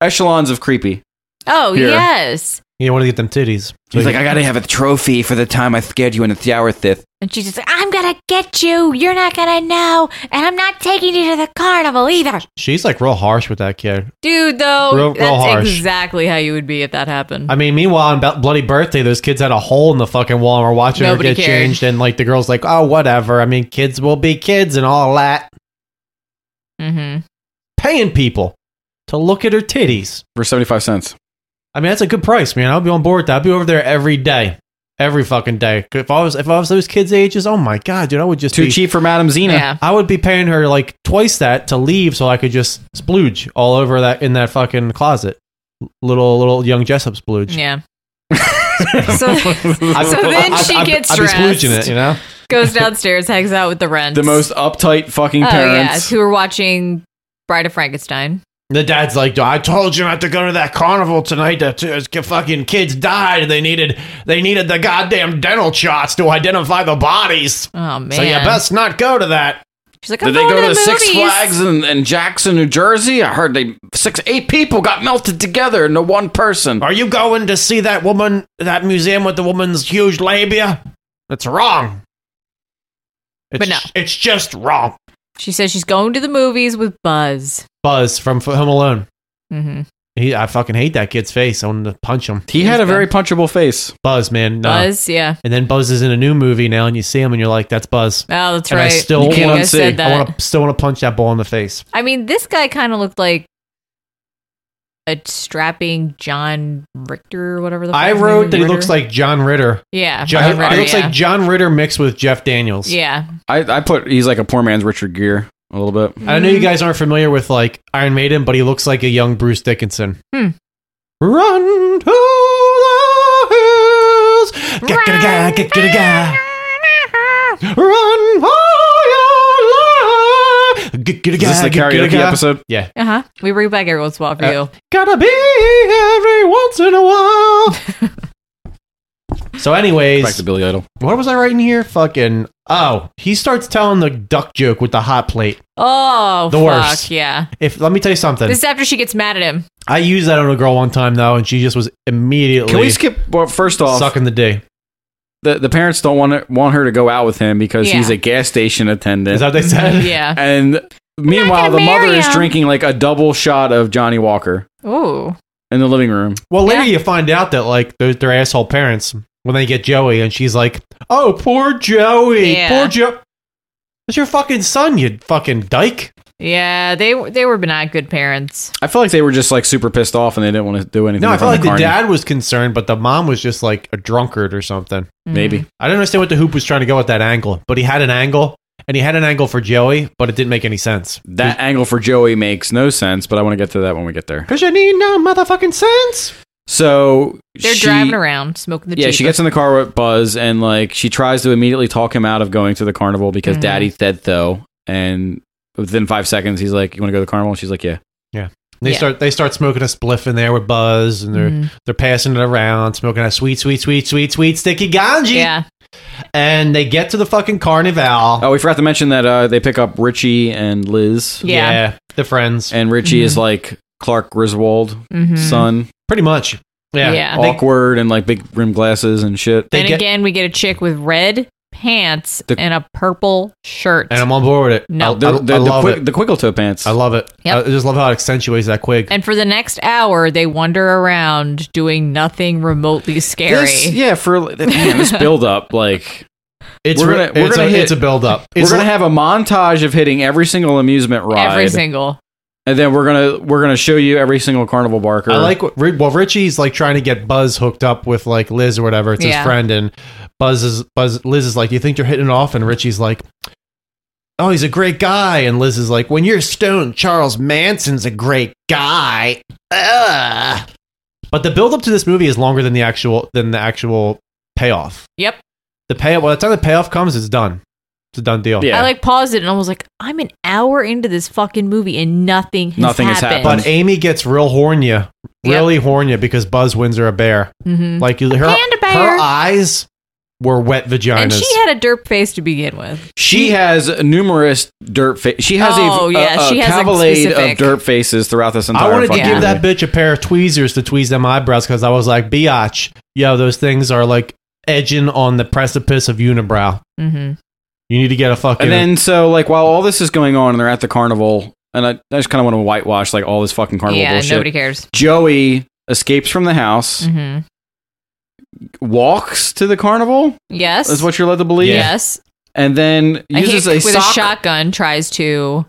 Speaker 8: echelons of creepy.
Speaker 5: Oh
Speaker 8: Here.
Speaker 5: yes.
Speaker 2: You want to get them titties.
Speaker 7: He's like, I gotta have a trophy for the time I scared you in the shower, Thith.
Speaker 14: And she's just like, I'm gonna get you. You're not gonna know. And I'm not taking you to the carnival either.
Speaker 2: She's like real harsh with that kid.
Speaker 5: Dude, though,
Speaker 2: Real- real
Speaker 5: that's
Speaker 2: harsh.
Speaker 5: exactly how you would be if that happened.
Speaker 2: I mean, meanwhile, on Be- Bloody Birthday, those kids had a hole in the fucking wall and were watching
Speaker 5: Nobody
Speaker 2: her get
Speaker 5: cared.
Speaker 2: changed, and like the girl's like, oh, whatever. I mean, kids will be kids and all that.
Speaker 5: Mm-hmm.
Speaker 2: Paying people to look at her titties.
Speaker 8: For 75 cents.
Speaker 2: I mean, that's a good price, man. I'll be on board with that. I'll be over there every day. Every fucking day. 'Cause If I was if I was those kids' ages, oh my god, dude, I would just
Speaker 8: Too
Speaker 2: be-
Speaker 8: cheap for Madam Xena. Yeah.
Speaker 2: I would be paying her like twice that to leave, so I could just splooge all over that in that fucking closet. Little little young Jessup splooge.
Speaker 5: Yeah. so,
Speaker 2: I'd-
Speaker 5: so then
Speaker 2: I'd-
Speaker 5: she
Speaker 2: I'd-
Speaker 5: gets
Speaker 2: I'd be
Speaker 5: dressed,
Speaker 2: splooging it, you know.
Speaker 5: goes downstairs, hangs out with the rents.
Speaker 8: The most uptight fucking
Speaker 5: oh, yeah,
Speaker 8: parents.
Speaker 5: who are watching Bride of Frankenstein.
Speaker 2: The dad's like, I told you not to go to that carnival tonight. The t- the fucking kids died. and They needed they needed the goddamn dental shots to identify the bodies.
Speaker 5: Oh man!
Speaker 2: So you best not go to that.
Speaker 5: She's like,
Speaker 8: Did they go to, Six Flags in, in Jackson, New Jersey? I heard they six, eight people got melted together into one person.
Speaker 2: Are you going to see that woman, that museum with the woman's huge labia? That's wrong. It's,
Speaker 5: But no.
Speaker 2: it's just wrong.
Speaker 5: She says she's going to the movies with Buzz.
Speaker 2: Buzz from F- Home Alone.
Speaker 5: Mm-hmm.
Speaker 2: He, I fucking hate that kid's face. I wanted to punch him.
Speaker 8: He had a very punchable face.
Speaker 2: Buzz, man. No.
Speaker 5: Buzz, yeah.
Speaker 2: And then Buzz is in a new movie now, and you see him, and you're like, "That's Buzz."
Speaker 5: Oh, that's
Speaker 2: and I
Speaker 5: right.
Speaker 2: still
Speaker 5: You
Speaker 2: want
Speaker 5: guys said
Speaker 2: I want
Speaker 5: that.
Speaker 2: to still want to punch that ball in the face.
Speaker 5: I mean, this guy kind of looked like a strapping John Richter or whatever the. fuck
Speaker 2: I
Speaker 5: his name
Speaker 2: wrote
Speaker 5: is,
Speaker 2: that he
Speaker 5: Ritter.
Speaker 2: looks like John Ritter.
Speaker 5: Yeah,
Speaker 2: John,
Speaker 5: John Ritter,
Speaker 2: he looks
Speaker 5: yeah.
Speaker 2: like John Ritter mixed with Jeff Daniels.
Speaker 5: Yeah,
Speaker 8: I, I put he's like a poor man's Richard Gere a little bit.
Speaker 2: I
Speaker 5: Mm-hmm.
Speaker 2: know you guys aren't familiar with like Iron Maiden, but he looks like a young Bruce Dickinson.
Speaker 5: Hmm.
Speaker 2: Run to the hills, get get guy, get get Run for your life, get
Speaker 8: Is this the karaoke episode?
Speaker 2: Yeah.
Speaker 5: Uh huh. We bring back every once in a while for
Speaker 2: Uh,
Speaker 5: you.
Speaker 2: Gotta be every once in a while. So, anyways,
Speaker 8: back to Billy Idol.
Speaker 2: What was I writing here? Fucking oh, he starts telling the duck joke with the hot plate.
Speaker 5: Oh,
Speaker 2: The
Speaker 5: fuck
Speaker 2: worst.
Speaker 5: yeah.
Speaker 2: If let me tell you something,
Speaker 5: This is after she gets mad at him.
Speaker 2: I used that on a girl one time though, and she just was immediately.
Speaker 8: Can we skip? Well, first off,
Speaker 2: sucking the D?
Speaker 8: The, the parents don't want to, want her to go out with him because
Speaker 5: Yeah.
Speaker 8: he's a gas station attendant.
Speaker 2: Is that what they said?
Speaker 5: Yeah.
Speaker 8: And meanwhile, the mother is drinking like a double shot of Johnny Walker
Speaker 5: Oh,
Speaker 8: in the living room.
Speaker 2: Well, later you find out that like they're, they're asshole parents when they get Joey, and she's like, "Oh, poor Joey,
Speaker 5: Yeah.
Speaker 2: poor Joe." It's your fucking son, you fucking dyke.
Speaker 5: yeah. They were- they were not good parents.
Speaker 8: I feel like they were just like super pissed off and they didn't want to do anything.
Speaker 2: No, I
Speaker 8: with
Speaker 2: felt like
Speaker 8: Ron
Speaker 2: the
Speaker 8: Carney.
Speaker 2: dad was concerned, but the mom was just like a drunkard or something.
Speaker 8: Maybe. Mm.
Speaker 5: Mm-hmm.
Speaker 2: I don't understand what the hoop was trying to go with that angle, but he had an angle, and he had an angle for Joey, but it didn't make any sense.
Speaker 8: That angle for Joey makes no sense, but I want to get to that when we get there.
Speaker 2: Cause you need no motherfucking sense.
Speaker 8: So
Speaker 5: They're
Speaker 8: she-
Speaker 5: driving around smoking the.
Speaker 8: yeah, she
Speaker 5: Jeep.
Speaker 8: gets in the car with Buzz and like she tries to immediately talk him out of going to the carnival because
Speaker 5: Mhm.
Speaker 8: Daddy said though, and within five seconds he's like, "You want to go to the carnival?" She's like, "Yeah."
Speaker 2: Yeah. They
Speaker 8: Yeah.
Speaker 2: start they start smoking a spliff in there with Buzz, and they're
Speaker 8: Mhm.
Speaker 2: they're passing it around, smoking a sweet, sweet, sweet, sweet, sweet sticky ganji.
Speaker 5: Yeah.
Speaker 2: And they get to the fucking carnival.
Speaker 8: Oh, we forgot to mention that uh, they pick up Richie and Liz.
Speaker 2: Yeah. Yeah, they're friends.
Speaker 8: And Richie is
Speaker 5: Mm-hmm.
Speaker 2: Mhm.
Speaker 8: like Clark Griswold
Speaker 5: Mhm.
Speaker 8: son,
Speaker 2: pretty much. Yeah.
Speaker 5: Yeah.
Speaker 8: awkward and like big rim glasses and shit.
Speaker 5: Then again, we get a chick with red pants
Speaker 8: The-
Speaker 5: and a purple shirt.
Speaker 2: And I'm on board with it.
Speaker 5: No.
Speaker 2: I-
Speaker 8: Oh, The-
Speaker 2: I-
Speaker 8: the-
Speaker 2: I
Speaker 8: the
Speaker 2: love
Speaker 8: quick-
Speaker 2: it.
Speaker 8: the toe pants.
Speaker 2: I love it.
Speaker 5: Yep.
Speaker 2: I just love how it accentuates that quig.
Speaker 5: And for the next hour, they wander around doing nothing remotely scary.
Speaker 8: This- yeah, for man, this build up, like
Speaker 2: It's
Speaker 8: we're
Speaker 2: re-
Speaker 8: gonna, we're
Speaker 2: it's
Speaker 8: gonna
Speaker 2: a-
Speaker 8: hit
Speaker 2: it's a build-up.
Speaker 8: We're
Speaker 2: It's
Speaker 8: gonna
Speaker 2: like-
Speaker 8: have a montage of hitting every single amusement ride,
Speaker 5: Every single.
Speaker 8: and then we're gonna we're gonna show you every single carnival barker.
Speaker 2: I like what- Ri- well Richie's like trying to get Buzz hooked up with like Liz or whatever. It's
Speaker 5: Yeah.
Speaker 2: his friend, and Buzz is Buzz. Liz is like, "You think you're hitting it off?" And Richie's like, "Oh, he's a great guy." And Liz is like, "When you're stoned, Charles Manson's a great guy." Ugh. But the build up to this movie is longer than the actual than the actual payoff.
Speaker 5: Yep.
Speaker 2: The payoff. By the time the payoff comes, it's done. It's a done deal.
Speaker 5: I like paused it and I was like, I'm an hour into this fucking movie and nothing has happened.
Speaker 2: But Amy gets real hornya, really hornya because Buzz wins her a bear.
Speaker 5: Mhm.
Speaker 2: Like you, her,
Speaker 5: panda bear.
Speaker 2: her eyes were wet vaginas.
Speaker 5: And she had a derp face to begin with.
Speaker 8: She has numerous derp fa- She has
Speaker 5: Oh,
Speaker 8: a,
Speaker 5: yeah,
Speaker 8: a- a
Speaker 5: she has a
Speaker 8: cavalade
Speaker 5: specific-
Speaker 8: of derp faces throughout this entire
Speaker 2: I wanted to
Speaker 8: fucking
Speaker 2: give that
Speaker 8: movie.
Speaker 2: bitch a pair of tweezers to tweeze them eyebrows because I was like, biatch, yo, those things are like edging on the precipice of unibrow.
Speaker 5: Mm-hmm.
Speaker 2: You need to get a fucking.
Speaker 8: And then, so, like, while all this is going on and they're at the carnival, and I, I just kind of want to whitewash, like, all this fucking carnival
Speaker 5: yeah,
Speaker 8: bullshit.
Speaker 5: nobody cares.
Speaker 8: Joey escapes from the house,
Speaker 5: Mm-hmm. Mm.
Speaker 8: walks to the carnival.
Speaker 5: Yes.
Speaker 8: That's what you're led to believe.
Speaker 5: Yes.
Speaker 8: And then
Speaker 5: A
Speaker 8: uses
Speaker 5: hick
Speaker 8: a
Speaker 5: with
Speaker 8: sock um,
Speaker 5: a shotgun tries to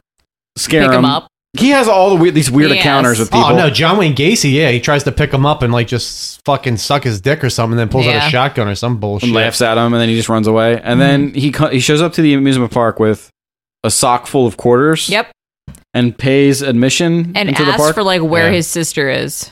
Speaker 8: scare
Speaker 5: pick
Speaker 8: him.
Speaker 5: him up.
Speaker 8: He has all the weird, these weird
Speaker 5: Yes.
Speaker 8: encounters with people.
Speaker 2: Oh no, John Wayne Gacy, yeah, he tries to pick him up and like just fucking suck his dick or something, then pulls out
Speaker 5: Yeah.
Speaker 2: a shotgun or some bullshit.
Speaker 8: and laughs at him, and then he just runs away. And
Speaker 2: Mm-hmm.
Speaker 8: then he co- he shows up to the amusement park with a sock full of quarters.
Speaker 5: Yep.
Speaker 8: And pays admission
Speaker 5: And
Speaker 8: into the
Speaker 5: asks
Speaker 8: park
Speaker 5: for like where
Speaker 2: Yeah.
Speaker 5: his sister is.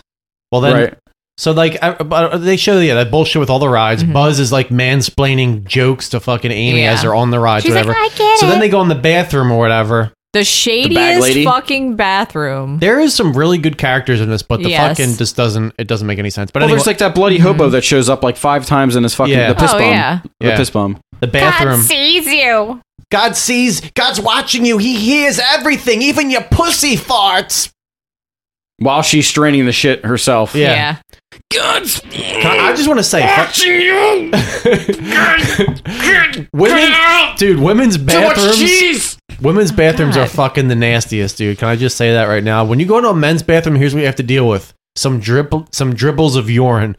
Speaker 2: Well then,
Speaker 8: Right.
Speaker 2: so like I, but uh, they show yeah that bullshit with all the rides. Buzz is like mansplaining jokes to fucking Amy
Speaker 5: Mm-hmm. Yeah.
Speaker 2: as they're on the rides,
Speaker 5: She's like,
Speaker 2: whatever.
Speaker 5: "I get
Speaker 2: so
Speaker 5: it."
Speaker 2: then they go in the bathroom or whatever.
Speaker 5: The shadiest
Speaker 2: lady?
Speaker 5: fucking bathroom.
Speaker 2: There is some really good characters in this, but the
Speaker 5: Yes.
Speaker 2: fucking just doesn't it doesn't make any sense. But
Speaker 8: well,
Speaker 2: anyway,
Speaker 8: there's like that bloody hobo that shows up like five times in his fucking
Speaker 2: Mm-hmm. Yeah.
Speaker 8: the piss
Speaker 2: Oh,
Speaker 8: bum.
Speaker 2: yeah.
Speaker 8: The
Speaker 2: Yeah.
Speaker 8: piss bum.
Speaker 2: The bathroom.
Speaker 14: sees you.
Speaker 2: God sees, God's watching you. He hears everything, even your pussy farts.
Speaker 8: While she's straining the shit herself.
Speaker 2: Yeah. Yeah.
Speaker 8: God's
Speaker 2: I, I just want to say, watching you. women, dude, women's
Speaker 1: much
Speaker 2: bathrooms.
Speaker 1: cheese!
Speaker 2: Women's bathrooms are fucking the nastiest, dude. Can I just say that right now? When you go into a men's bathroom, here's what you have to deal with: some drip, some dribbles of urine.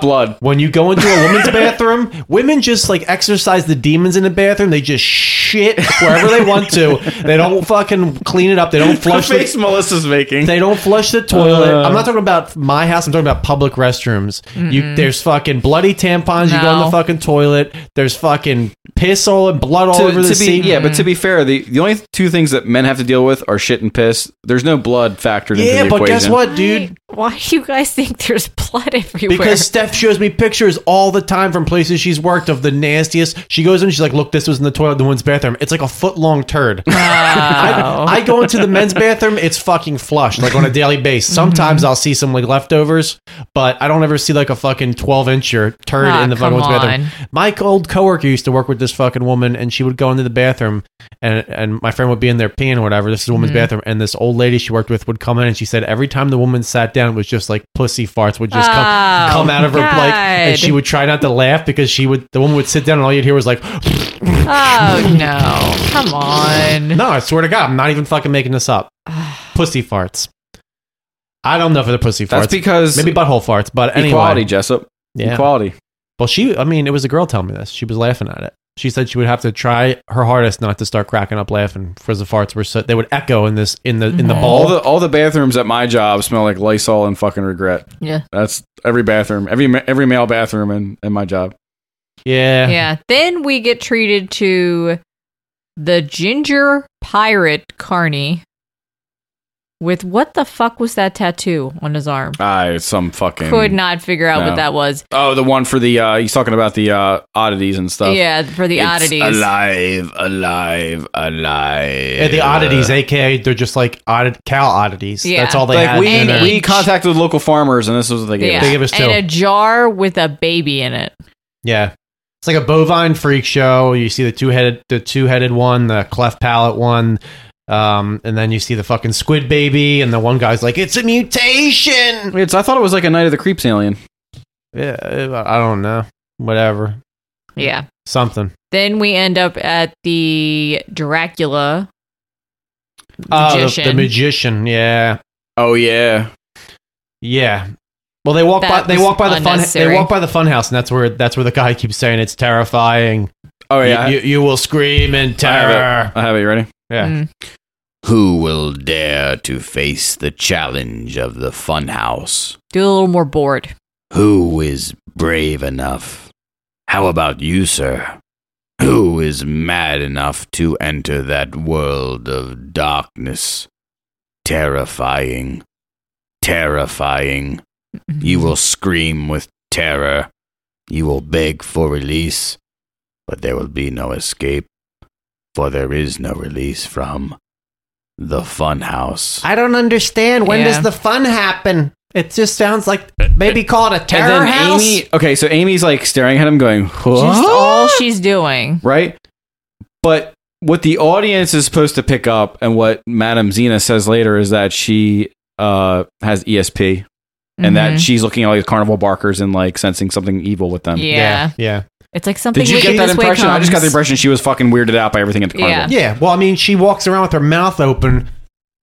Speaker 8: blood.
Speaker 2: When you go into a woman's bathroom, women just like exercise the demons in the bathroom. They just shit wherever they want to. They don't fucking clean it up. They don't flush
Speaker 8: the face Melissa's making.
Speaker 2: They don't flush the toilet.
Speaker 8: Uh.
Speaker 2: I'm not talking about my house. I'm talking about public restrooms. You,
Speaker 8: Mm-mm.
Speaker 2: there's fucking bloody tampons. You go in
Speaker 8: Mm-hmm. No.
Speaker 2: the fucking toilet. There's fucking piss all and blood all
Speaker 8: to,
Speaker 2: over the
Speaker 8: to
Speaker 2: Mm-hmm.
Speaker 8: be,
Speaker 2: seat.
Speaker 8: Yeah, but to be fair, the, the only two things that men have to deal with are shit and piss. There's no blood factored into
Speaker 2: yeah,
Speaker 8: the
Speaker 2: but guess
Speaker 8: equation.
Speaker 2: what, dude?
Speaker 5: Why do you guys think there's blood everywhere?
Speaker 2: Because Steph shows me pictures all the time from places she's worked of the nastiest. She goes in, she's like, "Look, this was in the toilet, in the women's bathroom. It's like a foot long turd." I, I go into the men's bathroom, it's fucking flushed, like on a daily basis.
Speaker 5: Mm-hmm.
Speaker 2: Sometimes I'll see some like leftovers, but I don't ever see like a fucking twelve inch or turd
Speaker 5: Ah,
Speaker 2: in the
Speaker 5: come
Speaker 2: fucking women's
Speaker 5: on.
Speaker 2: bathroom. My old coworker used to work with this fucking woman, and she would go into the bathroom, and and my friend would be in there peeing or whatever. This is a woman's
Speaker 5: Mm-hmm.
Speaker 8: Mhm.
Speaker 2: bathroom, and this old lady she worked with would come in, and she said every time the woman sat down, it was just like pussy farts would just come
Speaker 5: Oh,
Speaker 2: come out of her like, and
Speaker 5: God.
Speaker 2: she would try not to laugh because she would the woman would sit down, and all you'd hear was like.
Speaker 5: oh no. Come on.
Speaker 2: No, I swear to God, I'm not even fucking making this up. pussy farts. I don't know for the pussy farts.
Speaker 8: That's because-
Speaker 2: maybe butthole farts, but anyway.
Speaker 8: Equality, Jessup.
Speaker 2: Yeah.
Speaker 8: Equality.
Speaker 2: Well, she. I mean, it was a girl telling me this. She was laughing at it. She said she would have to try her hardest not to start cracking up laughing because the farts were so they would echo in this in the in the
Speaker 8: All
Speaker 5: Oh.
Speaker 2: ball.
Speaker 8: the all the bathrooms at my job smell like Lysol and fucking regret.
Speaker 5: Yeah.
Speaker 8: That's every bathroom, every ma- every male bathroom in, in my job.
Speaker 2: Yeah.
Speaker 5: Yeah. Then we get treated to the ginger pirate Carney with what the fuck was that tattoo on his arm?
Speaker 8: I Ah, some fucking
Speaker 5: Could not figure out
Speaker 8: No.
Speaker 5: what that was.
Speaker 8: Oh, the one for the uh he's talking about the uh oddities and stuff.
Speaker 5: Yeah, for the
Speaker 8: It's
Speaker 5: oddities.
Speaker 8: Alive, alive, alive.
Speaker 2: Yeah, the oddities, aka they're just like odd cow oddities.
Speaker 5: Yeah.
Speaker 2: That's all they
Speaker 8: like
Speaker 2: had. in
Speaker 8: we,
Speaker 2: there.
Speaker 8: we contacted local farmers and this was what they gave
Speaker 5: Yeah.
Speaker 8: us.
Speaker 5: and a jar with a baby in it.
Speaker 2: Yeah. It's like a bovine freak show. You see the two headed the two headed one, the cleft palate one, um, and then you see the fucking squid baby, and the one guy's like, It's a mutation.
Speaker 8: It's I thought it was like a Night of the Creeps alien.
Speaker 2: Yeah, uh, I don't know. Whatever.
Speaker 5: Yeah.
Speaker 2: Something.
Speaker 5: Then we end up at the Dracula.
Speaker 2: Oh, the- the,
Speaker 5: Magician.
Speaker 2: magician, yeah.
Speaker 8: Oh yeah.
Speaker 2: Yeah. Well they walk
Speaker 5: That
Speaker 2: by they
Speaker 5: was
Speaker 2: walk by the fun they
Speaker 5: unnecessary.
Speaker 2: walk by the fun house and that's where that's where the guy keeps saying it's terrifying.
Speaker 8: Oh yeah.
Speaker 2: You, you, you will scream in
Speaker 7: I have it.
Speaker 2: terror.
Speaker 8: I have it. You ready?
Speaker 2: Yeah.
Speaker 5: Mm.
Speaker 7: Who will dare to face the challenge of the funhouse?
Speaker 5: Do a little more bored.
Speaker 7: Who is brave enough? How about you, sir? Who is mad enough to enter that world of darkness? Terrifying. Terrifying. You will scream with terror. You will beg for release. But there will be no escape, for there is no release from the funhouse.
Speaker 2: I don't understand.
Speaker 7: When does Yeah. the
Speaker 2: fun happen? It just sounds like maybe call it a terror
Speaker 8: and then
Speaker 2: house.
Speaker 8: Amy, okay, so Amy's like staring at him, going,
Speaker 5: She's
Speaker 8: "What?"
Speaker 5: all she's doing.
Speaker 8: right? But what the audience is supposed to pick up, and what Madame Xena says later, is that she uh, has ESP, and that
Speaker 5: Mhm.
Speaker 8: she's looking at like carnival barkers and like sensing something evil with them.
Speaker 5: Yeah.
Speaker 2: yeah.
Speaker 5: It's like something.
Speaker 8: Um, Did you
Speaker 5: wicked
Speaker 8: get that
Speaker 5: this way
Speaker 8: impression? I just got the
Speaker 5: comes.
Speaker 8: impression she was fucking weirded out by everything at the carnival.
Speaker 2: Yeah. Well, I mean, she walks around with her mouth open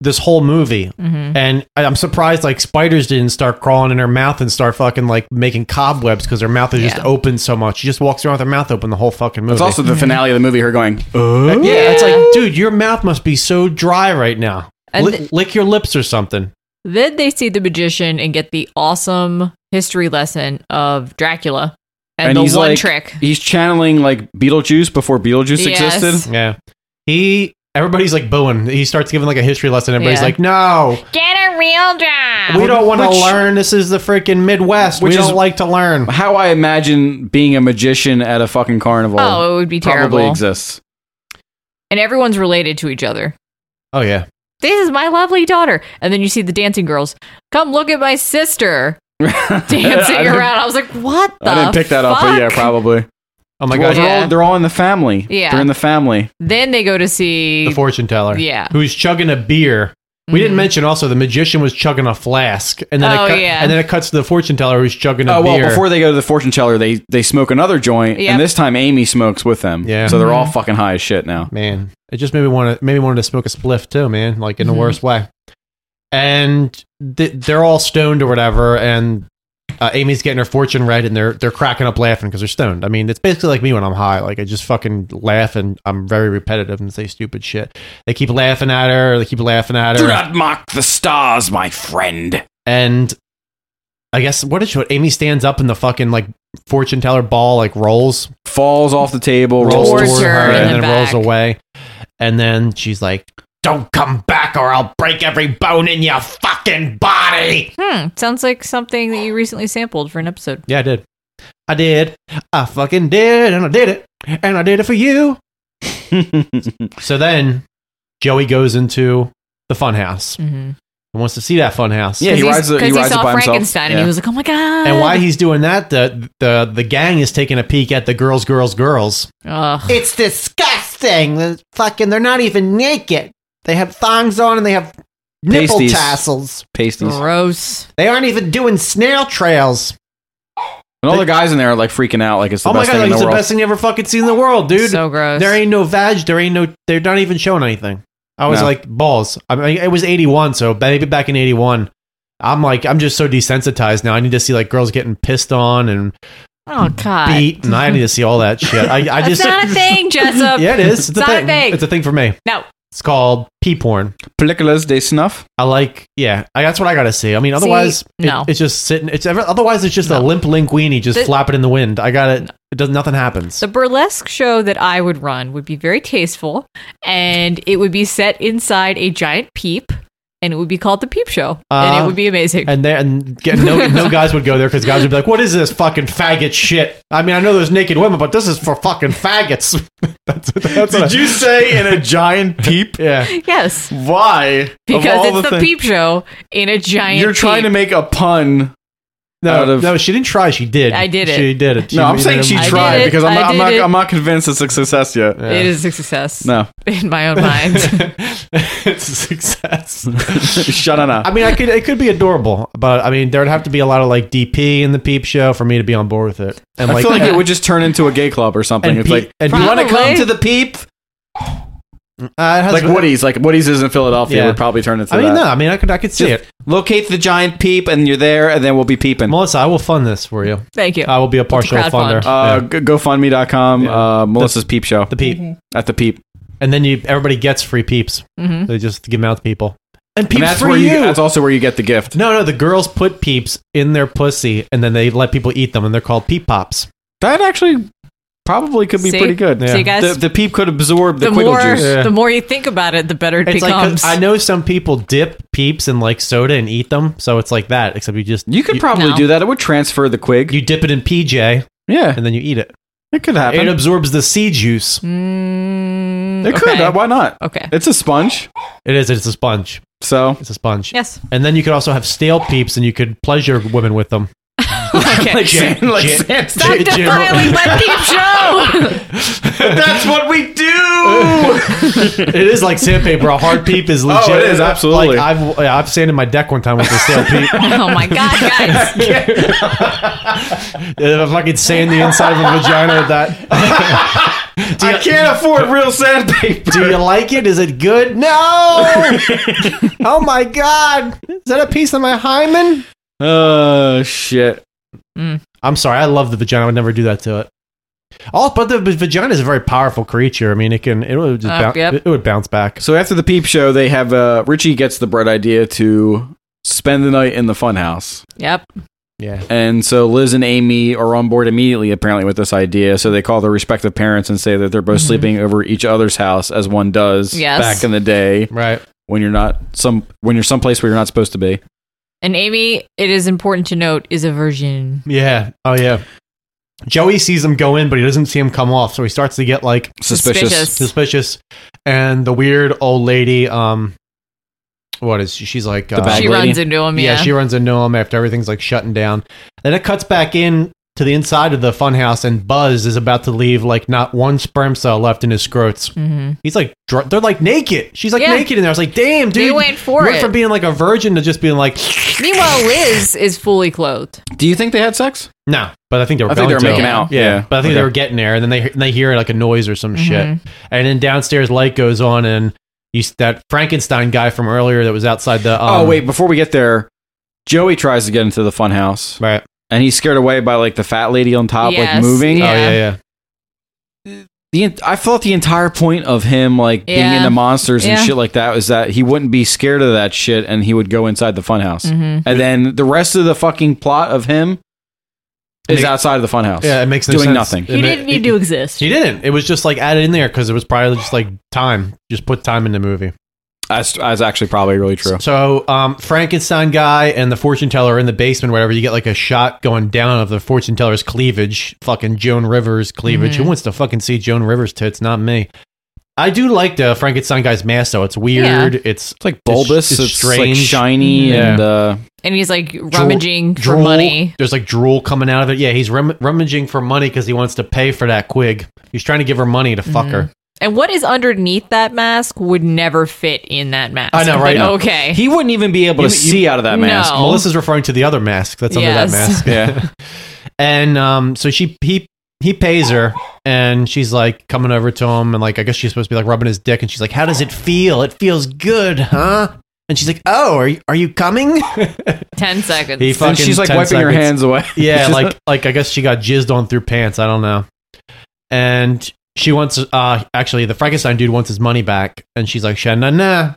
Speaker 2: this whole movie,
Speaker 5: Mhm.
Speaker 2: and I- I'm surprised like spiders didn't start crawling in her mouth and start fucking like making cobwebs because her mouth is just
Speaker 5: Yeah.
Speaker 2: open so much. She just walks around with her mouth open the whole fucking movie.
Speaker 8: It's also the finale of the movie. Her going, "Oh,
Speaker 2: Yeah, it's like, dude, your mouth must be so dry right now.
Speaker 5: And
Speaker 2: Li-
Speaker 5: th-
Speaker 2: lick your lips or something.
Speaker 5: Then they see the magician and get the awesome history lesson of Dracula and, the one
Speaker 8: like,
Speaker 5: trick.
Speaker 8: He's channeling like Beetlejuice before Beetlejuice
Speaker 5: Yes.
Speaker 8: existed.
Speaker 2: Yeah, he. Everybody's like booing. He starts giving like a history lesson. Everybody's
Speaker 8: Yeah.
Speaker 2: like, no,
Speaker 14: Get a real job.
Speaker 2: we don't want to
Speaker 8: Which-
Speaker 2: learn. This is the freaking Midwest. We
Speaker 8: Which
Speaker 2: don't
Speaker 8: is-
Speaker 2: like to learn.
Speaker 8: How I imagine being a magician at a fucking carnival.
Speaker 5: Oh, it would be
Speaker 8: Probably
Speaker 5: terrible.
Speaker 8: exists.
Speaker 5: And everyone's related to each other.
Speaker 2: Oh yeah.
Speaker 5: This is my lovely daughter. And then you see the dancing girls. Come look at my sister dancing
Speaker 8: I didn't-
Speaker 5: around. I was like, what the
Speaker 8: I didn't pick that up, but yeah,
Speaker 5: fuck?
Speaker 8: probably.
Speaker 2: Oh my
Speaker 8: Well,
Speaker 2: God.
Speaker 8: they're,
Speaker 5: Yeah.
Speaker 8: all, they're all in the family.
Speaker 5: Yeah.
Speaker 8: they're in the family.
Speaker 5: Then they go to see
Speaker 2: the fortune teller.
Speaker 5: Yeah.
Speaker 2: Who's chugging a beer. We didn't mention also the magician was chugging a flask, and then
Speaker 5: Oh,
Speaker 2: it cut-
Speaker 5: yeah.
Speaker 2: and then it cuts to the fortune teller who's chugging a
Speaker 8: Oh well,
Speaker 2: beer.
Speaker 8: before they go to the fortune teller, they they smoke another joint,
Speaker 5: Yep. Mm-hmm.
Speaker 8: and this time Amy smokes with them.
Speaker 2: Yeah.
Speaker 8: so they're all fucking high as shit now.
Speaker 2: man, it just made me want to maybe wanted to smoke a spliff too, man, like in the
Speaker 8: Mhm.
Speaker 2: worst way. And th- they're all stoned or whatever, and uh, Amy's getting her fortune read, and they're they're cracking up laughing because they're stoned. I mean, it's basically like me when I'm high; like I just fucking laugh, and I'm very repetitive and say stupid shit. They keep laughing at her. They keep laughing at her.
Speaker 7: Do not mock the stars, my friend.
Speaker 2: and I guess what is what Amy stands up in the fucking like fortune teller ball like rolls
Speaker 8: falls off the table
Speaker 2: rolls
Speaker 8: rolls
Speaker 2: toward
Speaker 8: towards her
Speaker 2: her
Speaker 8: in
Speaker 2: and
Speaker 8: the
Speaker 2: then
Speaker 8: back.
Speaker 2: rolls away and then she's like don't come back or I'll break every bone in your fucking body
Speaker 5: Hmm. Sounds like something that you recently sampled for an episode.
Speaker 2: yeah I did I did I fucking did and I did it and I did it for you so then Joey goes into the funhouse
Speaker 5: Mhm.
Speaker 2: and wants to see that funhouse
Speaker 8: Yeah, Mm-hmm. he 'Cause he's- rides the- he 'cause he rides it
Speaker 5: saw
Speaker 8: by himself.
Speaker 5: Frankenstein and
Speaker 8: Yeah.
Speaker 5: he was like, oh my God.
Speaker 2: And while he's doing that, the the the gang is taking a peek at the girls, girls, girls.
Speaker 5: Ugh.
Speaker 2: It's disgusting. The fucking, they're not even naked. They have thongs on and they have nipple
Speaker 8: Pasties.
Speaker 2: tassels.
Speaker 8: pasties.
Speaker 5: Gross.
Speaker 2: They aren't even doing snail trails.
Speaker 8: And all the guys in there are like freaking out, like it's the
Speaker 2: oh my
Speaker 8: best
Speaker 2: god,
Speaker 8: thing
Speaker 2: like
Speaker 8: in
Speaker 2: it's
Speaker 8: the
Speaker 2: the
Speaker 8: world.
Speaker 2: best thing you ever fucking seen in the world, dude.
Speaker 5: So gross.
Speaker 2: There ain't no vag. There ain't no. They're not even showing anything. I was
Speaker 8: No.
Speaker 2: like balls. I mean, it was eighty one, so maybe back in eighty one. I'm like, I'm just so desensitized now. I need to see like girls getting pissed on and
Speaker 5: Oh, God.
Speaker 2: beat, and I need to see all that shit. I, I
Speaker 5: That's
Speaker 2: just
Speaker 5: not a thing, Jessup.
Speaker 2: yeah, it is. It's, a,
Speaker 5: not
Speaker 2: thing.
Speaker 5: a thing.
Speaker 2: It's a thing for me.
Speaker 5: no.
Speaker 2: It's called pee porn.
Speaker 8: Películas de snuff.
Speaker 2: I like. Yeah, I, that's what I got to see. I mean, otherwise, it-
Speaker 5: no.
Speaker 2: it's just sitting. It's ever, otherwise, it's just a limp linguini just
Speaker 5: The-
Speaker 2: flapping in the wind. I got it. It does nothing happens.
Speaker 5: The burlesque show that I would run would be very tasteful and it would be set inside a giant peep and it would be called the peep show and
Speaker 2: Uh,
Speaker 5: it would be amazing.
Speaker 2: And there, and get, no, no guys would go there because guys would be like, "What is this fucking faggot shit?" I mean, I know there's naked women, but this is for fucking faggots. that's, that's what I-
Speaker 8: say in a giant peep?
Speaker 2: yeah.
Speaker 5: yes,
Speaker 8: Why? Of all
Speaker 5: because it's the
Speaker 8: thing-
Speaker 5: peep show in a giant
Speaker 8: You're trying to
Speaker 5: peep.
Speaker 8: make a pun. out
Speaker 2: No,
Speaker 8: of-
Speaker 2: no, she didn't try. She did.
Speaker 5: I did it.
Speaker 2: She did it. She
Speaker 8: no, I'm
Speaker 2: made
Speaker 8: saying
Speaker 2: it a
Speaker 8: she
Speaker 5: I did
Speaker 8: tried
Speaker 5: it,
Speaker 8: because I'm
Speaker 5: I
Speaker 8: not, I'm,
Speaker 5: did
Speaker 8: not,
Speaker 5: it.
Speaker 8: I'm not convinced it's a success yet.
Speaker 5: It is a success
Speaker 8: No.
Speaker 5: in my own mind.
Speaker 2: it's a success.
Speaker 8: Shut up.
Speaker 2: I mean, I could it could be adorable, but I mean, there would have to be a lot of like DP in the peep show for me to be on board with it. And
Speaker 8: I feel like it would just turn into a gay club or something.
Speaker 2: And
Speaker 8: it's
Speaker 2: pe-
Speaker 8: like,
Speaker 2: and
Speaker 8: you
Speaker 2: pe-
Speaker 8: want to come
Speaker 2: Probably.
Speaker 8: to the peep?
Speaker 2: uh, it has-
Speaker 8: Like Woody's. Like Woody's is in Philadelphia.
Speaker 2: Yeah.
Speaker 8: would probably turn into
Speaker 2: I mean,
Speaker 8: that.
Speaker 2: no, I mean, I could I could see
Speaker 8: Just
Speaker 2: it.
Speaker 8: Locate the giant peep and you're there and then we'll be peeping.
Speaker 2: Melissa, I will fund this for you.
Speaker 5: Thank you.
Speaker 2: I will be a partial funder.
Speaker 5: crowdfund.
Speaker 8: Uh,
Speaker 2: Yeah.
Speaker 8: go- GoFundMe.com, uh, Melissa's Peep Show.
Speaker 2: The peep,
Speaker 8: At the peep.
Speaker 2: and then you everybody gets free peeps.
Speaker 5: Mhm.
Speaker 2: They just give them out to people. And peeps
Speaker 8: And that's
Speaker 2: for
Speaker 8: where you.
Speaker 2: you.
Speaker 8: That's also where you get the gift.
Speaker 2: no, no, the girls put peeps in their pussy, and then they let people eat them, and they're called peep pops.
Speaker 8: That actually probably could be
Speaker 5: See?
Speaker 8: pretty good.
Speaker 5: See, Yeah. guys?
Speaker 8: the, the peep could absorb the,
Speaker 5: The
Speaker 8: quiddle
Speaker 5: more
Speaker 8: juice.
Speaker 5: the more you think about it, the better it
Speaker 2: It's like 'cause
Speaker 5: becomes.
Speaker 2: I know some people dip peeps in like soda and eat them, so it's like that. Except you just
Speaker 8: You could probably
Speaker 5: No.
Speaker 8: do that. It would transfer the quig.
Speaker 2: you dip it in PJ
Speaker 8: yeah,
Speaker 2: and then you eat it.
Speaker 8: It could happen.
Speaker 2: It absorbs the sea juice.
Speaker 5: Mm.
Speaker 8: It could.
Speaker 2: okay.
Speaker 8: uh, Why not?
Speaker 5: Okay.
Speaker 8: It's a sponge.
Speaker 2: It is. It's a sponge.
Speaker 8: So
Speaker 2: it's a sponge.
Speaker 5: Yes.
Speaker 2: And then you could also have stale peeps, and you could pleasure women with them.
Speaker 5: Okay.
Speaker 2: Like Jan-
Speaker 8: Like
Speaker 2: Jan-
Speaker 8: Jan-
Speaker 5: Stop
Speaker 2: Jan-
Speaker 5: defiling my peep show.
Speaker 8: That's what we do.
Speaker 2: it is like sandpaper. A hard peep is
Speaker 8: Oh, it
Speaker 2: legit.
Speaker 8: is, absolutely.
Speaker 2: Like I've yeah, I've sanded my deck one time with a stale peep.
Speaker 5: oh my god, guys!
Speaker 2: if I could sand the inside of a vagina with that,
Speaker 8: I can't afford real sandpaper.
Speaker 2: do you like it? Is it good? No. oh my god! Is that a piece of my hymen?
Speaker 8: Oh shit.
Speaker 2: I'm sorry. I love the vagina. I would never do that to it. Oh, but the v- vagina is a very powerful creature. I mean, it can it would just
Speaker 5: Oh,
Speaker 2: bounce,
Speaker 5: yep.
Speaker 2: it would bounce back.
Speaker 8: So after the peep show, they have uh, Richie gets the bright idea to spend the night in the funhouse,
Speaker 5: Yep.
Speaker 2: Yeah.
Speaker 8: and so Liz and Amy are on board immediately, apparently with this idea. So they call their respective parents and say that they're both sleeping over each other's house, as one does
Speaker 5: Mm-hmm. Yes.
Speaker 8: back in the day
Speaker 2: Right.
Speaker 8: when you're not some when you're someplace where you're not supposed to be.
Speaker 5: And Amy, it is important to note, is a virgin.
Speaker 2: Yeah. Oh yeah. Joey sees him go in, but he doesn't see him come off, so he starts to get like
Speaker 8: Suspicious.
Speaker 2: suspicious. And the weird old lady, um, what is she? She's like uh,
Speaker 8: The bag
Speaker 5: She
Speaker 8: lady.
Speaker 5: runs into him.
Speaker 2: yeah.
Speaker 5: Yeah.
Speaker 2: she runs into him after everything's like shutting down. Then it cuts back in to the inside of the funhouse, and Buzz is about to leave like not one sperm cell left in his scrotes.
Speaker 5: Mhm.
Speaker 2: He's like, dr- they're like naked. She's like
Speaker 5: Yeah.
Speaker 2: naked in there. I was like, damn, dude,
Speaker 5: They went for
Speaker 2: you went
Speaker 5: it.
Speaker 2: from being like a virgin to just being like,
Speaker 5: Meanwhile, Liz is fully clothed.
Speaker 8: Do you think they had sex?
Speaker 2: no. But I think they were.
Speaker 8: I think they
Speaker 2: going
Speaker 8: were
Speaker 2: to.
Speaker 8: making out.
Speaker 2: Yeah, but I think they
Speaker 8: Okay.
Speaker 2: were getting there, and then they and they hear like a noise or some
Speaker 5: Mhm.
Speaker 2: shit, and then downstairs light goes on, and you s- that Frankenstein guy from earlier that was outside the. Um,
Speaker 8: oh wait, before we get there, Joey tries to get into the funhouse,
Speaker 2: right?
Speaker 8: and he's scared away by like the fat lady on top,
Speaker 5: Yes,
Speaker 8: like moving.
Speaker 2: Oh
Speaker 5: Yeah.
Speaker 2: yeah, yeah.
Speaker 8: The en- I thought the entire point of him like being
Speaker 5: Yeah.
Speaker 8: into monsters and
Speaker 5: Yeah.
Speaker 8: shit like that was that he wouldn't be scared of that shit, and he would go inside the funhouse.
Speaker 2: Mm-hmm.
Speaker 5: Mhm.
Speaker 8: And then the rest of the fucking plot of him is
Speaker 2: Make-
Speaker 8: outside of the funhouse.
Speaker 2: Yeah, it makes no
Speaker 8: doing
Speaker 2: sense.
Speaker 8: nothing.
Speaker 5: He
Speaker 2: It ma-
Speaker 5: didn't need to exist.
Speaker 2: He didn't. It was just like added in there because it was probably just like time. Just put time in the movie.
Speaker 8: That's, that's actually probably really true.
Speaker 2: So um, Frankenstein guy and the fortune teller in the basement, whatever. You get like a shot going down of the fortune teller's cleavage, fucking Joan Rivers cleavage.
Speaker 5: Mm-hmm.
Speaker 2: Who wants to fucking see Joan Rivers tits? Not me. I do like the Frankenstein guy's mask though. It's weird. It's
Speaker 8: It's like bulbous,
Speaker 2: it's
Speaker 8: it's,
Speaker 2: strange.
Speaker 8: like shiny,
Speaker 2: Yeah.
Speaker 8: and uh,
Speaker 5: And he's like rummaging for
Speaker 2: drool.
Speaker 5: money.
Speaker 2: There's like drool coming out of it. Yeah, he's rum- rummaging for money because he wants to pay for that quig. He's trying to give her money to
Speaker 5: Mm-hmm.
Speaker 2: fuck her.
Speaker 5: And what is underneath that mask would never fit in that mask.
Speaker 2: I know, right?
Speaker 5: But Okay.
Speaker 8: he wouldn't even be able to see out of that
Speaker 5: No.
Speaker 8: mask.
Speaker 5: Oh.
Speaker 2: Melissa's referring to the other mask that's under that
Speaker 5: Yes.
Speaker 2: mask.
Speaker 8: Yeah.
Speaker 2: And um, so she he he pays her, and she's like coming over to him, and like I guess she's supposed to be like rubbing his dick, and she's like, "How does it feel? It feels good, huh?" And she's like, "Oh, are you, are you coming?"
Speaker 5: Ten seconds.
Speaker 2: He
Speaker 8: and
Speaker 2: fucking
Speaker 8: she's like
Speaker 2: 10
Speaker 8: wiping her
Speaker 2: seconds.
Speaker 8: hands away.
Speaker 2: Yeah,
Speaker 8: She's
Speaker 2: like like I guess she got jizzed on through pants. I don't know. And she wants uh actually the Frankenstein dude wants his money back, and she's like, "Sha nah nah,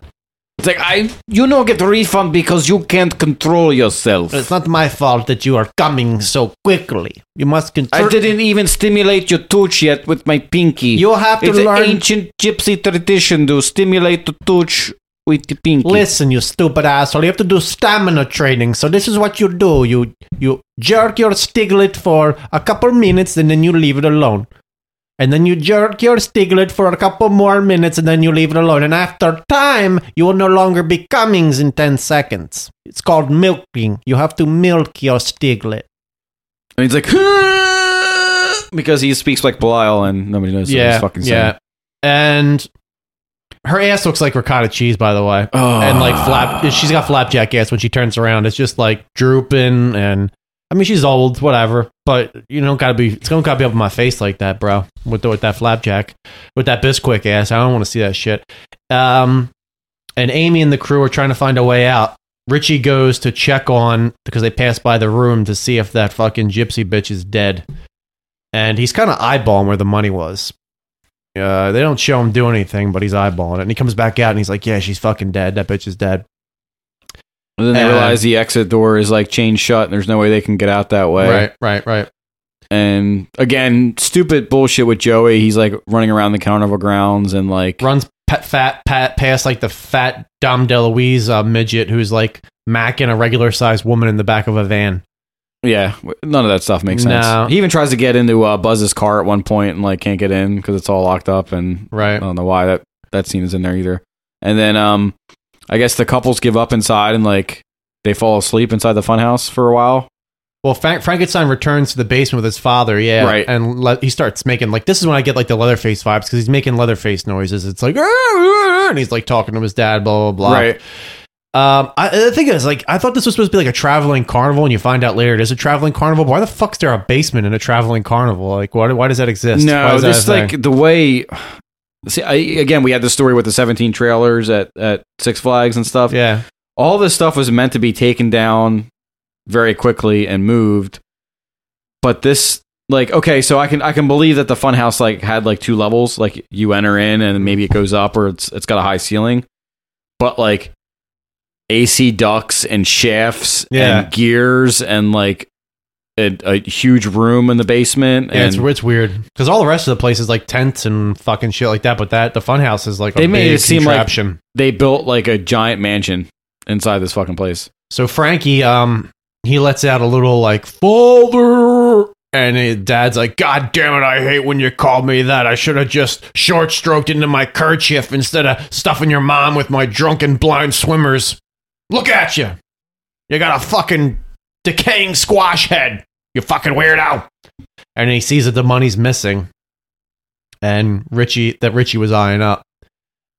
Speaker 8: It's like I, you know, get refund because you can't control yourself.
Speaker 2: it's not my fault that you are coming so quickly. You must control."
Speaker 8: I didn't even stimulate your touch yet with my pinky.
Speaker 2: You have to
Speaker 8: it's
Speaker 2: learn-
Speaker 8: an ancient gypsy tradition to stimulate the touch with the pinky.
Speaker 2: Listen, you stupid asshole. You have to do stamina training. So this is what you do. You you jerk your stiglet for a couple minutes and then you leave it alone. And then you jerk your stiglet for a couple more minutes and then you leave it alone. And after time, you will no longer be comings in 10 seconds. It's called milking. You have to milk your stiglet.
Speaker 8: And he's like, "Huh," because he speaks like Belial, and nobody knows what he's fucking saying.
Speaker 2: And her ass looks like ricotta cheese, by the way.
Speaker 8: Oh.
Speaker 2: And like flap, she's got flapjack ass when she turns around. It's just like drooping, and I mean she's old, whatever. But you don't gotta be, it's don't gotta be up in my face like that, bro. With the, with that flapjack, with that Bisquick ass, I don't want to see that shit. Um, and Amy and the crew are trying to find a way out. Richie goes to check on because they pass by the room to see if that fucking gypsy bitch is dead. And he's kind of eyeballing where the money was. Uh, they don't show him do anything, but he's eyeballing it. And he comes back out and he's like, Yeah, she's fucking dead. That bitch is dead.
Speaker 8: And then they
Speaker 2: And-
Speaker 8: realize the exit door is like chained shut, and there's no way they can get out that way.
Speaker 2: right, right.
Speaker 8: And again, stupid bullshit with Joey. He's like running around the carnival grounds and like
Speaker 2: Runs pat, fat, pat, past like the fat Dom DeLuise uh, midget who's like macking a regular sized woman in the back of a van.
Speaker 8: Yeah, w- none of that stuff makes sense.
Speaker 2: No.
Speaker 8: He even tries to get into uh, Buzz's car at one point and like can't get in because it's all locked up. And right, I don't know why that that scene is in there either. And then um, I guess the couples give up inside and like they fall asleep inside the funhouse for a while.
Speaker 2: Well, Frank- Frankenstein returns to the basement with his father, yeah,
Speaker 8: Right.
Speaker 2: And le- he starts making like this is when I get like the Leatherface vibes because he's making Leatherface noises. It's like "Ah, ah, ah," and he's like talking to his dad, blah blah blah.
Speaker 8: Right.
Speaker 2: Um, I, the thing is, like, I thought this was supposed to be like a traveling carnival, and you find out later it is a traveling carnival. But why the fuck's there a basement in a traveling carnival? Like, why, why does that exist? why
Speaker 8: No,
Speaker 2: is that
Speaker 8: this
Speaker 2: a thing?
Speaker 8: like the way. See, I, again, we had the story with the 17 trailers at at Six Flags and stuff.
Speaker 2: Yeah,
Speaker 8: all this stuff was meant to be taken down very quickly and moved. But this, like, okay, so I can I can believe that the funhouse like had like two levels. Like you enter in and maybe it goes up or it's it's got a high ceiling. But like AC ducts and shafts
Speaker 2: Yeah.
Speaker 8: and gears and like a, a huge room in the basement.
Speaker 2: yeah,
Speaker 8: and
Speaker 2: it's, it's weird because all the rest of the place is like tents and fucking shit like that. But that the funhouse is like a
Speaker 8: they made
Speaker 2: big
Speaker 8: it seem
Speaker 2: contraption.
Speaker 8: like they built like a giant mansion inside this fucking place.
Speaker 2: So Frankie, um, he lets out a little like father, and it, Dad's like, "God damn it, I hate when you call me that. I should have just short stroked into my kerchief instead of stuffing your mom with my drunken blind swimmers. Look at you, you got a fucking decaying squash head. You fucking weirdo." And he sees that the money's missing, and Richie that Richie was eyeing up,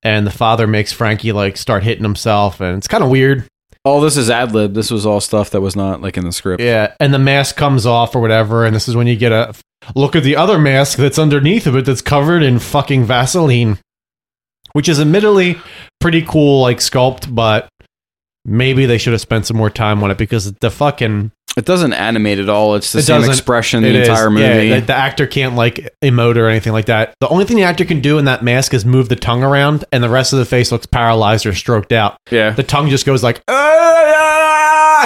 Speaker 2: and the father makes Frankie like start hitting himself, and it's kind of weird.
Speaker 8: All this is ad lib. This was all stuff that was not like in the script.
Speaker 2: Yeah, and the mask comes off or whatever, and this is when you get a look at the other mask that's underneath of it that's covered in fucking Vaseline, which is admittedly pretty cool, like sculpt, but maybe they should have spent some more time on it because the fucking
Speaker 8: It doesn't animate at all. It's the
Speaker 2: It
Speaker 8: same
Speaker 2: doesn't-
Speaker 8: expression the
Speaker 2: it is.
Speaker 8: entire
Speaker 2: Yeah,
Speaker 8: movie.
Speaker 2: the, the actor can't like emote or anything like that. The only thing the actor can do in that mask is move the tongue around, and the rest of the face looks paralyzed or stroked out.
Speaker 8: Yeah,
Speaker 2: the tongue just goes like, "Ah!"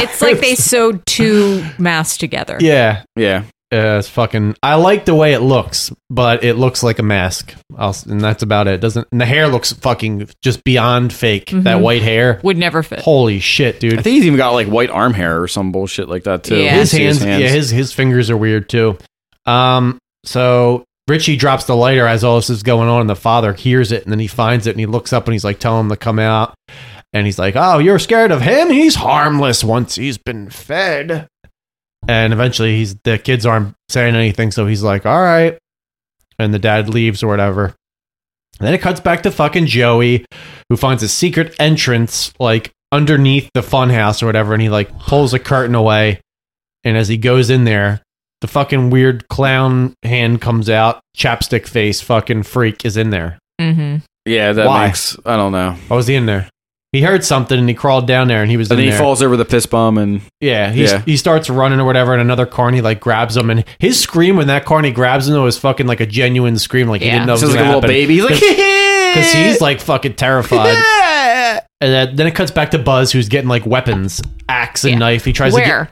Speaker 5: It's like they sewed two masks together.
Speaker 2: yeah,
Speaker 8: yeah.
Speaker 2: Uh, it's fucking. I like the way it looks, but it looks like a mask, I'll, s- and that's about it. Doesn't and the hair looks fucking just beyond fake. That
Speaker 5: Mhm.
Speaker 2: white hair
Speaker 5: Would never fit.
Speaker 2: Holy shit, dude!
Speaker 8: I think he's even got like white arm hair or some bullshit like that too. You
Speaker 2: His
Speaker 8: see
Speaker 2: hands, yeah, his his fingers are weird too. Um, so Richie drops the lighter as all this is going on, and the father hears it, and then he finds it, and he looks up, and he's like, "Tell him to come out," and he's like, "Oh, you're scared of him? He's harmless once he's been fed." And eventually, he's the kids aren't saying anything, so he's like, "All right," and the dad leaves or whatever. And then it cuts back to fucking Joey, who finds a secret entrance like underneath the funhouse or whatever, and he like pulls a curtain away. And as he goes in there, the fucking weird clown hand comes out. Chapstick face fucking freak is in there.
Speaker 5: Mm-hmm.
Speaker 8: Yeah, that
Speaker 2: Why?
Speaker 8: makes I don't know.
Speaker 2: Why was he in there? He heard something and he crawled down there and he was
Speaker 8: And
Speaker 2: in
Speaker 8: then he
Speaker 2: there.
Speaker 8: falls over the piss bomb and
Speaker 2: yeah, he
Speaker 8: yeah.
Speaker 2: he starts running or whatever, and another carny like grabs him, and his scream when that carny grabs him though is fucking like a genuine scream, like he
Speaker 8: Yeah.
Speaker 2: didn't know. it was
Speaker 8: Sounds like
Speaker 2: gonna
Speaker 8: a little
Speaker 2: happen.
Speaker 8: baby. He's like,
Speaker 2: because he's like fucking terrified. and then, then it cuts back to Buzz, who's getting like weapons, axe and knife. He tries to get,
Speaker 5: Where?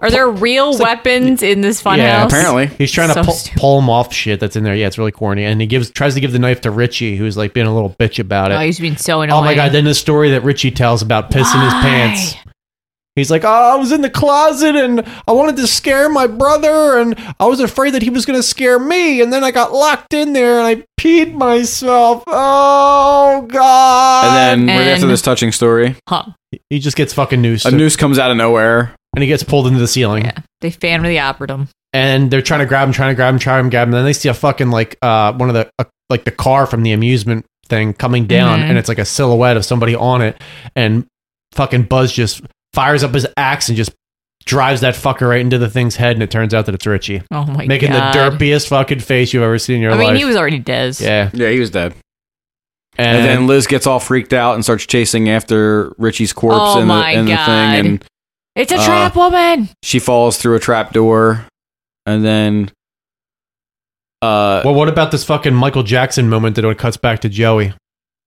Speaker 5: Are there real weapons in this funhouse?
Speaker 2: He's trying to
Speaker 5: So
Speaker 2: pull,
Speaker 5: stu-
Speaker 2: pull him off shit that's in there. Yeah, it's really corny. And he gives tries to give the knife to Richie, who's like being a little bitch about it.
Speaker 5: Oh, he's been so annoying.
Speaker 2: oh my god, then the story that Richie tells about pissing his pants. He's like, oh, I was in the closet and I wanted to scare my brother, and I was afraid that he was going to scare me. And then I got locked in there and I peed myself. Oh, God.
Speaker 8: and then right after this touching story,
Speaker 2: he just gets fucking noose.
Speaker 8: a noose comes out of nowhere.
Speaker 2: And he gets pulled into the ceiling.
Speaker 5: They fan the operatum.
Speaker 2: and they're trying to grab him, trying to grab him, trying to grab him. And then they see a fucking like uh, one of the uh, like the car from the amusement thing coming down,
Speaker 5: Mhm.
Speaker 2: and it's like a silhouette of somebody on it. And fucking Buzz just fires up his axe and just drives that fucker right into the thing's head, and it turns out that it's Richie.
Speaker 5: Oh my
Speaker 2: making
Speaker 5: god.
Speaker 2: the derpiest fucking face you've ever seen in your
Speaker 5: I
Speaker 2: life.
Speaker 5: mean, he was already dead.
Speaker 2: yeah,
Speaker 8: yeah, he was dead.
Speaker 2: And,
Speaker 8: And, then Liz gets all freaked out and starts chasing after Richie's corpse
Speaker 5: Oh
Speaker 8: in, the,
Speaker 5: my
Speaker 8: in the thing,
Speaker 5: God.
Speaker 8: and
Speaker 5: It's a
Speaker 8: Uh,
Speaker 5: trap, woman.
Speaker 8: she falls through a trap door, and then uh,
Speaker 2: well, what about this fucking Michael Jackson moment that it cuts back to Joey?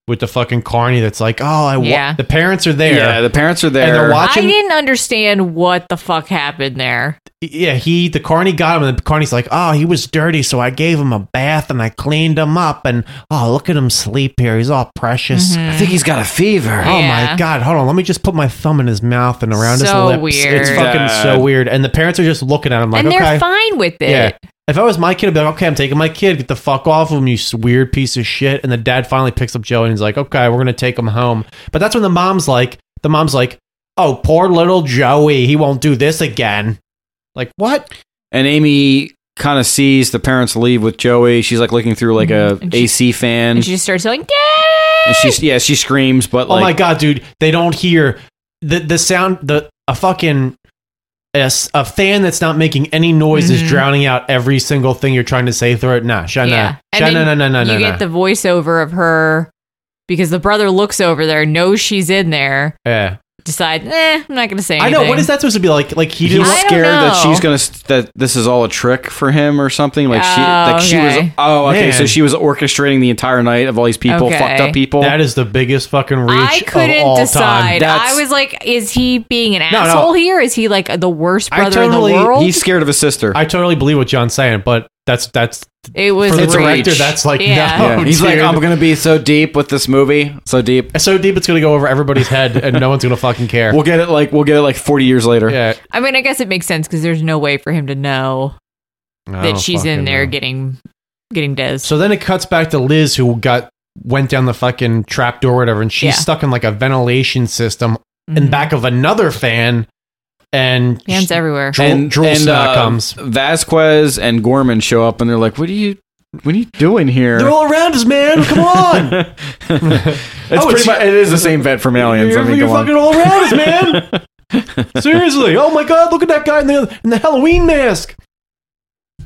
Speaker 2: With the fucking carny that's like, oh, I wa-
Speaker 5: Yeah.
Speaker 2: the parents are there.
Speaker 8: Yeah, the parents are there.
Speaker 2: And they're watching.
Speaker 5: I didn't understand what the fuck happened there.
Speaker 2: Yeah, he the carney got him, and the carney's like, "Oh, he was dirty, so I gave him a bath and I cleaned him up, and oh, look at him sleep here. He's all precious.
Speaker 5: Mhm. I think he's got
Speaker 7: a fever.
Speaker 2: Oh
Speaker 5: Yeah.
Speaker 2: my god! Hold on, let me just put my thumb in his mouth and around
Speaker 5: So
Speaker 2: his lips. It's
Speaker 5: weird.
Speaker 2: fucking
Speaker 8: Dad.
Speaker 2: so weird. And the parents are just looking at him like,
Speaker 5: and they're
Speaker 2: "Okay,
Speaker 5: fine with it.
Speaker 2: yeah." If I was my kid, I'd be like, "Okay, I'm taking my kid. Get the fuck off of him, you s- weird piece of shit." And the dad finally picks up Joe and he's like, "Okay, we're gonna take him home." But that's when the mom's like, "The mom's like, oh, poor little Joey. He won't do this again." Like what?
Speaker 8: And Amy kind of sees the parents leave with Joey. She's like looking through like a AC fan.
Speaker 5: Mm-hmm. And she just starts yelling, "Dad!"
Speaker 8: And she's yeah, she screams, but
Speaker 2: oh
Speaker 8: like
Speaker 2: my god, dude! They don't hear the the sound. The a fucking a, s- a fan that's not making any noise is
Speaker 5: Mhm.
Speaker 2: drowning out every single thing you're trying to say through it. Nah, shana,
Speaker 5: Yeah.
Speaker 2: shana,
Speaker 5: then
Speaker 2: no, no, no, no,
Speaker 5: you
Speaker 2: no.
Speaker 5: get the voiceover of her because the brother looks over there, knows she's in there,
Speaker 2: yeah.
Speaker 5: decides, eh, I'm not going to say
Speaker 2: I
Speaker 5: anything.
Speaker 2: know. What is that supposed to be like? Like he
Speaker 8: He
Speaker 2: didn't
Speaker 8: was
Speaker 5: I don't
Speaker 8: scared that
Speaker 5: know.
Speaker 8: she's gonna st- that this is all a trick for him or something. Like she,
Speaker 5: Oh,
Speaker 8: like she was.
Speaker 5: okay.
Speaker 8: Oh, okay. So
Speaker 2: Man.
Speaker 8: she was orchestrating the entire night of all these people,
Speaker 5: Okay.
Speaker 8: fucked up people.
Speaker 2: That is the biggest fucking reach
Speaker 5: I
Speaker 2: of
Speaker 5: couldn't
Speaker 2: all
Speaker 5: decide.
Speaker 2: time.
Speaker 5: I was like, is he being an
Speaker 2: No, no.
Speaker 5: asshole here? Is he like the worst
Speaker 2: I
Speaker 5: brother
Speaker 2: totally-
Speaker 5: in the world?
Speaker 2: he's-
Speaker 8: scared of his sister.
Speaker 2: I totally believe what John's saying, but that's that's
Speaker 5: it was
Speaker 2: for the
Speaker 5: rage.
Speaker 2: director. That's like
Speaker 5: Yeah.
Speaker 2: no.
Speaker 8: Yeah. He's like,
Speaker 2: dude.
Speaker 8: I'm gonna be so deep with this movie, so deep.
Speaker 2: It's so deep it's gonna go over everybody's head, and no one's gonna fucking care.
Speaker 8: We'll get it like we'll get it like 40 years later.
Speaker 2: Yeah,
Speaker 5: I mean, I guess it makes sense because there's no way for him to know
Speaker 2: I
Speaker 5: that
Speaker 2: don't
Speaker 5: she's in
Speaker 2: Oh, fucking
Speaker 5: there
Speaker 2: know.
Speaker 5: getting getting Des.
Speaker 2: So then it cuts back to Liz, who got went down the fucking trap door, or whatever, and she's
Speaker 5: Yeah.
Speaker 2: stuck in like a ventilation system in
Speaker 5: Mhm.
Speaker 2: back of another fan, and
Speaker 5: Hands
Speaker 2: she-
Speaker 5: everywhere.
Speaker 2: Drool, drool snot uh, comes.
Speaker 8: uh, Vasquez and Gorman show up and they're like, "What are you? What are you doing here?"
Speaker 2: They're all around us, man. Come on.
Speaker 8: It's
Speaker 2: Oh,
Speaker 8: pretty
Speaker 2: it's-
Speaker 8: much, it is the same vet from Aliens.
Speaker 2: You're,
Speaker 8: I mean,
Speaker 2: you're
Speaker 8: come on.
Speaker 2: fucking all around us, man. Seriously. Oh my god, look at that guy in the in the Halloween mask.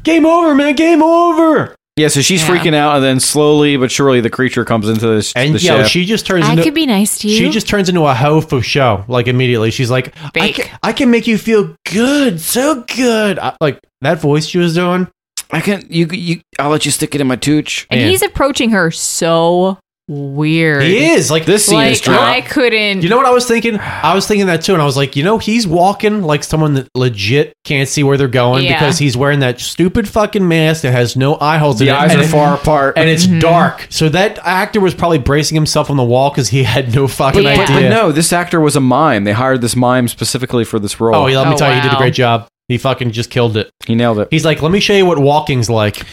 Speaker 2: Game over, man. Game over.
Speaker 8: Yeah, so she's freaking out, and then slowly but surely the creature comes into this.
Speaker 2: And
Speaker 8: the
Speaker 2: yo,
Speaker 8: ship.
Speaker 2: she just turns
Speaker 5: I
Speaker 2: into
Speaker 5: could be nice to you.
Speaker 2: she just turns into a hoe for show. Like immediately, she's like, I
Speaker 5: Fake.
Speaker 2: can, I can make you feel good, so good. I, like that voice she was doing.
Speaker 8: I can you you. I'll let you stick it in my tooch.
Speaker 5: and he's approaching her so weird.
Speaker 2: He is like
Speaker 8: This scene
Speaker 5: like,
Speaker 8: is drama.
Speaker 5: I couldn't.
Speaker 2: You know what I was thinking? I was thinking that too, and I was like, you know, he's walking like someone that legit can't see where they're going
Speaker 5: Yeah.
Speaker 2: because he's wearing that stupid fucking mask that has no eye holes.
Speaker 8: The
Speaker 2: in it,
Speaker 8: eyes
Speaker 2: and
Speaker 8: are
Speaker 2: it-
Speaker 8: far apart,
Speaker 2: and it's
Speaker 5: Mm-hmm.
Speaker 2: dark. So that actor was probably bracing himself on the wall because he had no fucking
Speaker 5: Yeah.
Speaker 8: But
Speaker 2: idea.
Speaker 8: no, this actor was a mime. They hired this mime specifically for this role.
Speaker 2: Oh, yeah, let me
Speaker 5: Oh,
Speaker 2: tell you, he did a
Speaker 5: wow.
Speaker 2: great job. He fucking just killed it.
Speaker 8: He nailed it.
Speaker 2: He's like, let me show you what walking's like.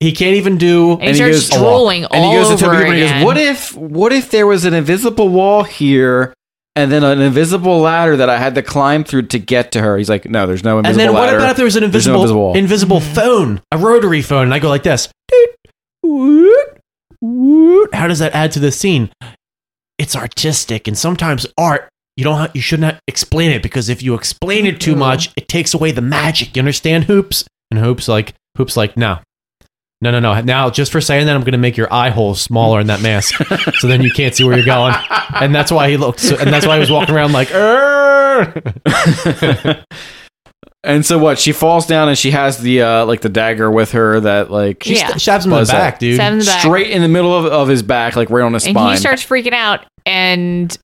Speaker 2: He can't even do.
Speaker 5: And he starts
Speaker 2: a walk.
Speaker 5: drooling all
Speaker 8: and he goes to
Speaker 5: over
Speaker 8: Toby Hooper and he
Speaker 5: again.
Speaker 8: goes, "What if? What if there was an invisible wall here, and then an invisible ladder that I had to climb through to get to her?" He's like, "No, there's no
Speaker 2: And
Speaker 8: invisible
Speaker 2: then
Speaker 8: ladder.
Speaker 2: what about if there was an
Speaker 8: There's no
Speaker 2: invisible
Speaker 8: invisible
Speaker 2: invisible,
Speaker 8: wall."
Speaker 2: phone, a rotary phone, and I go like this. How does that add to the scene? It's artistic, and sometimes art you don't ha- you should not explain it because if you explain it too much, it takes away the magic. You understand? Hoops and hoops like hoops like no. No, no, no. Now, just for saying that, I'm going to make your eye hole smaller in that mask, so then you can't see where you're going, and that's why he looked, so, and that's why he was walking around like, "Err."
Speaker 8: And so what? She falls down and she has the uh, like the dagger with her that like
Speaker 2: she
Speaker 5: Yeah.
Speaker 2: st- stabs him in the
Speaker 8: Buzz that.
Speaker 2: back, dude.
Speaker 5: Stab him in the back.
Speaker 8: straight in the middle of, of his back, like right on his
Speaker 5: and
Speaker 8: spine.
Speaker 5: he starts freaking out and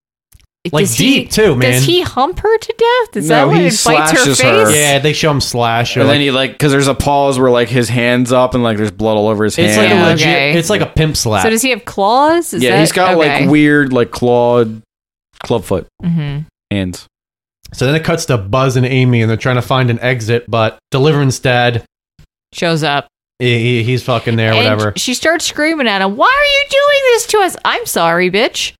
Speaker 2: Like
Speaker 5: does he-
Speaker 2: deep, too, man.
Speaker 5: Does he hump her to death? Is
Speaker 8: No,
Speaker 5: that
Speaker 8: he
Speaker 5: when it bites her
Speaker 8: slashes
Speaker 5: face?
Speaker 8: her.
Speaker 2: Yeah, they show him slash. or
Speaker 8: and then
Speaker 2: like-
Speaker 8: he like because there's a pause where like his hands up and like there's blood all over his
Speaker 2: it's like
Speaker 8: hand.
Speaker 5: Yeah,
Speaker 2: a legit.
Speaker 5: okay.
Speaker 2: It's like a pimp slap.
Speaker 5: So does he have claws? Is
Speaker 8: yeah,
Speaker 5: that-
Speaker 8: he's got
Speaker 5: okay.
Speaker 8: like weird like clawed clubfoot
Speaker 5: Mhm.
Speaker 8: hands.
Speaker 2: so then it cuts to Buzz and Amy, and they're trying to find an exit, but Deliverance Dad,
Speaker 5: Shows up.
Speaker 2: he, he- he's fucking there,
Speaker 5: And
Speaker 2: whatever.
Speaker 5: She starts screaming at him, Why are you doing this to us? I'm sorry, bitch.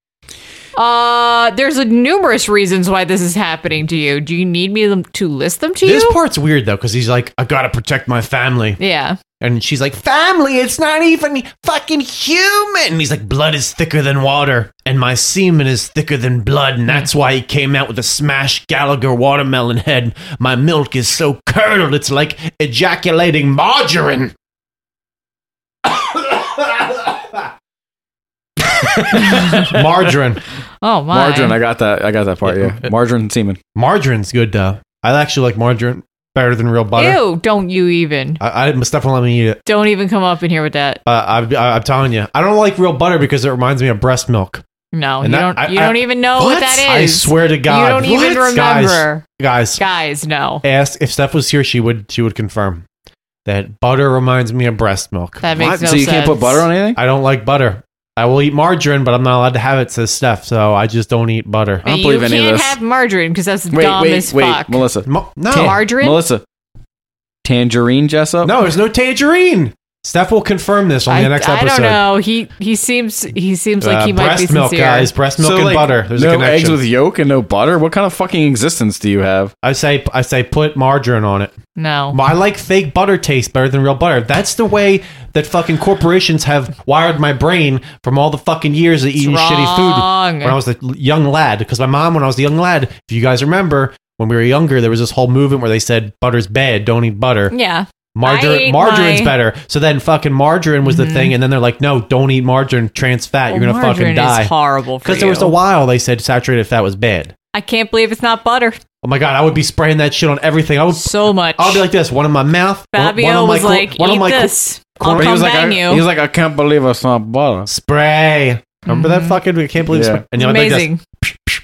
Speaker 5: Uh, there's a numerous reasons why this is happening to you. Do you need me them- to list them to
Speaker 2: This
Speaker 5: you?
Speaker 2: part's weird though, because he's like, "I gotta protect my family,"
Speaker 5: yeah.
Speaker 2: and she's like, "Family, it's not even fucking human." And he's like, "Blood is thicker than water, and my semen is thicker than blood, and that's why he came out with a smashed Gallagher watermelon head. My milk is so curdled, it's like ejaculating margarine." margarine.
Speaker 5: Oh my.
Speaker 8: Margarine, I got that. I got that part. Yeah, margarine and semen.
Speaker 2: Margarine's good though. I actually like margarine better than real butter.
Speaker 5: Ew, don't you even.
Speaker 2: I, I Stefan let me eat it.
Speaker 5: Don't even come up in here with that.
Speaker 2: Uh, I, I, I'm telling you, I don't like real butter because it reminds me of breast milk.
Speaker 5: No,
Speaker 2: And
Speaker 5: you
Speaker 2: that-
Speaker 5: don't. you
Speaker 2: I- I-
Speaker 5: don't even know what? Oh, that is.
Speaker 2: I swear to God,
Speaker 5: you don't even
Speaker 2: What?
Speaker 5: remember.
Speaker 2: Guys, guys,
Speaker 5: Guys, no,
Speaker 2: ask if Steph was here, she would she would confirm that butter reminds me of breast milk.
Speaker 5: That makes What? no So you can't put sense. butter on
Speaker 2: anything? I don't like butter. I will eat margarine, but I'm not allowed to have it, says Steph. So I just don't eat butter.
Speaker 5: you can't have margarine because that's dumb as fuck.
Speaker 8: Melissa.
Speaker 2: no,
Speaker 5: Tan- Margarine?
Speaker 8: Melissa. Tangerine, Jessup.
Speaker 2: No, there's no tangerine. Steph will confirm this on
Speaker 5: I,
Speaker 2: the next
Speaker 5: I
Speaker 2: episode.
Speaker 5: don't know. He he seems he seems
Speaker 2: Uh,
Speaker 5: like he might
Speaker 2: breast
Speaker 5: be sincere.
Speaker 2: milk, guys. Breast milk and butter. There's a
Speaker 8: no
Speaker 2: connection.
Speaker 8: eggs with yolk and no butter. What kind of fucking existence do you have?
Speaker 2: I say I say put margarine on it.
Speaker 5: No.
Speaker 2: I like fake butter taste better than real butter. That's the way that fucking corporations have wired my brain from all the fucking years of eating shitty
Speaker 5: wrong.
Speaker 2: food when I was a young lad. Because my mom, when I was a young lad, if you guys remember, when we were younger, there was this whole movement where they said butter's bad, don't eat butter.
Speaker 5: Yeah. I
Speaker 2: Margarine,
Speaker 5: ate
Speaker 2: margarine's
Speaker 5: my-
Speaker 2: better. So then, fucking margarine was the thing, and then they're like, "No, don't eat margarine. Trans fat. You're
Speaker 5: Well,
Speaker 2: gonna fucking
Speaker 5: margarine is
Speaker 2: die."
Speaker 5: horrible for
Speaker 2: Because there was
Speaker 5: you.
Speaker 2: a while they said saturated fat was bad.
Speaker 5: I can't believe it's not butter.
Speaker 2: Oh my god, I would be spraying that shit on everything. I would
Speaker 5: so much.
Speaker 2: I'll be like this: one in my mouth. one-
Speaker 5: Fabio
Speaker 2: one on my
Speaker 5: was
Speaker 2: cor-
Speaker 5: like,
Speaker 2: one on
Speaker 5: "Eat
Speaker 2: my cor-
Speaker 5: this. I'll come bang
Speaker 8: I,
Speaker 5: you."
Speaker 8: He was like, I can't believe it's not butter.
Speaker 2: Spray. Remember that fucking? I can't believe.
Speaker 8: Yeah.
Speaker 2: Spray. And you know, like this,
Speaker 5: Mm-hmm. Amazing.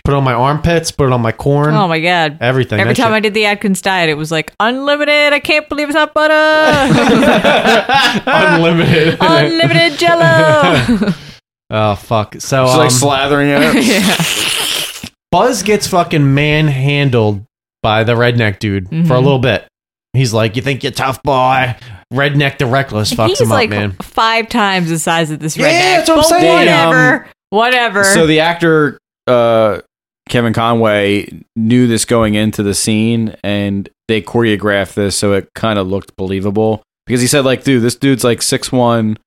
Speaker 2: put it on my armpits. Put it on my corn.
Speaker 5: Oh my god.
Speaker 2: Everything.
Speaker 5: Every
Speaker 2: that
Speaker 5: time I
Speaker 2: shit.
Speaker 5: did the Atkins diet, it was like unlimited. I can't believe it's not butter.
Speaker 2: unlimited.
Speaker 5: unlimited Jello.
Speaker 2: oh fuck. So
Speaker 8: She's like
Speaker 2: um,
Speaker 8: slathering it.
Speaker 2: Buzz gets fucking manhandled by the redneck dude for a
Speaker 5: Mhm.
Speaker 2: little bit. He's like, "You think you're tough, boy?" Redneck the reckless fucks
Speaker 5: He's
Speaker 2: him
Speaker 5: like
Speaker 2: up, man.
Speaker 5: five times the size of this
Speaker 2: Yeah,
Speaker 5: redneck.
Speaker 2: that's what I'm
Speaker 5: But
Speaker 8: saying.
Speaker 5: Whatever.
Speaker 8: Um,
Speaker 5: whatever.
Speaker 8: So the actor uh, Kevin Conway knew this going into the scene, and they choreographed this so it kind of looked believable. Because he said, like, dude, this dude's like six one.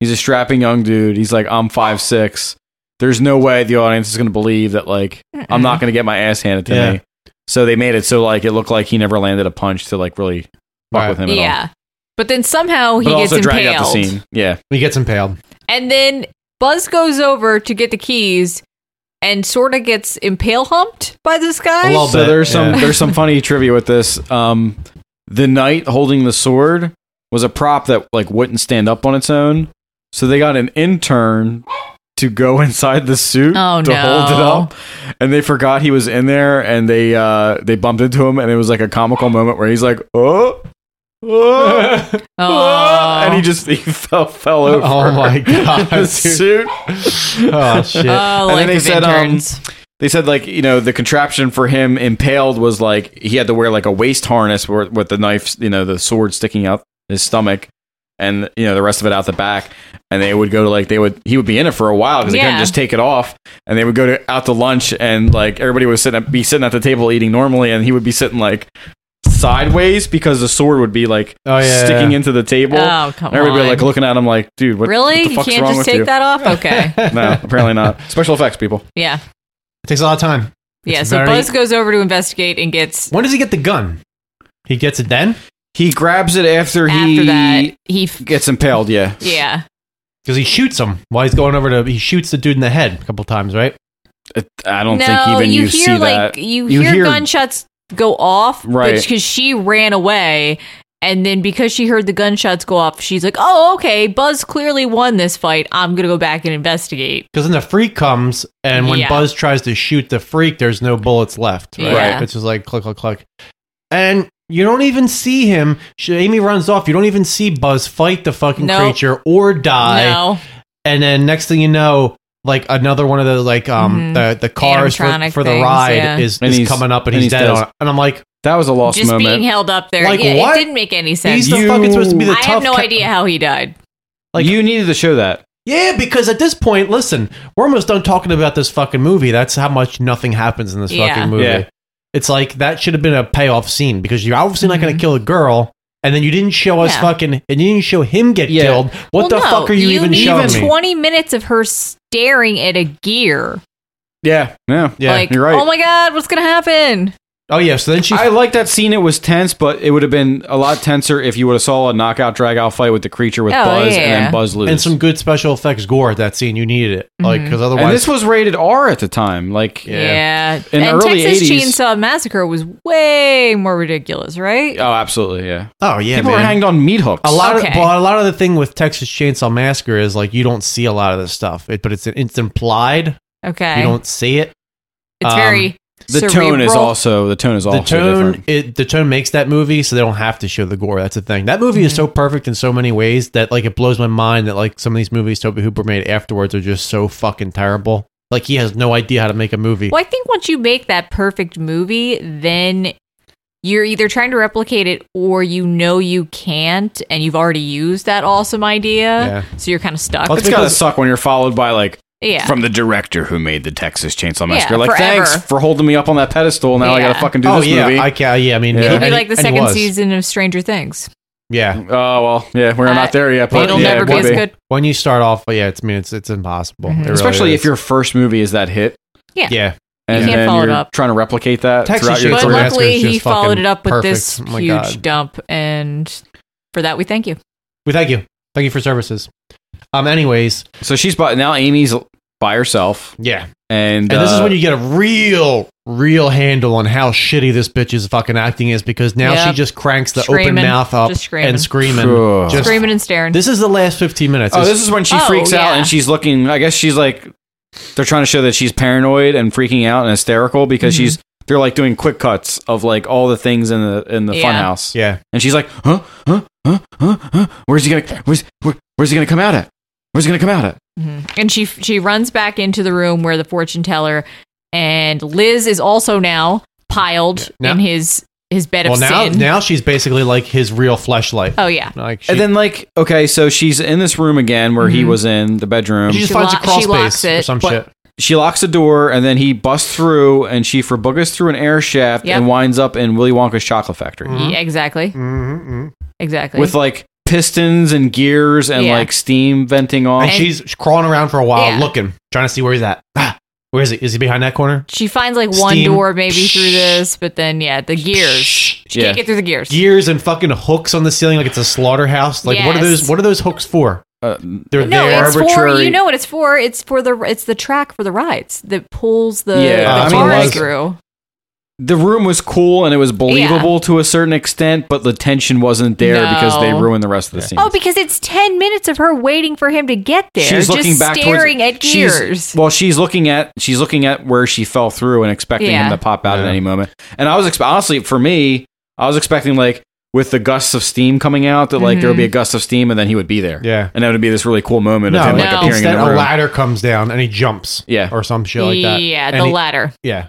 Speaker 8: He's a strapping young dude. He's like, I'm five six. There's no way the audience is going to believe that like I'm not going to get my ass handed to
Speaker 2: Yeah.
Speaker 8: me. So they made it so like it looked like he never landed a punch to like really fuck with him. At all.
Speaker 5: yeah. But then somehow he
Speaker 8: but
Speaker 5: gets
Speaker 8: also dragged out the
Speaker 5: impaled.
Speaker 8: scene. Yeah,
Speaker 2: he gets impaled.
Speaker 5: And then Buzz goes over to get the keys and sort of gets impale humped by this guy.
Speaker 8: so there's some there's some funny trivia with this. Um, the knight holding the sword was a prop that like wouldn't stand up on its own, so they got an intern to go inside the suit
Speaker 5: Oh,
Speaker 8: to
Speaker 5: no.
Speaker 8: hold it up, and they forgot he was in there, and they uh, they bumped into him, and it was like a comical moment where he's like, oh. oh, oh," and he just he fell fell over.
Speaker 2: Oh, my God,
Speaker 8: the
Speaker 2: dude.
Speaker 8: suit.
Speaker 2: Oh shit!
Speaker 5: Uh,
Speaker 8: and then they said, um, they said like you know the contraption for him impaled was like he had to wear like a waist harness where, with the knife, you know, the sword sticking out his stomach, and you know the rest of it out the back. And they would go to like they would he would be in it for a while because they
Speaker 15: Yeah.
Speaker 8: couldn't just take it off. And they would go to out to lunch and like everybody would sit up, be sitting at the table eating normally, and he would be sitting like sideways because the sword would be like
Speaker 2: Oh, yeah,
Speaker 8: sticking
Speaker 2: yeah.
Speaker 8: into the table.
Speaker 5: Oh, come
Speaker 8: And everybody would be
Speaker 5: on.
Speaker 8: like looking at him like, dude, what,
Speaker 5: really?
Speaker 8: What the
Speaker 5: you
Speaker 8: fuck's
Speaker 5: can't
Speaker 8: wrong
Speaker 5: just
Speaker 8: with
Speaker 5: take
Speaker 8: you?
Speaker 5: that off? Okay.
Speaker 8: no, apparently not. Special effects people.
Speaker 5: yeah.
Speaker 2: It takes a lot of time.
Speaker 5: Yeah.
Speaker 2: It's
Speaker 5: So
Speaker 2: very-
Speaker 5: Buzz goes over to investigate and gets.
Speaker 2: When does he get the gun? He gets it then.
Speaker 8: He grabs it after
Speaker 5: After that, he. F-
Speaker 8: gets impaled. Yeah,
Speaker 5: yeah.
Speaker 2: because he shoots him while he's going over to. He shoots the dude in the head a couple times, right?
Speaker 8: I
Speaker 5: no, you, hear like you, hear, gunshots go off,
Speaker 2: Right.
Speaker 5: Because she ran away, and then because she heard the gunshots go off, she's like, "Oh, okay, Buzz clearly won this fight. I'm gonna go back and investigate."
Speaker 2: Because then the freak comes, and when
Speaker 5: Yeah.
Speaker 2: Buzz tries to shoot the freak, there's no bullets left. Right.
Speaker 5: Yeah.
Speaker 2: It's just like click, click, click. And you don't even see him. She, Amy runs off. You don't even see Buzz fight the fucking
Speaker 5: Nope.
Speaker 2: creature or die.
Speaker 5: No.
Speaker 2: And then next thing you know, like another one of the like um
Speaker 5: Mhm.
Speaker 2: the, the cars for,
Speaker 5: Animatronic
Speaker 2: for the
Speaker 5: things,
Speaker 2: ride
Speaker 5: yeah.
Speaker 2: is,
Speaker 8: And
Speaker 2: is
Speaker 8: he's-
Speaker 2: coming up and,
Speaker 8: and
Speaker 2: he's
Speaker 8: he's
Speaker 2: dead.
Speaker 8: dead.
Speaker 2: on it. And I'm like,
Speaker 8: that was a lost
Speaker 5: Just being held up there,
Speaker 2: Like,
Speaker 5: yeah,
Speaker 2: what?
Speaker 5: it didn't make any sense.
Speaker 2: the fucking supposed to be the
Speaker 5: I
Speaker 2: tough
Speaker 5: have no
Speaker 2: ca-
Speaker 5: idea how he died.
Speaker 8: Like you needed to show that.
Speaker 2: Yeah, because at this point, listen, we're almost done talking about this fucking movie. That's how much nothing happens in this
Speaker 5: Yeah.
Speaker 2: fucking movie.
Speaker 8: Yeah.
Speaker 2: It's like that should have been a payoff scene because you're obviously not going to kill a girl, and then you didn't show us
Speaker 5: Mm-hmm. Yeah.
Speaker 2: fucking, and you didn't show him get killed. What
Speaker 5: Well,
Speaker 2: the
Speaker 5: no,
Speaker 2: fuck are you, even
Speaker 5: need
Speaker 2: showing me?
Speaker 5: Twenty minutes of her staring at a gear.
Speaker 8: Yeah, yeah,
Speaker 2: yeah.
Speaker 5: like, oh my god, what's gonna happen?
Speaker 2: oh yeah. So then she.
Speaker 8: I like that scene. It was tense, but it would have been a lot tenser if you would have saw a knockout drag out fight with the creature with
Speaker 5: Oh,
Speaker 8: Buzz and
Speaker 5: yeah.
Speaker 8: then Buzz lose.
Speaker 2: and some good special effects gore at that scene. You needed
Speaker 5: Mm-hmm.
Speaker 2: it, like because otherwise,
Speaker 8: And this was rated R at the time. Like
Speaker 5: Yeah.
Speaker 8: in
Speaker 5: and
Speaker 8: early
Speaker 5: Texas
Speaker 8: eighties.
Speaker 5: Chainsaw Massacre was way more ridiculous, right?
Speaker 8: Oh, absolutely, yeah.
Speaker 2: Oh yeah,
Speaker 8: people were
Speaker 2: man.
Speaker 8: hanged on meat hooks.
Speaker 2: A lot
Speaker 5: Okay.
Speaker 2: of well, a lot of the thing with Texas Chainsaw Massacre is like you don't see a lot of this stuff, it, but it's it's implied
Speaker 5: Okay.
Speaker 2: You don't see it.
Speaker 5: It's very
Speaker 8: um, The tone is
Speaker 5: cerebral.
Speaker 8: also the tone is also
Speaker 2: the tone
Speaker 8: different.
Speaker 2: it, the tone makes that movie so they don't have to show the gore that's the thing that movie is so
Speaker 5: Mm-hmm.
Speaker 2: perfect in so many ways that like it blows my mind that like some of these movies toby hooper made afterwards are just so fucking terrible like he has no idea how to make a movie
Speaker 5: Well, I think once you make that perfect movie, then you're either trying to replicate it or you know you can't and you've already used that awesome idea.
Speaker 8: Yeah.
Speaker 5: So you're kind of stuck.
Speaker 8: It's gotta suck when you're followed by like
Speaker 5: Yeah.
Speaker 8: from the director who made the Texas Chainsaw
Speaker 5: Yeah,
Speaker 8: Massacre. like,
Speaker 5: forever.
Speaker 8: thanks for holding me up on that pedestal. Now I
Speaker 5: Yeah.
Speaker 8: gotta fucking do
Speaker 2: Oh,
Speaker 8: this
Speaker 2: yeah,
Speaker 8: movie.
Speaker 2: I can, yeah, I mean,
Speaker 5: It'll be like the second season of Stranger Things.
Speaker 2: yeah
Speaker 8: oh well yeah we're
Speaker 5: not there
Speaker 8: yet
Speaker 5: but Uh, it'll yeah, never it be could as be. good. Mm-hmm.
Speaker 2: when you start off yeah it's I mean it's it's impossible It really
Speaker 8: especially
Speaker 2: is.
Speaker 8: if your first movie is that hit.
Speaker 5: Yeah.
Speaker 2: yeah
Speaker 8: And
Speaker 5: You can't
Speaker 8: then
Speaker 5: follow it
Speaker 8: you're
Speaker 5: up.
Speaker 8: trying to replicate that
Speaker 2: Texas
Speaker 8: throughout your
Speaker 2: Chainsaw
Speaker 5: But
Speaker 8: career.
Speaker 5: luckily, he followed it up with
Speaker 2: perfect.
Speaker 5: this
Speaker 2: Oh my
Speaker 5: huge
Speaker 2: God.
Speaker 5: dump. And for that, we thank you.
Speaker 2: we thank you thank you for services um anyways
Speaker 8: So she's by, now Amy's by herself.
Speaker 2: Yeah. And
Speaker 8: And,
Speaker 2: this is
Speaker 8: uh,
Speaker 2: when you get a real, real handle on how shitty this bitch's fucking acting is because now
Speaker 5: Yep.
Speaker 2: she just cranks the open
Speaker 5: Screaming.
Speaker 2: mouth up
Speaker 5: Just screaming.
Speaker 2: and screaming.
Speaker 8: Ugh.
Speaker 2: Just-
Speaker 5: Screaming and staring.
Speaker 2: This is the last 15 minutes.
Speaker 8: Oh,
Speaker 2: It's-
Speaker 8: this is when she
Speaker 5: Oh,
Speaker 8: freaks out
Speaker 5: yeah.
Speaker 8: and she's looking. I guess she's like, they're trying to show that she's paranoid and freaking out and hysterical because
Speaker 5: Mm-hmm.
Speaker 2: Mhm.
Speaker 8: she's. They're like doing quick cuts of like all the things in the in the
Speaker 2: Yeah.
Speaker 8: funhouse.
Speaker 2: Yeah,
Speaker 8: and she's like, huh, huh, huh, huh, huh. Where's he gonna? Where's where, where's he gonna come out at? Where's he gonna come out at?
Speaker 5: And she she runs back into the room where the fortune teller and Liz is also now piled
Speaker 2: Yeah.
Speaker 5: in his his bed
Speaker 2: well,
Speaker 5: of
Speaker 2: now,
Speaker 5: sin.
Speaker 2: now she's basically like his real fleshlight.
Speaker 5: oh yeah.
Speaker 2: Like she,
Speaker 8: And then like, okay, so she's in this room again where he
Speaker 2: Mhm.
Speaker 8: was in the bedroom.
Speaker 2: she just finds a crawl space or some
Speaker 8: But
Speaker 2: shit.
Speaker 8: She locks the door and then he busts through and she forbuggers through an air shaft
Speaker 5: Yep. Mm-hmm.
Speaker 8: and winds up in Willy Wonka's chocolate factory.
Speaker 5: Yeah, exactly. Exactly.
Speaker 8: Mm-hmm. with like pistons and gears and
Speaker 5: Yeah.
Speaker 8: like steam venting off.
Speaker 2: And she's crawling around for a while
Speaker 5: Yeah.
Speaker 2: looking, trying to see where he's at. Ah, where is he? Is he behind that corner?
Speaker 5: she finds like one
Speaker 2: Steam.
Speaker 5: door maybe through this, but then yeah, the gears. She can't get through the gears.
Speaker 2: Gears and fucking hooks on the ceiling like it's a slaughterhouse. Like what are
Speaker 5: Yes.
Speaker 2: those? What are those hooks for?
Speaker 8: Uh,
Speaker 2: They're
Speaker 5: No,
Speaker 2: there.
Speaker 5: it's for you know what it's for. It's for the it's the track for the rides that pulls the,
Speaker 8: Yeah,
Speaker 5: the
Speaker 8: I mean,
Speaker 5: cars
Speaker 8: like-
Speaker 5: through.
Speaker 8: the room was cool and it was believable to a certain extent, but the tension wasn't there because they
Speaker 5: No.
Speaker 8: ruined the rest of the scene.
Speaker 5: Oh, because it's ten minutes of her waiting for him to get there.
Speaker 8: She's
Speaker 5: just
Speaker 8: looking back towards-
Speaker 5: staring at
Speaker 8: she's-
Speaker 5: gears.
Speaker 8: well, she's looking at she's looking at where she fell through and expecting
Speaker 5: Yeah.
Speaker 8: him to pop out at any moment. And I was expe- honestly for me, I was expecting like with the gusts of steam coming out that like there would
Speaker 5: Mm-hmm.
Speaker 8: be a gust of steam and then he would be there.
Speaker 2: Yeah.
Speaker 8: and that would be this really cool moment of him like appearing
Speaker 2: instead
Speaker 8: in the room.
Speaker 2: a ladder comes down and he jumps.
Speaker 8: Yeah.
Speaker 2: Or some shit like that.
Speaker 5: Yeah,
Speaker 2: And
Speaker 5: the
Speaker 2: he-
Speaker 5: ladder.
Speaker 2: Yeah.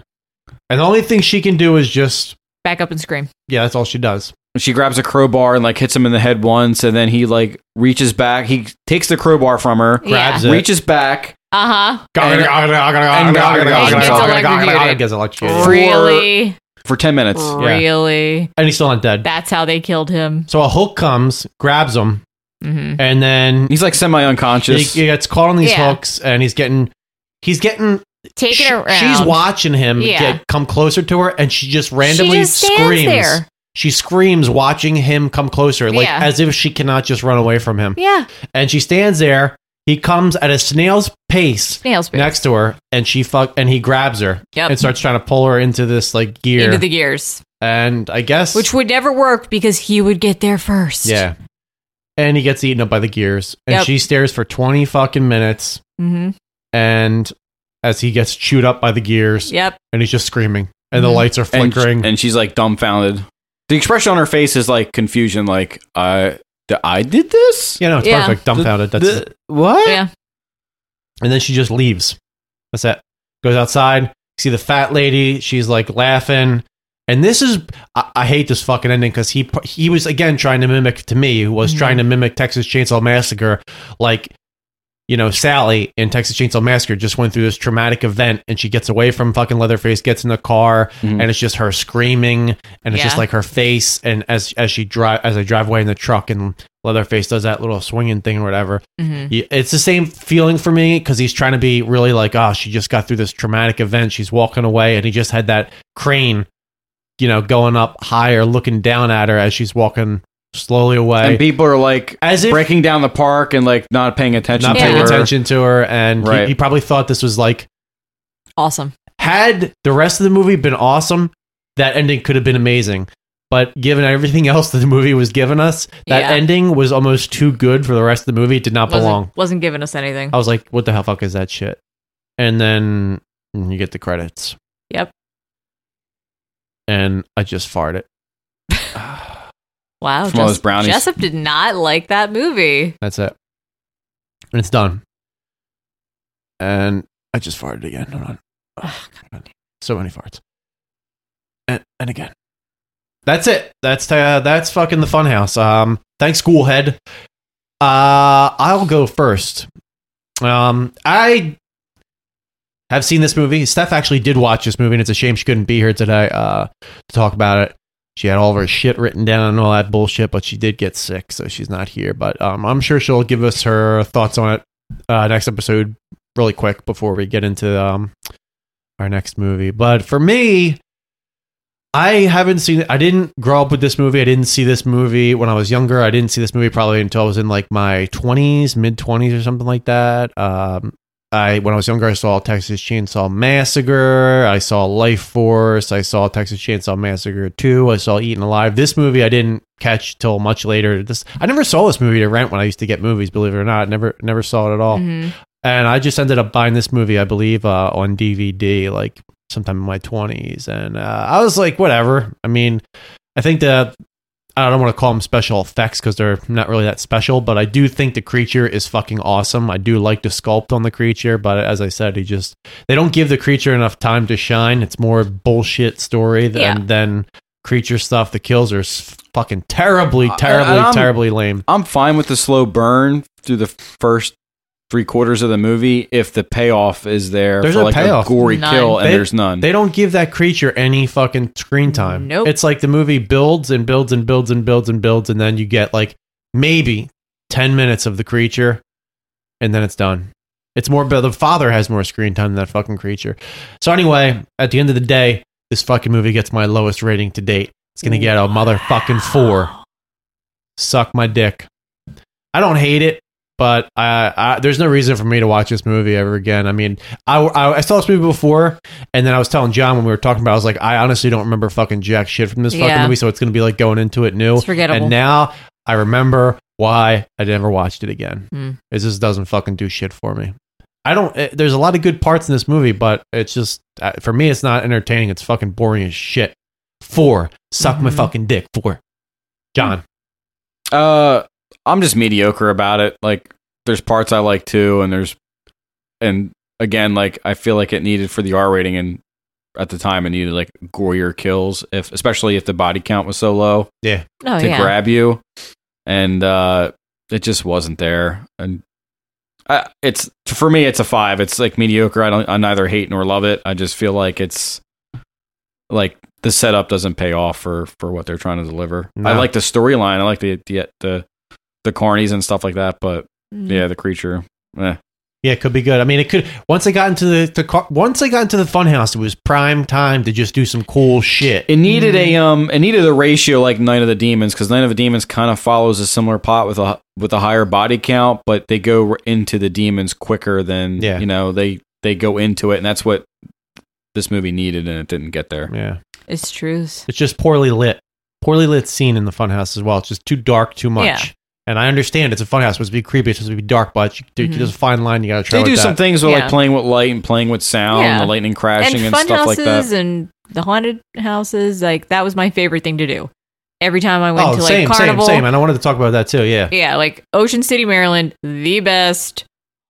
Speaker 2: And the only thing she can do is just
Speaker 5: Back up and scream.
Speaker 2: yeah, that's all she does.
Speaker 8: she grabs a crowbar and like hits him in the head once and then he like reaches back he takes the crowbar from her
Speaker 5: Grabs Yeah. it.
Speaker 8: reaches back
Speaker 5: Uh huh.
Speaker 8: and- and-
Speaker 2: Gets electrocuted.
Speaker 5: Really?
Speaker 8: for 10 minutes
Speaker 5: Really?
Speaker 2: And he's still not dead.
Speaker 5: That's how they killed him. Mm-hmm.
Speaker 2: So a hook comes, grabs him, and then
Speaker 8: he's like semi unconscious.
Speaker 2: He, he gets caught on these
Speaker 5: Yeah.
Speaker 2: hooks, and he's getting he's getting
Speaker 5: Taken
Speaker 2: sh-
Speaker 5: around.
Speaker 2: She's watching him
Speaker 5: Yeah.
Speaker 2: get come closer to her, and she just randomly
Speaker 5: just stands
Speaker 2: screams.
Speaker 5: there.
Speaker 2: She screams, watching him come closer, like
Speaker 5: Yeah.
Speaker 2: as if she cannot just run away from him.
Speaker 5: Yeah.
Speaker 2: And she stands there. He comes at a snail's pace,
Speaker 5: Snail's pace.
Speaker 2: next to her, and she fuck and he grabs her
Speaker 5: Yep.
Speaker 2: and starts trying to pull her into this like gear.
Speaker 5: Into the gears.
Speaker 2: and I guess
Speaker 5: Which would never work because he would get there first.
Speaker 2: yeah. And he gets eaten up by the gears, and
Speaker 5: Yep.
Speaker 2: she stares for twenty fucking minutes,
Speaker 5: Mm-hmm.
Speaker 2: and as he gets chewed up by the gears,
Speaker 5: Yep.
Speaker 2: and he's just screaming, and the
Speaker 5: Mhm.
Speaker 2: lights are
Speaker 8: and,
Speaker 2: flickering.
Speaker 8: and she's like dumbfounded the expression on her face is like confusion like i d- i did this
Speaker 2: yeah no it's
Speaker 8: Yeah.
Speaker 2: perfect dumbfounded that's
Speaker 8: The-
Speaker 2: it.
Speaker 8: what
Speaker 5: Yeah.
Speaker 2: and then she just leaves that's it goes outside see the fat lady she's like laughing and this is i, I hate this fucking ending because he pu- he was again trying to mimic to me who was
Speaker 15: Mhm.
Speaker 2: trying to mimic texas chainsaw massacre like you know sally in texas chainsaw massacre just went through this traumatic event and she gets away from fucking leatherface gets in the car and it's just her screaming and it's just
Speaker 15: Yeah.
Speaker 2: like her face and as as she drive as i drive away in the truck and leatherface does that little swinging thing or whatever
Speaker 5: Mm-hmm.
Speaker 15: Mhm.
Speaker 2: Y- it's the same feeling for me because he's trying to be really like, oh, she just got through this traumatic event. She's walking away, and he just had that crane, you know, going up higher, looking down at her as she's walking slowly away.
Speaker 8: and people are like
Speaker 2: As if-
Speaker 8: breaking down the park and like not paying attention
Speaker 2: not
Speaker 8: to
Speaker 2: paying
Speaker 8: her.
Speaker 2: attention to her, and he-
Speaker 8: Right.
Speaker 2: he, probably thought this was like
Speaker 5: Awesome.
Speaker 2: had the rest of the movie been awesome, that ending could have been amazing. But given everything else that the movie was giving us, that
Speaker 5: Yeah.
Speaker 2: ending was almost too good for the rest of the movie. It did not belong.
Speaker 5: Wasn't, wasn't giving us anything.
Speaker 2: I was like, what the hell fuck is that shit? and then you get the credits.
Speaker 5: Yep.
Speaker 2: And I just farted.
Speaker 5: Wow.
Speaker 2: From all those brownies.
Speaker 5: Jessup did not like that movie.
Speaker 2: That's it. And it's done. And I just farted again. Hold on. So many farts. And, and again. That's it. That's uh, that's fucking the funhouse. Um, thanks, Schoolhead. Uh, I'll go first. Um, I have seen this movie. Steph actually did watch this movie, and it's a shame she couldn't be here today uh, to talk about it. She had all of her shit written down and all that bullshit, but she did get sick, so she's not here. But um, I'm sure she'll give us her thoughts on it uh, next episode, really quick before we get into um, our next movie. But for me, I haven't seen I didn't grow up with this movie. I didn't see this movie when I was younger. I didn't see this movie probably until I was in like my 20s, mid 20s or something like that. Um I when I was younger I saw Texas Chainsaw Massacre, I saw Life Force, I saw Texas Chainsaw Massacre 2, I saw Eaten Alive. This movie I didn't catch till much later. This I never saw this movie to rent when I used to get movies, believe it or not. Never never saw it at all.
Speaker 5: Mhm.
Speaker 2: And I just ended up buying this movie, I believe, uh, on DVD like sometime in my 20s. And uh, I was like, whatever. I mean, I think the, I don't want to call them special effects because they're not really that special, but I do think the creature is fucking awesome. I do like to sculpt on the creature, but as I said, he just, they don't give the creature enough time to shine. It's more bullshit story than,
Speaker 8: Yeah.
Speaker 2: than creature stuff. The kills are s- fucking terribly, terribly,
Speaker 8: Uh, And I'm-
Speaker 2: terribly lame.
Speaker 8: I'm fine with the slow burn through the first three quarters of the movie if the payoff is there
Speaker 2: There's
Speaker 8: for
Speaker 2: no
Speaker 8: like
Speaker 2: payoff.
Speaker 8: a gory kill and
Speaker 2: They-
Speaker 8: there's none.
Speaker 2: They don't give that creature any fucking screen time.
Speaker 8: Nope.
Speaker 2: It's like the movie builds and builds and builds and builds and builds, and then you get like maybe ten minutes of the creature, and then it's done. It's more, but the father has more screen time than that fucking creature. So anyway, at the end of the day, this fucking movie gets my lowest rating to date. It's gonna get a motherfucking four. Suck my dick. I don't hate it, but I, I, there's no reason for me to watch this movie ever again. I mean, I, I, I saw this movie before, and then I was telling John when we were talking about, it, I was like, I honestly don't remember fucking jack shit from this fucking
Speaker 5: Yeah.
Speaker 2: movie, so it's gonna be like going into it new.
Speaker 5: It's forgettable.
Speaker 2: Oh, And now I remember why I never watched it again.
Speaker 5: Hmm.
Speaker 2: It just doesn't fucking do shit for me. I don't. eh, there's a lot of good parts in this movie, but it's just uh, for me, it's not entertaining. It's fucking boring as shit. Four, suck my
Speaker 8: Mhm.
Speaker 2: fucking dick. Four, John.
Speaker 8: Uh, I'm just mediocre about it. Like, there's parts I like too, and there's, and again, like I feel like it needed for the R rating, and at the time it needed like gorier kills, if especially if the body count was so low.
Speaker 2: Yeah.
Speaker 5: Oh,
Speaker 8: to
Speaker 5: yeah.
Speaker 8: grab you, and uh, it just wasn't there. And I, it's for me, it's a five. It's like mediocre. I don't. I neither hate nor love it. I just feel like it's like the setup doesn't pay off for for what they're trying to deliver.
Speaker 2: No.
Speaker 8: I like the storyline. I like the the the the carnies and stuff like that. But
Speaker 5: Mm-hmm.
Speaker 8: yeah, the creature. Eh.
Speaker 2: Yeah, it could be good. I mean, it could. Once they got into the, the car, once they got into the funhouse, it was prime time to just do some cool shit.
Speaker 8: It needed a
Speaker 2: Mm-hmm.
Speaker 8: um, it needed a ratio like Night of the Demons because Night of the Demons kind of follows a similar plot with a with a higher body count, but they go r- into the demons quicker than
Speaker 2: Yeah.
Speaker 8: you know they they go into it, and that's what this movie needed, and it didn't get there.
Speaker 2: Yeah,
Speaker 5: It's truth.
Speaker 2: It's just poorly lit, poorly lit scene in the funhouse as well. It's just too dark, too much.
Speaker 5: Yeah.
Speaker 2: And I understand it's a funhouse. It's supposed to be creepy. It's supposed to be dark, but you, dude,
Speaker 5: Mhm.
Speaker 2: there's a fine line. You got to try.
Speaker 8: they
Speaker 2: with
Speaker 8: do
Speaker 2: that.
Speaker 8: some things with
Speaker 5: Yeah.
Speaker 8: like playing with light and playing with sound, and
Speaker 5: Yeah.
Speaker 8: the lightning crashing and,
Speaker 5: fun
Speaker 8: stuff like
Speaker 5: houses
Speaker 8: that.
Speaker 5: and the haunted houses, like that was my favorite thing to do. Every time I went
Speaker 2: Oh,
Speaker 5: to like
Speaker 2: same, same,
Speaker 5: carnival,
Speaker 2: same. And I wanted to talk about that too. Yeah.
Speaker 5: yeah, like Ocean City, Maryland, the best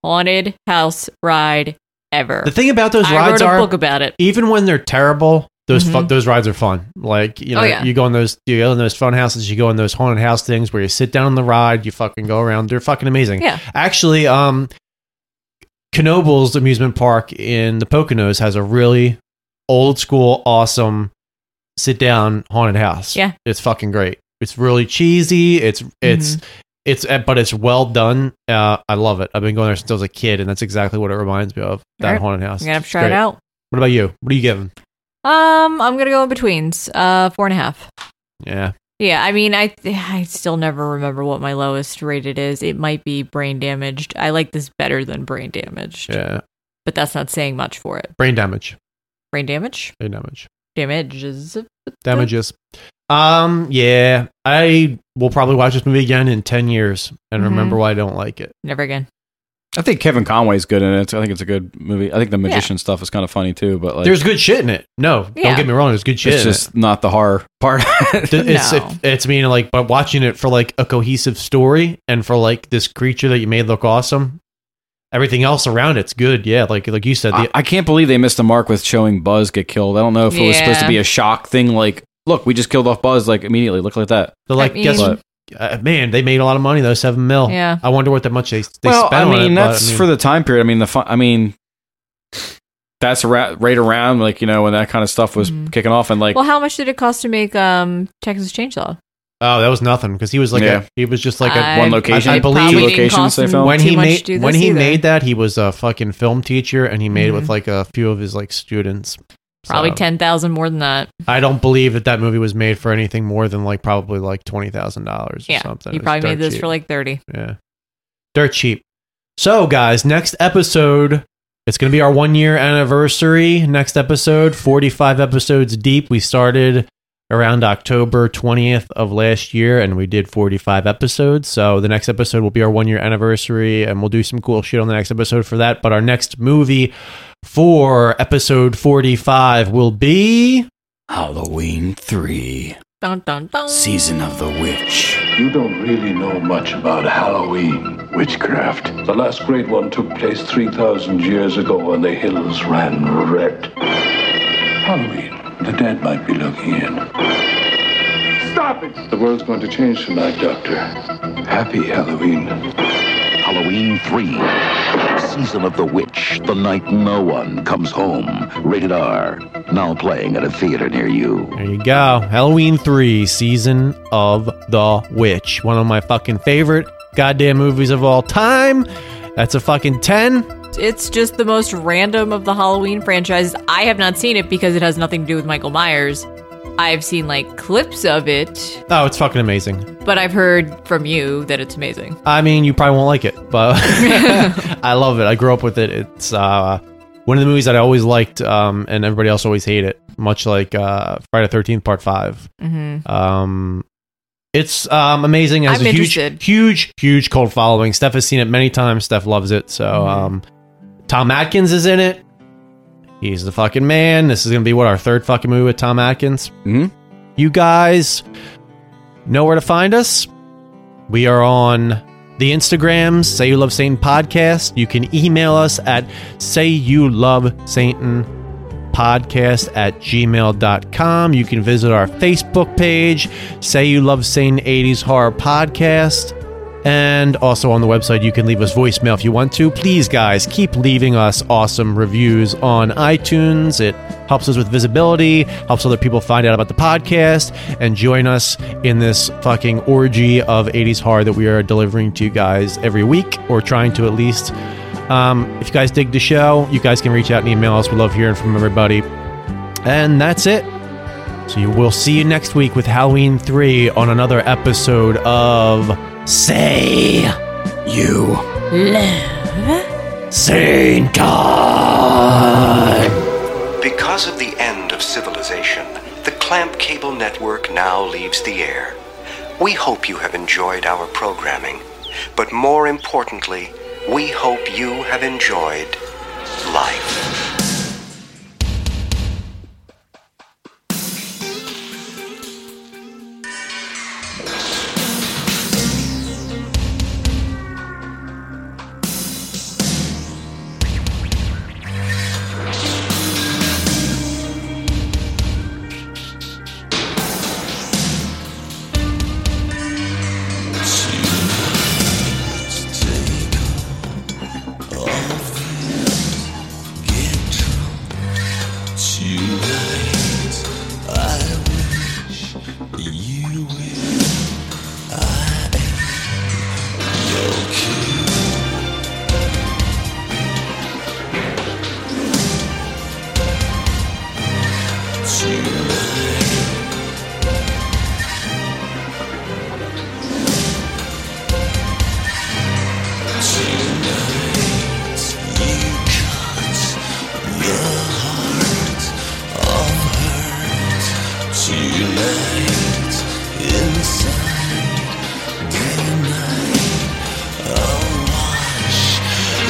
Speaker 5: haunted house ride ever.
Speaker 2: The thing about those
Speaker 5: I
Speaker 2: rides
Speaker 5: wrote a
Speaker 2: are-
Speaker 5: book about it.
Speaker 2: Even when they're terrible, those fu-
Speaker 5: Mhm.
Speaker 2: those rides are fun. Like you know,
Speaker 5: Oh, yeah.
Speaker 2: you go in those you go in those fun houses, you go in those haunted house things where you sit down on the ride, you fucking go around. They're fucking amazing.
Speaker 5: Yeah.
Speaker 2: Actually, um, Knoebels amusement park in the Poconos has a really old school, awesome sit down haunted house.
Speaker 5: Yeah.
Speaker 2: It's fucking great. It's really cheesy. It's it's
Speaker 5: Mm-hmm.
Speaker 2: it's eh, but it's well done. Uh, I love it. I've been going there since I was a kid, and that's exactly what it reminds me of. That
Speaker 5: All right.
Speaker 2: haunted house.
Speaker 5: I'm gonna have to
Speaker 2: It's
Speaker 5: try it
Speaker 2: great.
Speaker 5: out.
Speaker 2: What about you? What are you giving?
Speaker 5: Um, I'm gonna go in betweens. Uh, four and a half.
Speaker 2: Yeah.
Speaker 5: Yeah, I mean, I th- I still never remember what my lowest rated is. It might be brain damaged. I like this better than brain damaged,
Speaker 2: Yeah.
Speaker 5: but that's not saying much for it.
Speaker 2: Brain damage.
Speaker 5: Brain damage,
Speaker 2: Brain damage.
Speaker 5: damages.
Speaker 2: Damages. Um. Yeah. I will probably watch this movie again in ten years and
Speaker 5: Mhm.
Speaker 8: Mm-hmm.
Speaker 2: remember why I don't like it.
Speaker 5: Never again.
Speaker 8: I think Kevin Conway's good in it. I think it's a good movie. I think the magician stuff is kind of funny too, but like
Speaker 2: There's good shit in it. No,
Speaker 8: Yeah.
Speaker 2: don't get me wrong. There's good shit.
Speaker 8: It's
Speaker 2: in
Speaker 8: just not the horror part.
Speaker 2: it. it's
Speaker 8: No.
Speaker 2: it's mean like but watching it for like a cohesive story and for like this creature that you made look awesome. Everything else around it's good. Yeah, like like you said, the,
Speaker 8: I, I can't believe they missed the mark with showing Buzz get killed. I don't know if it was supposed to
Speaker 2: Yeah.
Speaker 8: be a shock thing, like look, we just killed off Buzz like immediately. Look like that.
Speaker 2: the like guess
Speaker 8: But-
Speaker 2: uh, man, they made a lot of money though, seven mil.
Speaker 5: Yeah.
Speaker 2: I wonder what that much they, they
Speaker 8: well,
Speaker 2: spent
Speaker 8: I
Speaker 2: on it,
Speaker 8: mean,
Speaker 2: but,
Speaker 8: that's for the time period. I mean, the fun, I mean, that's ra- right around like you know when that kind of stuff was kicking off and like
Speaker 5: well, how much did it cost to make um, Texas Chainsaw?
Speaker 2: Oh, that was nothing because he was like
Speaker 8: Yeah.
Speaker 2: a, he was just like
Speaker 5: I-
Speaker 2: a
Speaker 5: One location?
Speaker 2: I, I
Speaker 5: It
Speaker 2: believe
Speaker 5: probably didn't cost him
Speaker 2: When
Speaker 5: too
Speaker 2: he
Speaker 5: much
Speaker 2: made
Speaker 5: to do
Speaker 2: when
Speaker 5: this
Speaker 2: he
Speaker 5: either.
Speaker 2: made that, he was a fucking film teacher, and he made it
Speaker 5: Mhm.
Speaker 2: with like a few of his like students.
Speaker 5: Probably
Speaker 2: So,
Speaker 5: ten thousand more than that.
Speaker 2: I don't believe that that movie was made for anything more than like probably like twenty thousand dollars or
Speaker 5: Yeah,
Speaker 2: something.
Speaker 5: he
Speaker 2: It's
Speaker 5: probably made
Speaker 2: dirt
Speaker 5: this
Speaker 2: cheap.
Speaker 5: for like thirty.
Speaker 2: yeah, dirt cheap. So guys, next episode. It's going to be our one year anniversary. Next episode, 45 episodes deep. We started around October 20th of last year and we did 45 episodes. So the next episode will be our one year anniversary and we'll do some cool shit on the next episode for that. But our next movie for episode 45 will be.
Speaker 7: Halloween 3
Speaker 5: Dun dun dun.
Speaker 7: Season of the Witch.
Speaker 13: You don't really know much about Halloween witchcraft. The last great one took place 3,000 years ago and the hills ran red. Halloween, the dead might be looking in. Stop it! The world's going to change tonight, Doctor. Happy Halloween.
Speaker 15: Halloween 3. Season of the Witch. The night no one comes home. Rated R. Now playing at a theater near you.
Speaker 2: There you go. Halloween 3, Season of the Witch. One of my fucking favorite goddamn movies of all time. That's a fucking 10.
Speaker 5: It's just the most random of the Halloween franchises. I have not seen it because it has nothing to do with Michael Myers. I've seen like clips of it,
Speaker 2: Oh, it's fucking amazing.
Speaker 5: but I've heard from you that it's amazing.
Speaker 2: I mean, you probably won't like it, but I love it. I grew up with it. It's uh, one of the movies that I always liked, um, and everybody else always hate it. Much like uh, Friday Thirteenth Part 5
Speaker 5: Mhm.
Speaker 2: Um, it's um, amazing. It has
Speaker 5: I'm
Speaker 2: a
Speaker 5: interested.
Speaker 2: huge, huge, huge cult following. Steph has seen it many times. Steph loves it. So
Speaker 5: Mm-hmm.
Speaker 2: um, Tom Atkins is in it. He's the fucking man. This is gonna be what our third fucking movie with Tom Atkins. Mm-hmm. You guys know where to find us. We are on the Instagrams, Say You Love Satan Podcast. You can email us at Say You Love Satan podcast at gmail.com you can visit our facebook page say you love sane 80s horror podcast and also on the website you can leave us voicemail if you want to please guys keep leaving us awesome reviews on itunes it helps us with visibility helps other people find out about the podcast and join us in this fucking orgy of 80s horror that we are delivering to you guys every week or trying to at least um, if you guys dig the show, you guys can reach out and email us. We love hearing from everybody. And that's it. So you, we'll see you next week with Halloween 3 on another episode of Say You Love Satan.
Speaker 16: Because of the end of civilization, the Clamp Cable Network now leaves the air. We hope you have enjoyed our programming, but more importantly, we hope you have enjoyed life.
Speaker 17: Inside the night, I'll wash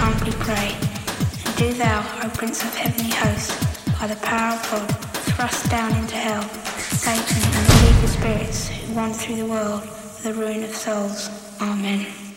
Speaker 8: operate. Do thou, O Prince of Heavenly Hosts, by the power of God, thrust down into hell Satan and the evil spirits who wander through the world for the ruin of souls. Amen.